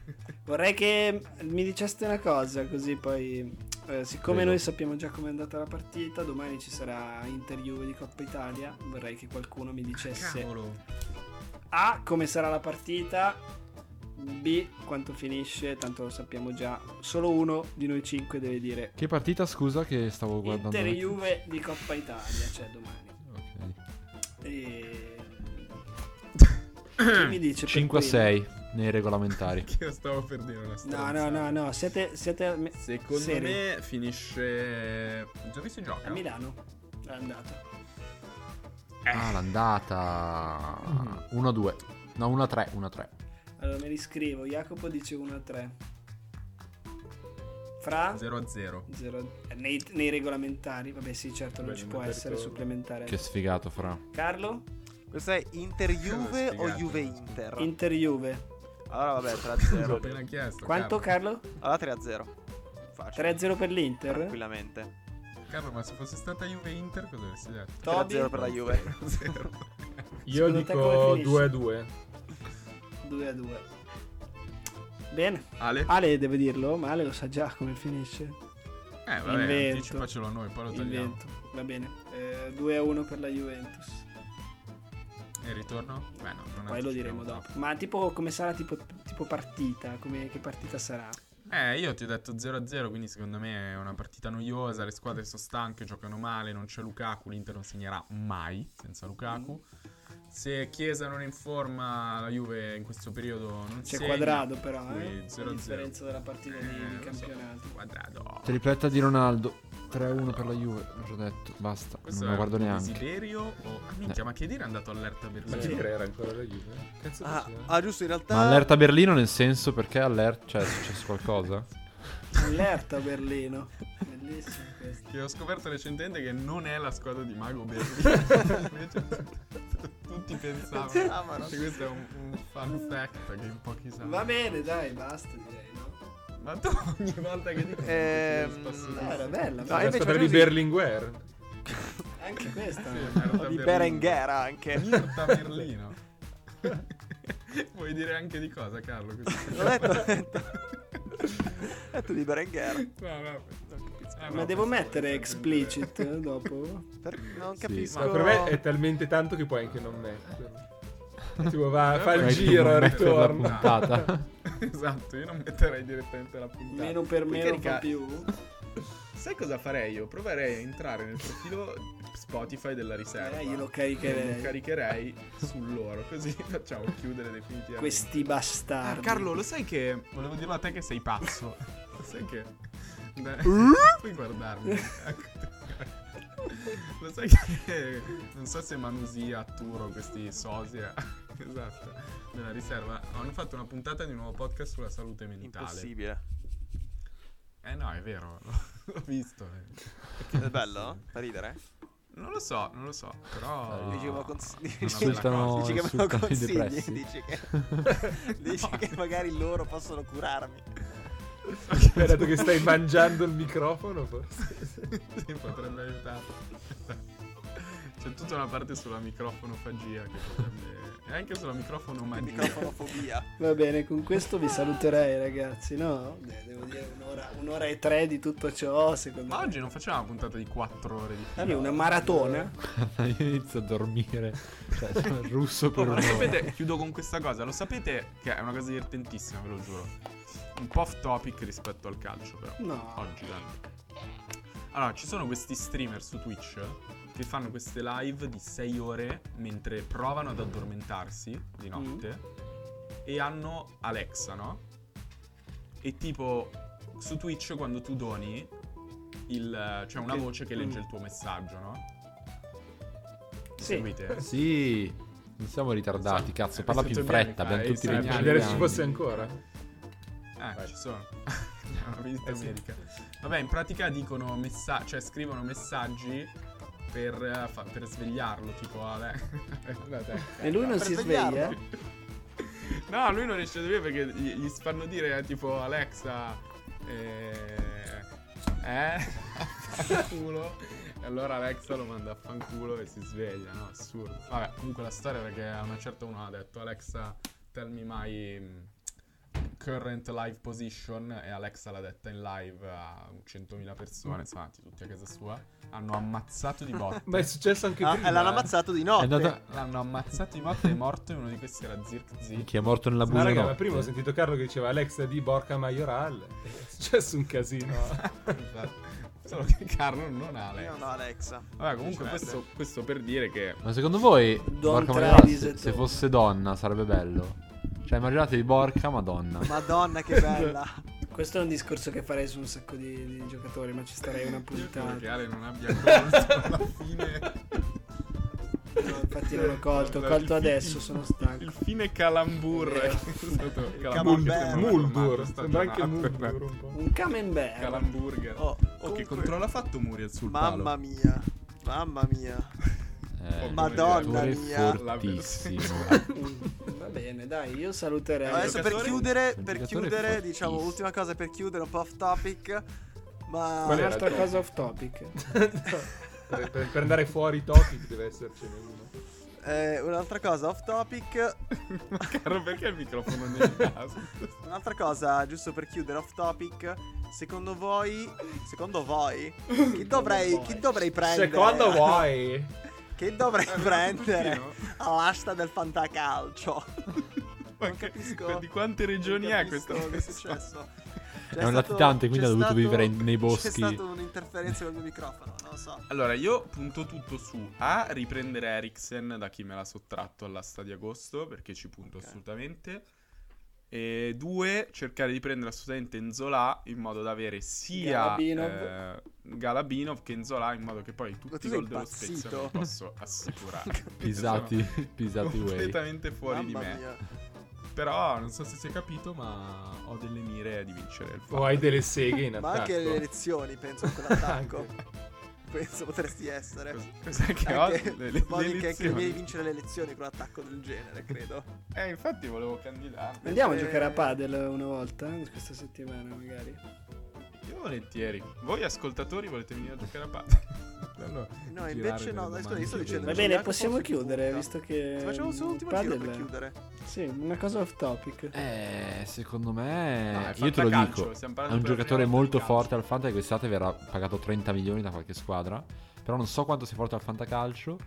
Speaker 4: Vorrei che mi diceste una cosa, così poi. eh, siccome
Speaker 1: Prego.
Speaker 4: noi sappiamo già com'è andata la partita, domani ci sarà interview di Coppa Italia. Vorrei che qualcuno mi dicesse
Speaker 5: Cavolo.
Speaker 4: A. Come sarà la partita? B. Quanto finisce? Tanto lo sappiamo già. Solo uno di noi cinque deve dire
Speaker 1: Che partita, scusa, che stavo guardando.
Speaker 4: Inter
Speaker 1: adesso?
Speaker 4: Juve di Coppa Italia, cioè domani.
Speaker 1: Ok.
Speaker 4: E... Chi mi
Speaker 3: Certo,
Speaker 4: dice? per
Speaker 1: 5 a
Speaker 4: primo?
Speaker 1: 6 nei regolamentari.
Speaker 5: Che io stavo per dire una
Speaker 4: No,
Speaker 5: storia.
Speaker 4: no, no, no, siete, siete a, me-
Speaker 5: Secondo
Speaker 4: seri.
Speaker 5: me finisce. Giochi si gioca.
Speaker 4: a Milano. È andato.
Speaker 3: Eh.
Speaker 1: Ah, l'andata
Speaker 3: Mm.
Speaker 1: 1 2. No, 1 3, 1 3.
Speaker 4: Allora me li scrivo. Jacopo dice 1 a 3. Fra
Speaker 5: 0 a 0.
Speaker 4: Zero- Eh, Nei, nei regolamentari. Vabbè, sì, certo, non
Speaker 2: Beh,
Speaker 4: ci
Speaker 2: non
Speaker 4: può
Speaker 2: per
Speaker 4: essere
Speaker 2: ritorno.
Speaker 3: Eh.
Speaker 4: supplementare.
Speaker 1: Che sfigato fra.
Speaker 4: Carlo?
Speaker 3: questo è Inter-Juve o
Speaker 5: Spiegato.
Speaker 3: Juve-Inter?
Speaker 4: Inter Juve.
Speaker 3: Allora vabbè,
Speaker 5: L'ho
Speaker 3: 3-0.
Speaker 5: appena chiesto.
Speaker 4: Quanto
Speaker 5: Carlo.
Speaker 4: Carlo?
Speaker 3: Allora 3-0. Facile.
Speaker 4: 3-0 per l'Inter.
Speaker 3: Tranquillamente.
Speaker 5: Carlo, ma se fosse stata Juve Inter, cosa avresti detto?
Speaker 4: Toby?
Speaker 3: 3-0 per la Juve.
Speaker 5: 0.
Speaker 2: Io
Speaker 4: Secondo te
Speaker 2: dico
Speaker 4: come finisce?
Speaker 2: 2 a 2.
Speaker 4: 2 a 2. Bene.
Speaker 5: Ale?
Speaker 4: Ale deve dirlo, ma Ale lo sa già come finisce.
Speaker 5: Eh, vabbè,
Speaker 4: invento.
Speaker 5: anticipacelo noi, poi lo
Speaker 4: Il
Speaker 5: tagliamo.
Speaker 4: vento. Va bene. 2 a 1 per la Juventus.
Speaker 5: E il ritorno? Beh, no, non
Speaker 4: Poi lo
Speaker 5: anticipiamo
Speaker 4: diremo
Speaker 5: troppo.
Speaker 4: dopo. Ma tipo come sarà tipo, tipo partita? Come, che partita sarà?
Speaker 5: Eh, io ti ho detto 0-0, quindi secondo me è una partita noiosa, le squadre sono stanche, giocano male, non c'è Lukaku, l'Inter non segnerà mai senza Lukaku. Se Chiesa non è in forma, la Juve in questo periodo non
Speaker 4: C'è
Speaker 5: segna.
Speaker 4: quadrado però,
Speaker 5: Quindi
Speaker 4: eh. a
Speaker 5: 0-0.
Speaker 4: differenza della partita di-
Speaker 5: Eh,
Speaker 4: di,
Speaker 5: lo so,
Speaker 4: campionato.
Speaker 5: Quadrado.
Speaker 1: Tripletta di Ronaldo. 3-1 per la Juve, l'ho detto, basta,
Speaker 5: Questo
Speaker 1: non lo
Speaker 5: è
Speaker 1: guardo
Speaker 5: un
Speaker 1: neanche. Eh.
Speaker 5: desiderio o... Ah, minchia, ma che dire è andato allerta per
Speaker 2: Ma
Speaker 5: lui?
Speaker 2: chi era ancora la Juve? Cazzo eh.
Speaker 3: Ah,
Speaker 2: faceva?
Speaker 3: ah, giusto, in realtà...
Speaker 1: Ma allerta Berlino nel senso perché allerta, cioè è successo qualcosa?
Speaker 4: Allerta Berlino. Bellissimo questo.
Speaker 5: Che ho scoperto recentemente che non è la squadra di Mago Berlino. Invece tutti pensavano.
Speaker 3: Pensavano.
Speaker 5: Cioè, questo è un, un fun fact che in pochi sanno.
Speaker 4: Va bene, dai, basta direi, no?
Speaker 5: Ma tu ogni volta che dico
Speaker 4: Eh,
Speaker 3: Ehm,
Speaker 4: Dai, era bella.
Speaker 3: No,
Speaker 2: Ah,
Speaker 4: ma-
Speaker 2: la
Speaker 3: invece
Speaker 2: squadra di
Speaker 3: così-
Speaker 2: Berlinguer.
Speaker 4: Anche questa. no?
Speaker 3: o di Berenguer anche.
Speaker 5: Mirta Berlino. Vuoi dire anche di cosa, Carlo? Così-
Speaker 3: L'ho detto, l'ho detto. Ho detto di Berenguer.
Speaker 5: No, no, non capisco.
Speaker 4: Ma
Speaker 5: No,
Speaker 4: devo
Speaker 5: questo
Speaker 4: mettere
Speaker 5: vuoi
Speaker 4: explicit eh, dopo?
Speaker 3: Per- Non
Speaker 1: Sì.
Speaker 3: capisco.
Speaker 2: Ma per me è talmente tanto che puoi anche non metterlo. Tipo va, fa il
Speaker 5: Ecco,
Speaker 2: giro,
Speaker 5: non metterla
Speaker 2: ritorna.
Speaker 5: puntata.
Speaker 1: Puntata.
Speaker 5: esatto, io non metterei direttamente la puntata.
Speaker 4: Meno per
Speaker 5: Poi
Speaker 4: meno fa
Speaker 5: carica-
Speaker 4: più.
Speaker 5: Sai cosa farei io? Proverei a entrare nel profilo Spotify della riserva.
Speaker 4: Eh, io lo
Speaker 5: E
Speaker 4: caricherei.
Speaker 5: lo caricherei su loro, così facciamo chiudere definitivamente.
Speaker 4: Questi
Speaker 5: Ah,
Speaker 4: bastardi.
Speaker 5: Carlo, lo sai che volevo dirlo a te che sei pazzo. lo sai che Beh, puoi guardarmi. Ecco. lo sai che non so se Manusia, Turo, questi sosia esatto, della riserva hanno fatto una puntata di un nuovo podcast sulla salute mentale.
Speaker 3: Impossibile.
Speaker 5: Eh no, è vero, l'ho visto. eh.
Speaker 3: È bello? Fa ridere?
Speaker 5: Non lo so, non lo so, però...
Speaker 3: Dici che me lo cons- dici-
Speaker 1: Insultano,
Speaker 3: dici che me lo
Speaker 1: insultano i
Speaker 3: consigli?
Speaker 1: depressi.
Speaker 3: Dici che... dici che magari loro possono curarmi.
Speaker 2: Mi ha detto che stai mangiando il microfono forse.
Speaker 5: sì, potrebbe aiutare. C'è tutta una parte sulla microfonofagia che potrebbe... E anche sulla microfonomagia.
Speaker 3: Microfonofobia.
Speaker 4: Va bene, con questo vi saluterei ragazzi, no? Beh, devo dire un'ora, un'ora e tre di tutto ciò, secondo
Speaker 5: Ma
Speaker 4: me.
Speaker 5: oggi non facciamo una puntata di 4 ore di
Speaker 4: Vabbè, una maratona.
Speaker 1: Io inizio a dormire. Cioè, sono russo
Speaker 5: Oh,
Speaker 1: per
Speaker 5: ma lo
Speaker 1: un'ora.
Speaker 5: sapete, chiudo con questa cosa, lo sapete che è una cosa divertentissima, ve lo giuro. Un po' off topic rispetto al calcio, però.
Speaker 4: No.
Speaker 5: Oggi, dai. Allora, ci sono questi streamer su Twitch che fanno queste live di 6 ore mentre provano ad addormentarsi di notte e hanno Alexa, no? E tipo su Twitch quando tu doni il, c'è una
Speaker 4: Ok.
Speaker 5: voce che legge
Speaker 4: Mm.
Speaker 5: il tuo messaggio, no? Mi
Speaker 4: Sì.
Speaker 5: Seguite?
Speaker 1: Sì, non siamo ritardati, cazzo,
Speaker 5: Eh,
Speaker 1: parla più
Speaker 5: questo
Speaker 1: in
Speaker 5: Gianni
Speaker 1: fretta,
Speaker 5: fa
Speaker 1: abbiamo
Speaker 5: i
Speaker 1: tutti
Speaker 5: segnali.
Speaker 1: 25
Speaker 2: per vedere se ci
Speaker 1: anni.
Speaker 2: fosse ancora.
Speaker 5: Ah,
Speaker 2: Vai.
Speaker 5: ci sono. Una visita
Speaker 2: Eh sì.
Speaker 5: medica. Vabbè, in pratica dicono messa- cioè scrivono messaggi per, eh, fa- per svegliarlo, tipo vabbè.
Speaker 4: E lui non
Speaker 3: Per
Speaker 4: si
Speaker 3: svegliarlo.
Speaker 4: sveglia?
Speaker 5: No, lui non riesce a dormire perché gli, gli fanno dire eh, tipo Alexa eh, eh affanculo. E allora Alexa lo manda a fanculo e si sveglia, no? Assurdo. Vabbè, comunque la storia è perché a una certa uno ha detto Alexa tell me my mm, current live position e Alexa l'ha detta in live a 100.000 persone, insomma, tutti a casa sua, hanno ammazzato di botte.
Speaker 2: Ma è successo anche
Speaker 3: Ah,
Speaker 2: prima.
Speaker 3: eh, l'hanno ammazzato di
Speaker 1: È
Speaker 3: notte.
Speaker 1: andata...
Speaker 5: L'hanno ammazzato di botte, è morto e uno di questi era Zirk Zirk.
Speaker 1: Chi è morto nella
Speaker 2: Ma
Speaker 1: buia
Speaker 2: Ah, raga, ma
Speaker 1: notte.
Speaker 2: prima ho sentito Carlo che diceva Alexa di Borca Majoral. È successo un casino.
Speaker 5: Infatti. Solo che Carlo non ha lei.
Speaker 3: Io no, Alexa.
Speaker 5: Vabbè, comunque questo, questo per dire che
Speaker 1: Ma secondo voi
Speaker 4: Don
Speaker 1: Borca
Speaker 4: Travis
Speaker 1: Majoral,
Speaker 4: e
Speaker 1: se,
Speaker 4: Tom.
Speaker 1: se fosse donna sarebbe bello? Cioè immaginatevi Borca ma donna.
Speaker 3: Madonna, che bella.
Speaker 4: Questo è un discorso che farei su un sacco di, di giocatori, ma ci starei una
Speaker 5: io credo che
Speaker 4: puntata.
Speaker 5: Ale non abbia colto alla fine.
Speaker 4: No, infatti non ho colto, ho colto adesso, sono
Speaker 5: Il
Speaker 4: stanco. Eh,
Speaker 5: fine calambur
Speaker 4: È
Speaker 5: è
Speaker 4: vero.
Speaker 5: stato
Speaker 3: camembert.
Speaker 5: sembra una
Speaker 2: Muldur.
Speaker 5: giornata,
Speaker 2: Sembra anche
Speaker 5: giornata.
Speaker 2: Muldur un po'.
Speaker 4: Un camembert.
Speaker 5: Calamburger.
Speaker 3: Oh,
Speaker 5: Oh, che
Speaker 3: comunque-
Speaker 5: controllo ha fatto Muriel sul
Speaker 3: Mamma
Speaker 5: palo?
Speaker 3: mia. Mamma mia.
Speaker 1: Eh,
Speaker 3: Madonna
Speaker 1: giocatore
Speaker 3: mia.
Speaker 1: fortissimo.
Speaker 4: Mm, Va bene, dai, io saluterei.
Speaker 5: Allora,
Speaker 3: Adesso per
Speaker 5: giocatore-
Speaker 3: chiudere,
Speaker 1: un
Speaker 3: per
Speaker 1: giocatore
Speaker 3: chiudere,
Speaker 1: fortissimo.
Speaker 3: diciamo, ultima cosa per chiudere, un po' off topic. Ma
Speaker 5: Qual era?
Speaker 4: Un'altra
Speaker 5: top?
Speaker 4: cosa off topic.
Speaker 2: per, per- per andare fuori i topic deve essercene uno.
Speaker 3: eh, un'altra cosa off topic.
Speaker 5: Caro, perché il microfono nel caso?
Speaker 3: Un'altra cosa, giusto per chiudere off topic. Secondo voi, secondo voi, chi dovrei,
Speaker 4: voi.
Speaker 3: chi dovrei prendere?
Speaker 2: Secondo voi?
Speaker 3: Chi dovrei prendere
Speaker 5: Tutino?
Speaker 3: all'asta del fantacalcio? Non capisco.
Speaker 5: Di quante regioni
Speaker 3: Non
Speaker 5: è
Speaker 3: capisco
Speaker 5: questa?
Speaker 3: che è successo. C'è
Speaker 1: È un
Speaker 3: stato-
Speaker 1: latitante, quindi
Speaker 3: c'è
Speaker 1: ha dovuto
Speaker 3: stato-
Speaker 1: vivere in- nei
Speaker 3: C'è
Speaker 1: boschi.
Speaker 3: stata un'interferenza col mio microfono, non lo so.
Speaker 5: Allora, io punto tutto su A, riprendere Eriksen da chi me l'ha sottratto all'asta di agosto, perché ci punto
Speaker 3: Ok.
Speaker 5: assolutamente. E due, cercare di prendere assolutamente Nzola in modo da avere sia
Speaker 4: Galabinov.
Speaker 5: eh, Galabinov che Nzola, in modo che poi
Speaker 3: Ma
Speaker 5: tutti
Speaker 3: tu
Speaker 5: i
Speaker 3: sei
Speaker 5: gol dello
Speaker 3: impazzito?
Speaker 5: Spezia me li posso assicurare.
Speaker 1: Pisati,
Speaker 5: Sono
Speaker 1: pisati way.
Speaker 5: completamente fuori di
Speaker 3: Mamma
Speaker 5: me.
Speaker 3: mia.
Speaker 5: Però non so se si è capito, ma ho delle mire di vincere il
Speaker 2: O
Speaker 5: fatto.
Speaker 2: hai delle seghe in attacco.
Speaker 3: Ma anche le elezioni, penso, a quell'attacco. penso potresti essere.
Speaker 5: Cos'è che ho?
Speaker 3: Anche-
Speaker 5: Le- le-
Speaker 3: vuol
Speaker 5: le
Speaker 3: dire che, che
Speaker 5: elezioni.
Speaker 3: devi vincere le elezioni con un attacco del genere, credo.
Speaker 5: Eh, infatti volevo candidarmi.
Speaker 4: Andiamo a
Speaker 3: Eh.
Speaker 4: giocare a padel una volta eh, questa settimana, magari.
Speaker 5: Io volentieri. Voi ascoltatori volete venire a giocare a padel?
Speaker 1: Eh,
Speaker 5: Bello
Speaker 3: No,
Speaker 5: girare
Speaker 3: invece no,
Speaker 5: delle
Speaker 3: dai, scusa, io sto
Speaker 5: domande.
Speaker 3: dicendo-
Speaker 4: Va
Speaker 3: Giuliano,
Speaker 4: bene,
Speaker 3: Giuliano,
Speaker 4: possiamo
Speaker 3: forse
Speaker 4: chiudere,
Speaker 3: punta.
Speaker 4: visto che. mm,
Speaker 3: Facciamo solo un ultimo giro per
Speaker 4: padel-
Speaker 3: chiudere.
Speaker 4: Sì, una cosa off topic.
Speaker 1: Eh, secondo
Speaker 5: No, è
Speaker 1: me, io te lo
Speaker 5: fantacalcio,
Speaker 1: dico,
Speaker 5: stiamo
Speaker 1: è
Speaker 5: parlando
Speaker 1: un
Speaker 5: per la
Speaker 1: giocatore
Speaker 5: prima
Speaker 1: molto
Speaker 5: volta di calcio.
Speaker 1: forte al Fanta e quest'estate verrà pagato 30 milioni da qualche squadra, però non so quanto sia forte al Fantacalcio,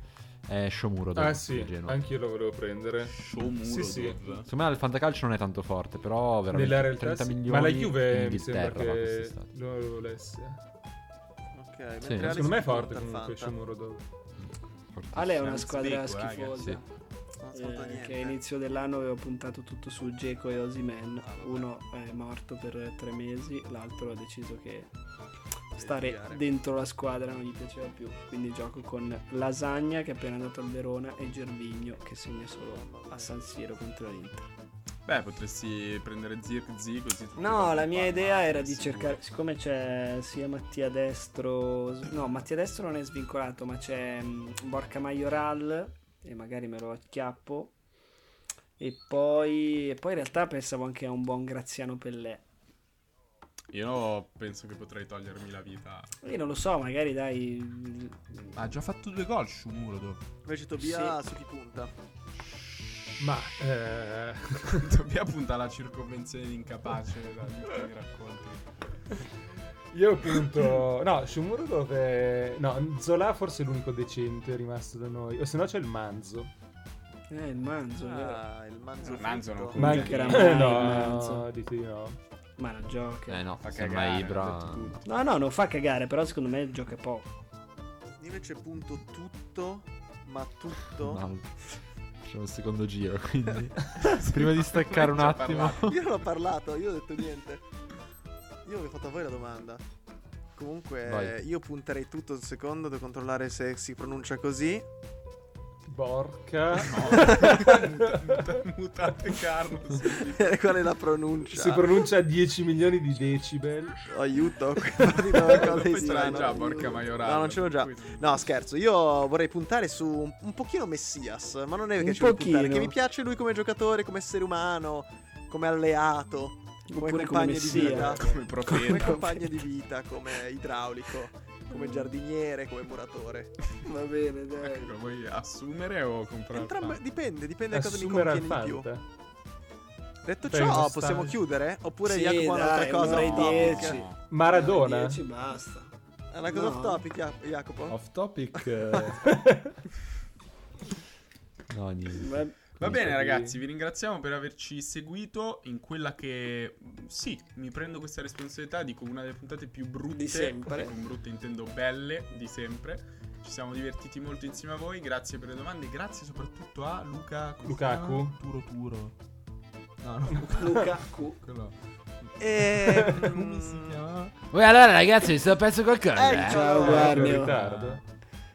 Speaker 1: è Shomuro
Speaker 2: Ah
Speaker 1: del
Speaker 2: sì,
Speaker 1: Genoa.
Speaker 2: anch'io lo volevo prendere.
Speaker 5: Showmuro
Speaker 2: Sì, sì.
Speaker 5: Dov.
Speaker 1: Secondo me il Fantacalcio non è tanto forte, però veramente
Speaker 2: Nella realtà
Speaker 1: 30
Speaker 2: sì.
Speaker 1: milioni
Speaker 2: Ma la
Speaker 1: in
Speaker 2: Juve mi sembra
Speaker 1: Inghilterra fa
Speaker 2: che
Speaker 1: quest'estate.
Speaker 2: lo lo volesse. Cioè,
Speaker 3: Ok,
Speaker 1: Sì.
Speaker 3: mentre
Speaker 2: Secondo me è
Speaker 3: Alex
Speaker 2: forte
Speaker 3: punta al
Speaker 2: comunque
Speaker 3: Fanta.
Speaker 2: Shomurodov.
Speaker 1: Fortissimo.
Speaker 4: Ale è una
Speaker 5: Anzi,
Speaker 4: squadra
Speaker 5: Becco, raga,
Speaker 1: eh,
Speaker 4: schifosa.
Speaker 1: sì.
Speaker 3: Non ho
Speaker 4: eh,
Speaker 3: ascoltato
Speaker 4: che
Speaker 3: niente.
Speaker 4: all'inizio dell'anno avevo puntato tutto su Geco e Osimen.
Speaker 3: Ah, vabbè.
Speaker 4: Uno è morto per tre mesi, l'altro ha deciso che stare
Speaker 3: litigare.
Speaker 4: dentro la squadra non gli piaceva più. Quindi gioco con Lasagna che è appena andato al Verona e Gervigno che segna solo a San Siro contro l'Inter.
Speaker 5: Beh, potresti prendere Zirk Z così. tutti
Speaker 4: No,
Speaker 5: vanno
Speaker 4: la
Speaker 5: a
Speaker 4: mia
Speaker 5: Parma,
Speaker 4: idea era di
Speaker 5: sicuro.
Speaker 4: cercare. Siccome c'è sia Mattia Destro. No, Mattia Destro non è svincolato, ma c'è mh, Borca Maioral. E magari me lo acchiappo. E poi, e poi in realtà pensavo anche a un buon Graziano Pellè.
Speaker 5: Io penso che potrei togliermi la vita.
Speaker 4: Io non lo so, magari dai. mm,
Speaker 5: Ha già fatto due gol Shumurodov.
Speaker 3: Invece Tobia su chi punta?
Speaker 2: Ma eh,
Speaker 5: Dobbiamo puntare alla circonvenzione di incapace dagli ultimi racconti.
Speaker 2: io punto... No, Shomurodov è... No, Zola forse è l'unico decente rimasto da noi. O se no c'è il Manzo.
Speaker 4: Eh, il manzo. è vero.
Speaker 3: Ah, il manzo.
Speaker 5: Il Manzo non
Speaker 3: fritto.
Speaker 5: conta.
Speaker 4: Mancherà
Speaker 5: Eh,
Speaker 4: mai il
Speaker 2: no,
Speaker 4: Manzo.
Speaker 2: dite di no.
Speaker 4: Ma non gioca.
Speaker 1: Eh no,
Speaker 5: Fa
Speaker 1: sembra
Speaker 5: cagare, ho
Speaker 1: Ibra.
Speaker 5: detto tutto.
Speaker 4: No, no, non fa cagare, però secondo me gioca poco.
Speaker 3: Io invece punto tutto, ma tutto.
Speaker 1: No, Facciamo il secondo giro, quindi prima di staccare un attimo.
Speaker 5: Già parlato.
Speaker 3: Io non ho parlato, io non ho detto niente. Io avevo fatto a voi la domanda. Comunque,
Speaker 1: Vai.
Speaker 3: io punterei tutto un secondo per controllare se si pronuncia così.
Speaker 2: Borca.
Speaker 5: Mutate Carlos.
Speaker 3: Qual è la pronuncia?
Speaker 2: si pronuncia a 10 milioni di decibel.
Speaker 3: Aiuto, guardi dove cosa
Speaker 5: Poi
Speaker 3: di
Speaker 5: ce l'hai
Speaker 3: strano.
Speaker 5: già, porca maiorana.
Speaker 3: No, non ce l'ho già. No, scherzo, io vorrei puntare su un, un pochino Messias, ma non è che
Speaker 4: Un
Speaker 3: ci voglio puntare,
Speaker 4: pochino.
Speaker 3: che mi piace lui come giocatore, come essere umano, come alleato, come
Speaker 4: Oppure come
Speaker 3: compagno di
Speaker 4: messia.
Speaker 3: vita,
Speaker 5: Come
Speaker 3: come
Speaker 5: profeta.
Speaker 3: compagno di vita, come idraulico, come giardiniere, come muratore.
Speaker 4: Va bene, dai.
Speaker 5: Ecco, vuoi assumere o comprare?
Speaker 3: Entrambe, dipende, dipende da cosa mi
Speaker 2: Assumere al
Speaker 3: conviene di più.
Speaker 2: Fanta.
Speaker 3: Detto
Speaker 2: Beh,
Speaker 3: ciò,
Speaker 2: nostalgia.
Speaker 3: possiamo chiudere? Oppure
Speaker 4: Sì,
Speaker 3: Jacopo ha
Speaker 4: dai,
Speaker 3: un'altra cosa
Speaker 4: un'ora e
Speaker 3: off topic?
Speaker 4: dieci.
Speaker 2: Maradona.
Speaker 4: 10 basta.
Speaker 3: È una cosa
Speaker 4: No.
Speaker 3: off topic, Ja- Jacopo?
Speaker 1: Off topic. eh. no, niente.
Speaker 4: Va-
Speaker 5: Va bene
Speaker 2: Quindi-
Speaker 5: ragazzi, vi ringraziamo per averci seguito in quella che sì, mi prendo questa responsabilità, dico una delle puntate più brutte
Speaker 4: Di sempre.
Speaker 5: e con brutte intendo belle di sempre. Ci siamo divertiti molto insieme a voi, grazie per le domande, grazie soprattutto a Luca come si
Speaker 2: Lukaku.
Speaker 5: chiama? Turo Turo. No, no,
Speaker 4: Luca Q.
Speaker 5: quello.
Speaker 3: E...
Speaker 5: Come si chiama?
Speaker 1: Beh, allora, ragazzi, sto pezzo qualcosa.
Speaker 3: Ecco.
Speaker 4: Ciao,
Speaker 2: Ero in
Speaker 4: Guarnio.
Speaker 2: ritardo.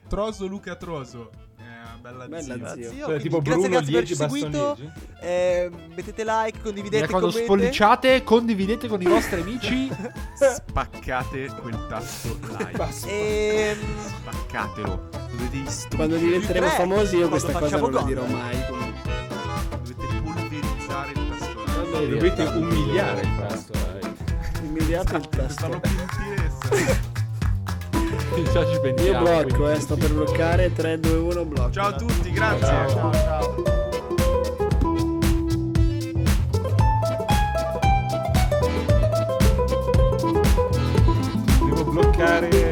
Speaker 5: Troso Luca Troso. Eh, bella,
Speaker 4: Bella
Speaker 5: zia.
Speaker 4: zia.
Speaker 3: Zio,
Speaker 2: Cioè,
Speaker 3: quindi
Speaker 2: tipo
Speaker 3: grazie,
Speaker 2: Bruno
Speaker 3: grazie per
Speaker 2: 10,
Speaker 3: averci seguito.
Speaker 2: Baston 10.
Speaker 3: Eh, mettete like,
Speaker 1: Mi
Speaker 3: condividete,
Speaker 1: raccomando,
Speaker 3: commentate.
Speaker 1: spolliciate, condividete con i vostri amici.
Speaker 5: Spaccate quel tasto like.
Speaker 3: E...
Speaker 5: Spaccatelo. Dovete istruire.
Speaker 4: Quando diventeremo
Speaker 3: Tre,
Speaker 4: famosi io
Speaker 3: Eh, quando
Speaker 4: questa cosa
Speaker 3: facciamo
Speaker 4: non la
Speaker 3: gol.
Speaker 4: dirò mai. comunque.
Speaker 5: Dovete polverizzare il tastone.
Speaker 4: Vabbè,
Speaker 2: Dovete umiliare il tasto.
Speaker 4: Immediato
Speaker 3: Esatto,
Speaker 4: il
Speaker 5: Farlo
Speaker 4: tasto.
Speaker 5: pentire. sa-
Speaker 1: Già ci
Speaker 4: Io
Speaker 1: pensiamo.
Speaker 4: blocco,
Speaker 1: quindi.
Speaker 4: eh, sto per bloccare. 3, 2, 1, blocco.
Speaker 5: Ciao a tutti, grazie.
Speaker 2: Ciao.
Speaker 5: ciao. ciao.
Speaker 2: Devo bloccare...